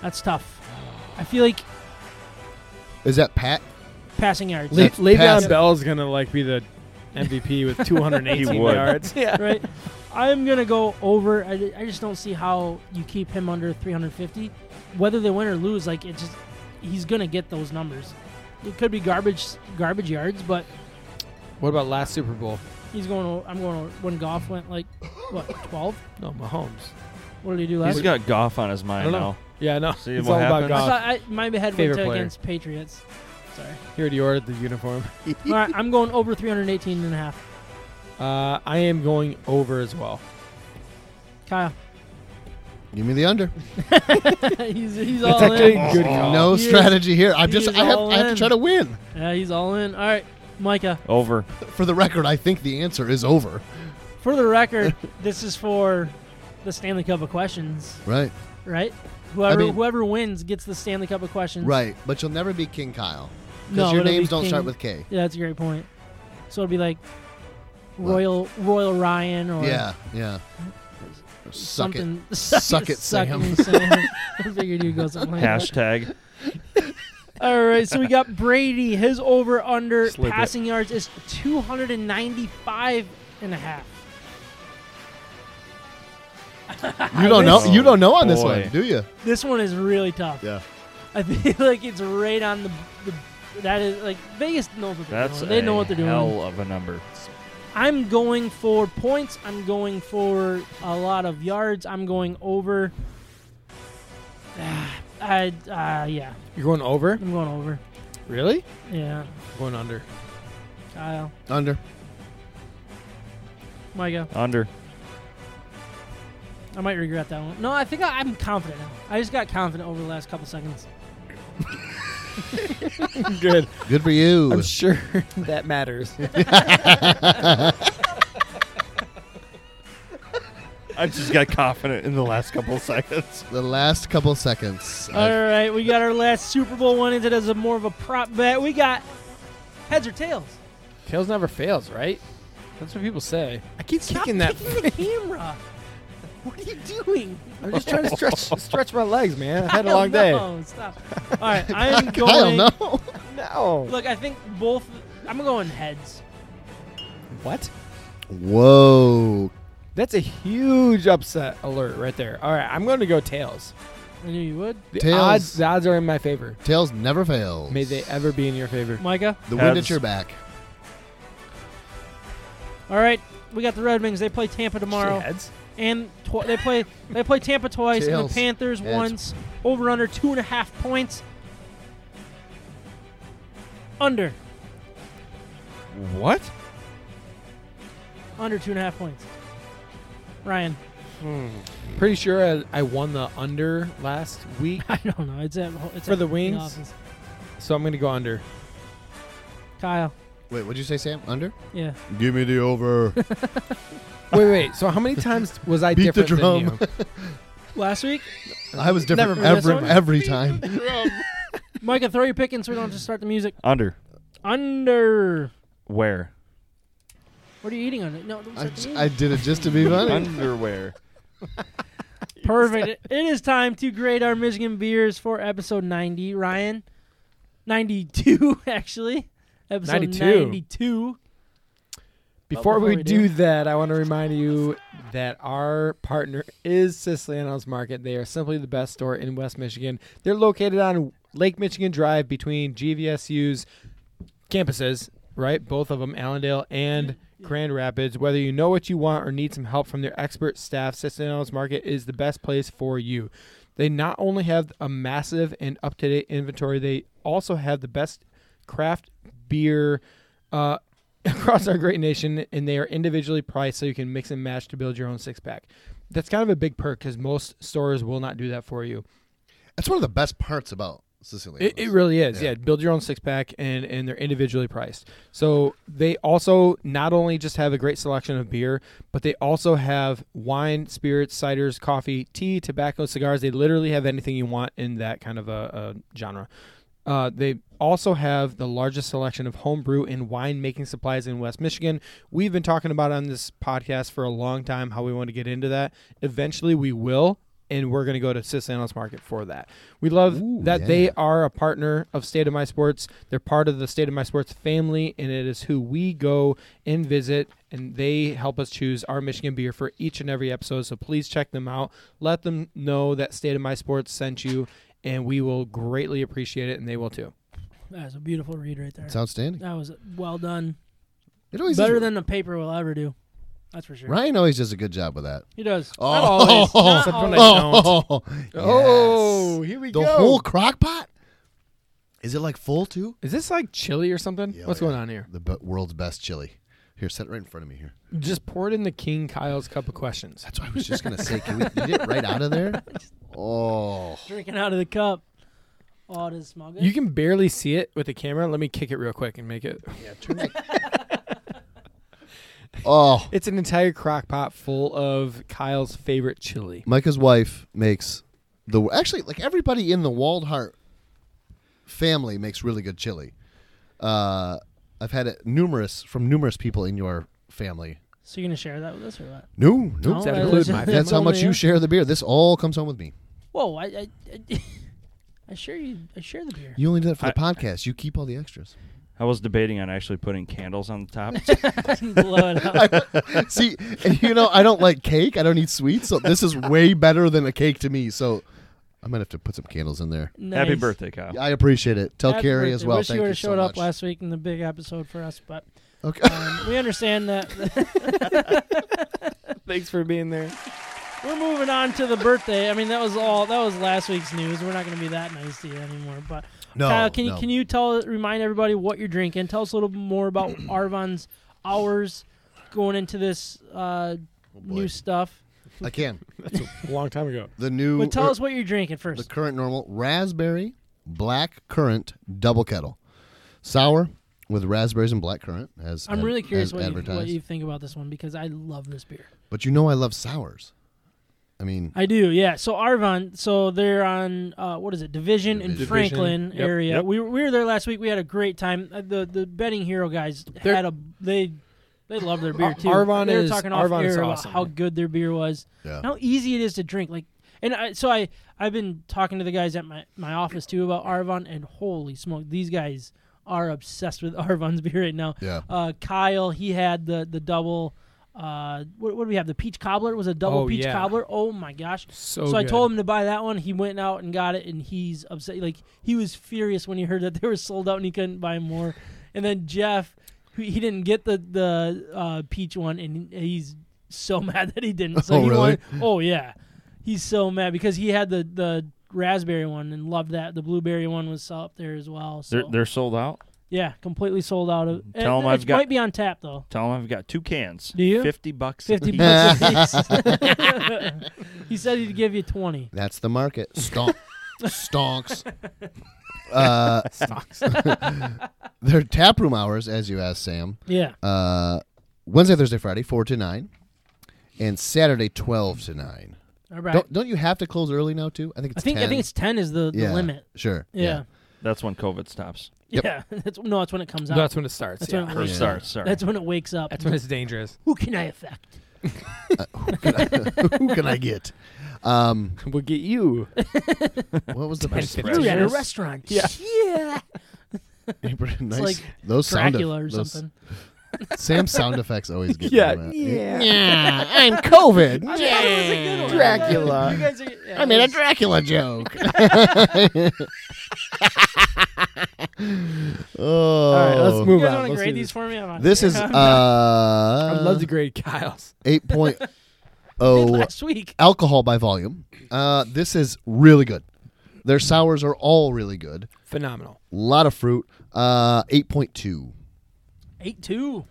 S1: That's tough. I feel like
S3: Is that Pat?
S1: passing yards,
S3: Le-
S4: Le-
S3: That's pass-
S4: Le'Veon Bell's gonna like be the MVP with 218
S5: He would.
S4: yards. Yeah.
S1: right? I'm going to go over. I, ju- I just don't see how you keep him under 350. Whether they win or lose, like it's just he's going to get those numbers. It could be garbage garbage yards, but
S4: What about last Super Bowl?
S1: he's going o- I'm going o- when Goff went like what, 12?
S4: No, Mahomes.
S1: What did he do last
S5: He's got Goff on his
S4: I
S5: mind
S4: don't
S5: now.
S4: know. Yeah, no.
S5: See
S4: it's
S5: what
S4: all
S5: happens?
S1: I
S4: about God.
S1: thought I, my head went
S4: Favorite
S1: to
S4: player.
S1: against Patriots. Sorry.
S4: He already ordered the uniform.
S1: All right, I'm going over 318 and a half.
S4: Uh, I am going over as well.
S1: Kyle,
S3: Give me the under.
S1: he's, he's
S4: That's
S1: all
S4: actually
S1: in.
S4: a good call.
S3: No
S1: Oh, He is-
S3: strategy here. I'm
S1: he
S3: just.
S1: is
S3: I have.
S1: all
S3: I have to
S1: in.
S3: try to win.
S1: Yeah, he's all in. All right, Micah.
S5: Over.
S3: For the record, I think the answer is over.
S1: For the record, this is for the Stanley Cup of questions,
S3: Right.
S1: right? Whoever
S3: mean-
S1: whoever wins gets the Stanley Cup of questions.
S3: Right. But you'll never be King Kyle because
S1: Mm. No,
S3: your
S1: it'll
S3: names
S1: be
S3: don't start
S1: King-
S3: with K.
S1: Yeah, that's a great point. So it'll be like
S3: What?
S1: Royal Royal Ryan or
S3: Yeah. Yeah. Suck it.
S1: something.
S3: Suck it, Sam.
S1: Sam. I figured you'd go something like that.
S5: Hashtag.
S1: All right, so we got Brady. His over under
S4: Slip it.
S1: passing yards is 295 and a half.
S3: You don't know.
S5: wish-
S3: You don't know on
S4: Oh,
S3: this
S5: Boy.
S3: one, do you?
S1: This one is really tough.
S3: Yeah.
S1: I feel like it's right on the, the that is like Vegas knows what they're
S5: That's
S1: doing. They
S5: a
S1: know what they're doing.
S5: hell of a number.
S1: I'm going for points. I'm going for a lot of yards. I'm going over. Ah, I uh, yeah,
S4: You're going over?
S1: I'm going over.
S4: Really?
S1: Yeah,
S4: going under.
S1: Kyle,
S3: Under.
S1: Micah.
S5: Under.
S1: I might regret that one. No, I think I, I'm confident now. I just got confident over the last couple seconds.
S4: Good.
S3: Good for you.
S4: I'm sure that matters.
S5: I just got confident in the last couple seconds.
S3: the last couple seconds.
S1: All right, we got our last Super Bowl one. Into as a more of a prop bet. We got heads or tails.
S4: Tails never fails, right? That's what people say. I keep
S1: Stop
S4: kicking that.
S1: kicking the camera. What are you doing?
S4: I'm just trying to stretch stretch my legs, man. I've had a
S1: Kyle,
S4: long day.
S1: No, stop. All right, I'm
S3: Kyle,
S1: going.
S3: no.
S4: No.
S1: Look, I think both. I'm going heads.
S4: What?
S3: Whoa.
S4: That's a huge upset alert right there. All right, I'm going to go tails.
S1: I knew you would,
S4: The
S3: Tails.
S4: odds the odds are in my favor.
S3: Tails never fails.
S4: May they ever be in your favor.
S1: Micah.
S3: The wind
S5: Heads.
S3: at your back.
S1: All right, we got the Red Wings. They play Tampa tomorrow.
S4: Heads.
S1: and tw- they play they play Tampa twice and
S3: Tails.
S1: the Panthers
S3: Heads.
S1: once. Over under two and a half points. Under
S5: What?
S1: under two and a half points. Ryan,
S4: Pretty sure I, I won the under last week,
S1: I don't know. It's at it's
S4: For
S1: at
S4: the Wings?
S1: office.
S4: so I'm going to go under.
S1: Kyle,
S3: Wait, what'd you say, Sam? Under?
S1: yeah,
S3: Give me the over.
S4: Wait, wait. So how many times was I
S3: Beat the
S4: different than
S3: drum.
S4: you?
S1: last week,
S3: I was
S1: Never
S3: different
S1: mind.
S3: every,
S1: That's
S3: every time.
S1: Micah, throw your pick in so we don't have to start the music.
S5: Under.
S1: Under.
S5: Where?
S1: What are you eating on it? No, don't
S3: I,
S1: start the
S3: j-
S1: music.
S3: I did it just to be funny.
S5: Underwear.
S1: Perfect. it is time to grade our Michigan beers for episode 90. Ryan, 92 actually. Episode 92.
S4: 92. Before,
S1: before
S4: we,
S1: we
S4: do,
S1: do-
S4: that, I want to remind you that our partner is Siciliano's Market. They are simply the best store in West Michigan. They're located on Lake Michigan Drive between GVSU's campuses, right? Both of them, Allendale and Grand Rapids. Whether you know what you want or need some help from their expert staff, Siciliano's Market is the best place for you. They not only have a massive and up to date inventory, they also have the best craft beer uh, across our great nation, and they are individually priced so you can mix and match to build your own six pack. That's kind of a big perk because most stores will not do that for you.
S3: That's one of the best parts about Sicily.
S4: It, it really is.
S3: Yeah.
S4: Yeah. build your own six pack, and and they're individually priced. So they also not only just have a great selection of beer, but they also have wine, spirits, ciders, coffee, tea, tobacco, cigars. They literally have anything you want in that kind of a, a genre. Uh, they also have the largest selection of homebrew and wine making supplies in West Michigan. We've been talking about on this podcast for a long time how we want to get into that. Eventually, we will, and we're going to go to Siciliano's Market for that. We love
S3: Ooh,
S4: that
S3: yeah.
S4: they are a partner of State of My Sports. They're part of the State of My Sports family, and it is who we go and visit, and they help us choose our Michigan beer for each and every episode. So please check them out. Let them know that State of My Sports sent you, and we will greatly appreciate it, and they will too.
S1: That was a beautiful read right there.
S3: It's outstanding.
S1: That was well done.
S3: It always
S1: Better
S3: is-
S1: than the paper will ever do. That's for sure.
S3: Ryan always does a good job with that.
S1: He does.
S3: Oh,
S4: Not always.
S3: Oh,
S1: Not
S4: Except when I
S1: always.
S3: oh,
S4: Oh, here we
S3: the
S4: go.
S3: whole crock pot. Is it like full too?
S4: Is this like chili or something?
S3: Yeah,
S4: What's
S3: yeah.
S4: going on here?
S3: The be- world's best chili. Here, set it right in front of me. Here.
S4: Just pour it in the King Kyle's cup of questions.
S3: That's what I was just gonna say. Can we eat it right out of there? Oh,
S1: Drinking out of the cup. Oh, does it smell good?
S4: You can barely see it with the camera. Let me kick it real quick and make it.
S3: oh.
S4: It's an entire crock pot full of Kyle's favorite chili.
S3: Micah's wife makes the actually like everybody in the Waldhart family makes really good chili. Uh, I've had it numerous from numerous people in your family.
S1: so you're gonna share that with us or what? Oh,
S3: No, no,
S1: No,
S4: that
S1: I-
S4: include my
S3: that's how
S1: only
S3: much you
S1: you-
S3: share the beer. This all comes home with me.
S1: Whoa, I, I, I, I share you. I share the beer.
S3: You only do that for the
S5: I-
S3: podcast. You keep all the extras.
S5: I was debating on actually putting candles on the top.
S1: Blow it out.
S3: See, and you know, I don't like cake. I don't eat sweets, so this is way better than a cake to me. So I might have to put some candles in there.
S1: Nice.
S5: Happy birthday, Kyle.
S3: I appreciate it. Tell
S1: Happy
S3: Carrie
S1: birthday.
S3: as well.
S1: Wish
S3: Thank
S1: you would
S3: you
S1: have
S3: so
S1: showed
S3: much.
S1: up last week in the big episode for us, but
S3: Okay.
S1: um, we understand that
S4: Thanks for being there.
S1: we're moving on to the birthday. I mean, that was all. That was last week's news. We're not going to be that nice to you anymore. But
S3: No,
S1: Kyle, can you
S3: no.
S1: can you tell remind everybody what you're drinking? Tell us a little more about Arvon's hours going into this uh,
S3: Oh, boy.
S1: new stuff.
S3: I can.
S4: That's a long time ago.
S3: The new
S1: But tell
S3: er,
S1: us what you're drinking
S3: the
S1: first.
S3: current normal raspberry black currant double kettle. Sour with raspberries and black currant as
S1: I'm
S3: ad-
S1: really curious
S3: as
S1: what you, what
S3: advertised.
S1: you think about this one because I love this beer.
S3: But you know I love sours. I mean,
S1: I do, yeah. So Arvon, so they're on uh, what is it, Division, in
S3: Division.
S1: Franklin
S4: Yep,
S1: area.
S5: yep.
S1: We, were- we were there last week. We had a great time. Uh, the the betting hero guys
S4: They're-
S1: had a they they love their beer
S4: Ar-
S1: too.
S4: Arvon
S1: they were
S4: is-
S1: talking off
S4: Arvon is
S1: air about
S4: awesome.
S1: how good their beer was,
S3: yeah.
S1: and how easy it is to drink. Like, and I, so I I've been talking to the guys at my my office too about Arvon, and holy smoke, these guys are obsessed with Arvon's beer right now.
S3: Yeah.
S1: Uh, Kyle, he had the the double. Uh, what, what do we have? The peach cobbler It was a double
S4: Oh,
S1: peach
S4: yeah.
S1: cobbler. Oh my gosh!
S4: So,
S1: so I told him to buy that one. He went out and got it, and he's upset. Like he was furious when he heard that they were sold out and he couldn't buy more. And then Jeff, who, he didn't get the the uh, peach one, and he's so mad that he didn't. So
S3: Oh,
S1: he
S3: really?
S1: wanted- oh yeah, he's so mad because he had the the raspberry one and loved that. The blueberry one was up there as well. So
S5: They're, they're sold out.
S1: yeah, completely sold out of.
S5: Tell
S1: and
S5: 'em I've
S1: it
S5: got-
S1: might be on tap though.
S5: Tell them I've got two cans.
S1: Do you?
S5: Fifty bucks.
S1: Fifty
S5: each.
S1: bucks a piece. he said he'd give you twenty.
S3: That's the market. Stonk. Stonks. Uh, their tap room hours, as you asked, Sam.
S1: Yeah.
S3: Uh, Wednesday, Thursday, Friday, four to nine, and Saturday, twelve to nine.
S1: All right.
S3: Don't don't you have to close early now too? I
S1: I
S3: think it's
S1: think
S3: 10.
S1: I think it's ten is the, the
S3: yeah,
S1: limit.
S3: Sure.
S1: Yeah.
S5: That's when COVID stops.
S3: Yep.
S1: Yeah. That's no, that's when it comes out.
S4: That's when it starts.
S1: That's
S4: yeah.
S1: when it
S5: Or
S1: wakes
S5: starts.
S1: up.
S5: Sorry.
S1: Oh, That's when it wakes up.
S4: That's when it's dangerous.
S1: who can I affect?
S3: Who can I get? Um,
S4: We'll get you.
S3: what was the
S5: Ten
S3: first
S5: fifty.
S1: You're at a
S5: Yes.
S1: restaurant.
S4: Yeah.
S1: Yeah.
S3: nice.
S1: like
S3: those sound
S1: Dracula
S3: eff-
S1: or
S3: those-
S1: something.
S3: Sam's sound effects always get
S4: Yeah.
S3: me.
S4: Yeah.
S3: yeah. I'm COVID.
S1: You
S4: Dracula.
S1: guys are, yeah,
S3: I made a Dracula joke. oh,
S4: All right, let's
S1: You
S4: move
S1: guys
S4: on.
S1: want to
S4: Let's
S1: grade
S4: do
S1: these for me? I'm not-
S3: This is
S4: I love
S3: uh
S4: to grade Kyle's.
S3: 8.0
S1: Did last week.
S3: oh, alcohol by volume. Uh, this is really good. Their sours are all really good.
S4: Phenomenal.
S3: A lot of fruit. Uh, 8.2.
S1: Eight two.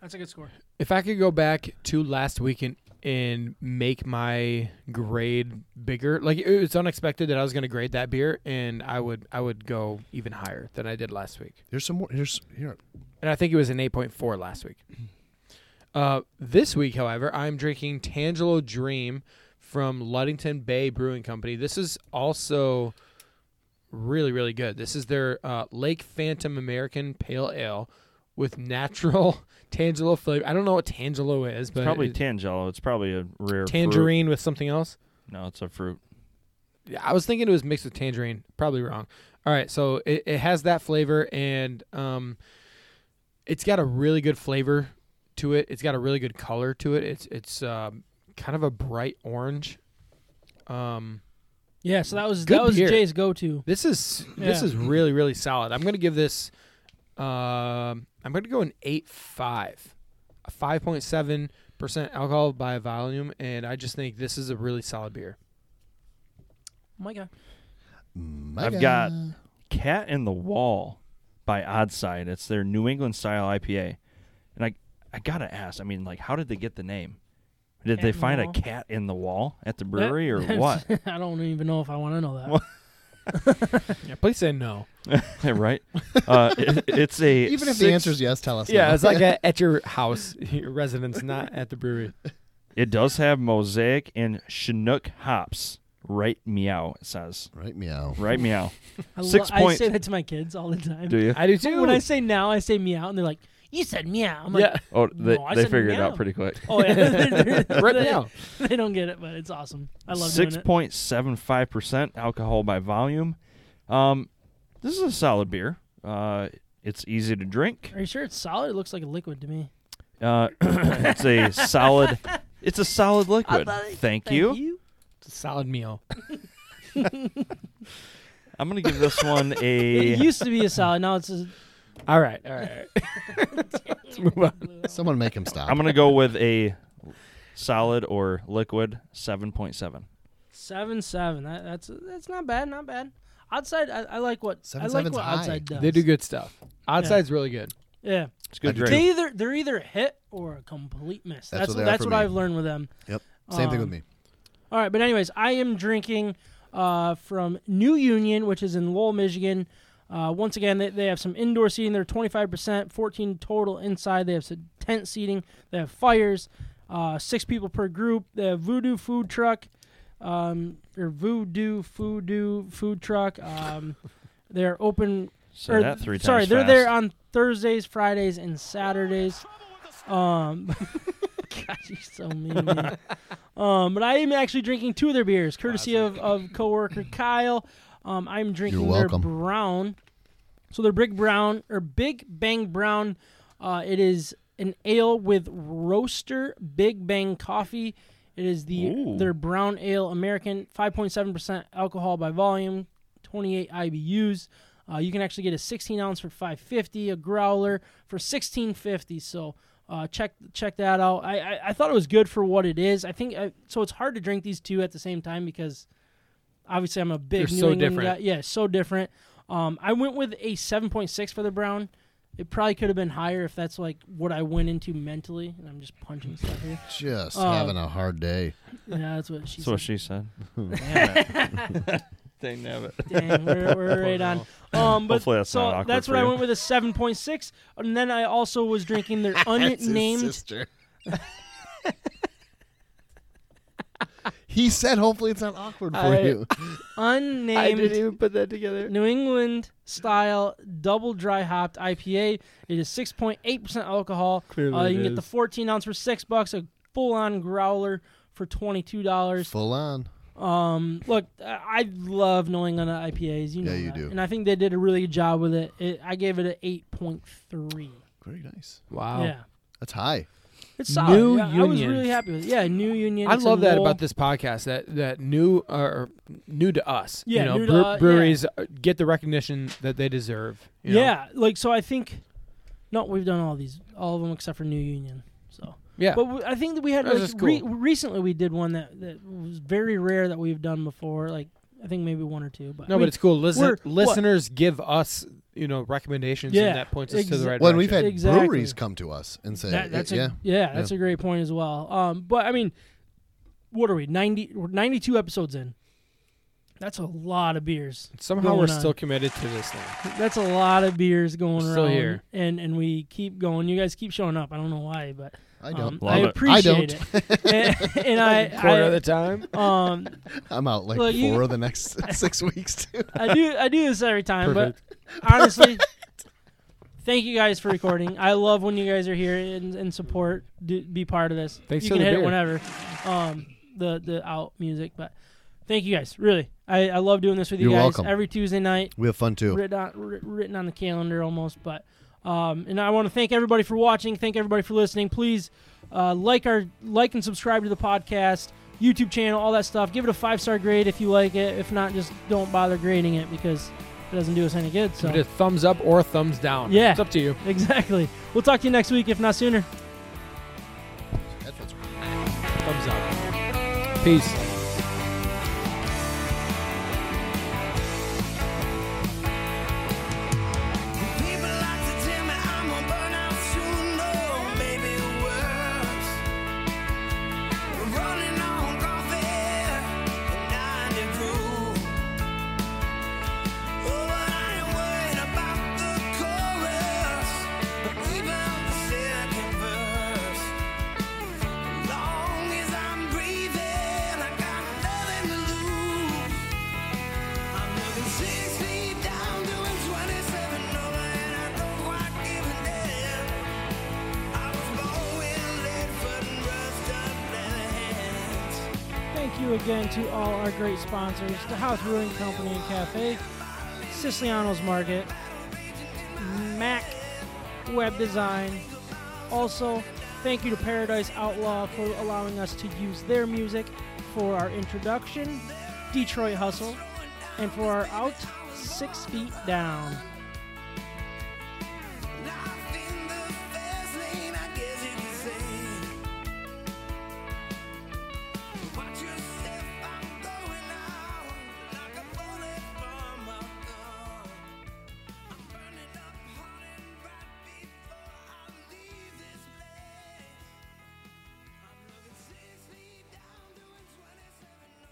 S1: That's a good score.
S4: If I could go back to last weekend and make my grade bigger, like it was unexpected that I was going to grade that beer, and I would I would go even higher than I did last week.
S3: Here's some more. Here's here.
S4: and I think it was an 8.4 last week. Uh, this week, however, I'm drinking Tangelo Dream from Ludington Bay Brewing Company. This is also really, really good. This is their uh, Lake Phantom American Pale Ale with natural Tangelo flavor. I don't know what Tangelo is, but
S5: It's probably
S4: it-
S5: Tangelo. It's probably a rare fruit.
S4: tangerine with something else.
S5: No, it's a fruit.
S4: Yeah, I was thinking it was mixed with tangerine. Probably wrong. All right, so it, it has that flavor, and um, it's got a really good flavor to it. It's got a really good color to it. It's it's um, kind of a bright orange. Um,
S1: Yeah, so that was
S4: Good
S1: that was
S4: beer.
S1: Jay's go to.
S4: this is this
S1: Yeah.
S4: is really really solid. I'm gonna give this. Um, I'm gonna go an eight five, a five point seven percent alcohol by volume, and I just think this is a really solid beer.
S1: My God.
S3: My guy.
S5: I've got Cat in the Wall by Oddside. It's their New England style IPA. And I I gotta ask, I mean, like, how did they get the name? Did
S1: Cat
S5: they
S1: in the
S5: find
S1: Wall?
S5: a cat in the wall at the brewery or
S1: That-
S5: what?
S1: I don't even know if I want to know that.
S5: What?
S4: Yeah, please say no.
S5: right? Uh, it- it's a
S3: Even if the
S5: six-
S3: answer is yes, tell us.
S4: Yeah,
S3: now.
S4: it's like a, at your house, your residence, not at the brewery.
S5: It does have mosaic and Chinook hops. Right meow, it says.
S3: right meow.
S5: Right meow.
S1: I, lo-
S5: Six
S1: I
S5: point-
S1: say that to my kids all the time.
S5: Do you?
S4: I do
S1: But
S4: too.
S1: When I say now, I say meow, and they're like, "You said meow." I'm like,
S4: yeah,
S5: Oh,
S1: they-
S5: they,
S1: No, I they
S5: they
S1: said figured it
S5: figured it
S1: meow. out
S5: out
S1: pretty
S5: pretty quick.
S1: "Oh yeah."
S4: right
S1: They-
S4: now.
S1: They don't get it, but it's awesome. I love
S5: Six
S1: doing it.
S5: point seven five percent alcohol by volume. Um, this is a solid beer. Uh, it's easy to drink.
S1: Are you sure it's solid? It looks like a liquid to me.
S5: Uh, it's a solid. It's a solid liquid. Thank, you.
S4: It's a solid meal.
S5: I'm gonna give this one a.
S1: It used to be a solid. Now it's a.
S4: All right, all right. all right. Let's move on.
S3: Someone make him stop.
S5: I'm gonna go with a solid or liquid seven point seven.
S1: Seven seven. That, that's that's not bad. Not bad. Outside, I, I like what
S3: Seven
S1: I like
S3: seven's
S1: what
S3: high.
S1: outside does.
S4: They do good stuff. Oddside's really good.
S1: Yeah,
S5: It's a good
S3: I do
S5: drink.
S1: they either they're either a hit or a complete miss. That's that's what,
S3: That's what they are for me.
S1: I've learned with them.
S3: Yep. Same thing with
S1: Um,
S3: me.
S1: All right, but anyways, I am drinking uh, from New Union, which is in Lowell, Michigan. Uh, once again, they, they have some indoor seating. They're 25%, 14 total inside. They have some tent seating. They have fires, uh, six people per group. They have voodoo food truck, um, or voodoo voodoo food truck. Um, they're open
S5: Say
S1: or-
S5: that three times.
S1: Sorry, they're there
S5: fast.
S1: on Thursdays, Fridays, and Saturdays. Um, God, you're so mean. man. um, but I am actually drinking two of their beers, courtesy of, of coworker Kyle. Um, I'm drinking their
S3: welcome.
S1: brown. So they're Big Brown or Big Bang Brown. Uh, it is an ale with roaster Big Bang coffee. It is the
S5: Ooh.
S1: their brown ale American, 5.7% alcohol by volume, 28 IBUs. Uh, you can actually get a 16 ounce for 550, a growler for 1650. So uh, check check that out. I, I I thought it was good for what it is. I think I, so. It's hard to drink these two at the same time because obviously I'm a big
S4: They're
S1: New
S4: so
S1: England
S4: different.
S1: guy. Yeah, so different. Um, I went with a 7.6 for the brown. It probably could have been higher if that's like what I went into mentally, and I'm just punching stuff here.
S3: Just
S1: uh,
S3: having a hard day.
S1: Yeah, that's what she
S5: That's what
S1: said.
S5: she said. They never.
S1: Dang, we're, we're right on. Um, but
S5: Hopefully that's
S1: so
S5: not awkward
S1: that's
S5: for
S1: what I
S5: you.
S1: went with a 7.6, and then I also was drinking their unnamed.
S3: he said, "Hopefully, it's not awkward for
S4: I-
S3: you."
S1: unnamed
S4: even put that together.
S1: New England style double dry hopped IPA. It is 6.8% alcohol.
S4: Clearly
S1: uh, you
S4: it
S1: can get the
S4: is.
S1: 14 ounce for 6 bucks, a full on growler for $22.
S3: Full on.
S1: Um, look, I I love New England IPAs. You know
S3: Yeah, you
S1: that.
S3: do.
S1: And I think they did a really good job with it. it I gave it an 8.3.
S3: Very nice.
S4: Wow.
S1: Yeah.
S3: That's high.
S1: It's solid.
S4: New
S1: yeah, I was
S4: Union.
S1: really happy with it. Yeah, New Union.
S4: I
S1: it's
S4: love
S1: in
S4: that
S1: Lowell.
S4: about this podcast that that new uh, or new to us.
S1: Yeah,
S4: you know,
S1: new to
S4: bre-
S1: us, yeah.
S4: breweries uh, get the recognition that they deserve. you know?
S1: Yeah, like so. I think no, we've done all these, all of them except for New Union. So,
S4: yeah.
S1: but we, I think that we had
S4: This
S1: like,
S4: is
S1: re-
S4: cool.
S1: recently we did one that that was very rare that we've done before. Like I think maybe one or two. But
S4: no,
S1: I
S4: but
S1: mean,
S4: it's cool. Listen,
S1: we're- what-
S4: listeners give us you know recommendations
S1: Yeah,
S4: and that points us to
S1: exa-
S4: the right
S3: Well, and
S4: direction.
S3: we've had
S1: Exactly.
S3: breweries come to us and say,
S1: that, that's a,
S3: yeah,
S1: yeah, that's
S3: Yeah.
S1: a great point as well. Um, but I mean, what are we 90, we're 92 episodes in? That's a lot of beers.
S4: Somehow
S1: going
S4: we're
S1: on.
S4: still committed to this thing.
S1: That's a lot of beers going
S4: We're
S1: around.
S4: still here.
S1: and and we keep going. You guys keep showing up. I don't know why, but
S3: I
S1: um,
S3: don't.
S5: Love it. I
S1: appreciate it. and, and
S4: Quarter of the
S1: I,
S4: time.
S1: I um,
S3: I'm out like
S1: Look, you-
S3: four of the next six weeks too.
S1: I do I do this every time, but honestly, thank you guys for recording. I love when you guys are here and, and support, do, be part of this.
S4: Thanks
S1: you
S4: for
S1: can
S4: the
S1: hit it
S4: beer.
S1: whenever, um, the the out music. But thank you guys, really. I, I love doing this with you
S3: You're
S1: guys
S3: welcome.
S1: every Tuesday night,
S3: We have fun too.
S1: written on, writ- written on the calendar almost. But um, and I want to thank everybody for watching. Thank everybody for listening. Please uh, like our like and subscribe to the podcast. YouTube channel, all that stuff. Give it a five star grade if you like it. If not, just don't bother grading it because it doesn't do us any good. So
S4: Give it a thumbs up or a thumbs down.
S1: Yeah.
S4: It's up to you.
S1: Exactly. We'll talk to you next week, if not sooner.
S3: That's what's
S4: Thumbs up. Peace.
S2: People like to tell me I'm gonna burn out soon, no, maybe worse. Running on coffee and I improve. Oh, I ain't worried about the chorus, or even the second verse. Long as I'm breathing, I got nothing to lose. I'm living six feet down, doing 27 over, and I know I give a damn. I was born with lead foot and rust up hands.
S1: Thank you again to all our great sponsors the House Brewing Company and Cafe, Siciliano's Market, Mac Web Design. Also, thank you to Paradise Outlaw for allowing us to use their music for our introduction, Detroit Hustle, and for our out, Six Feet Down.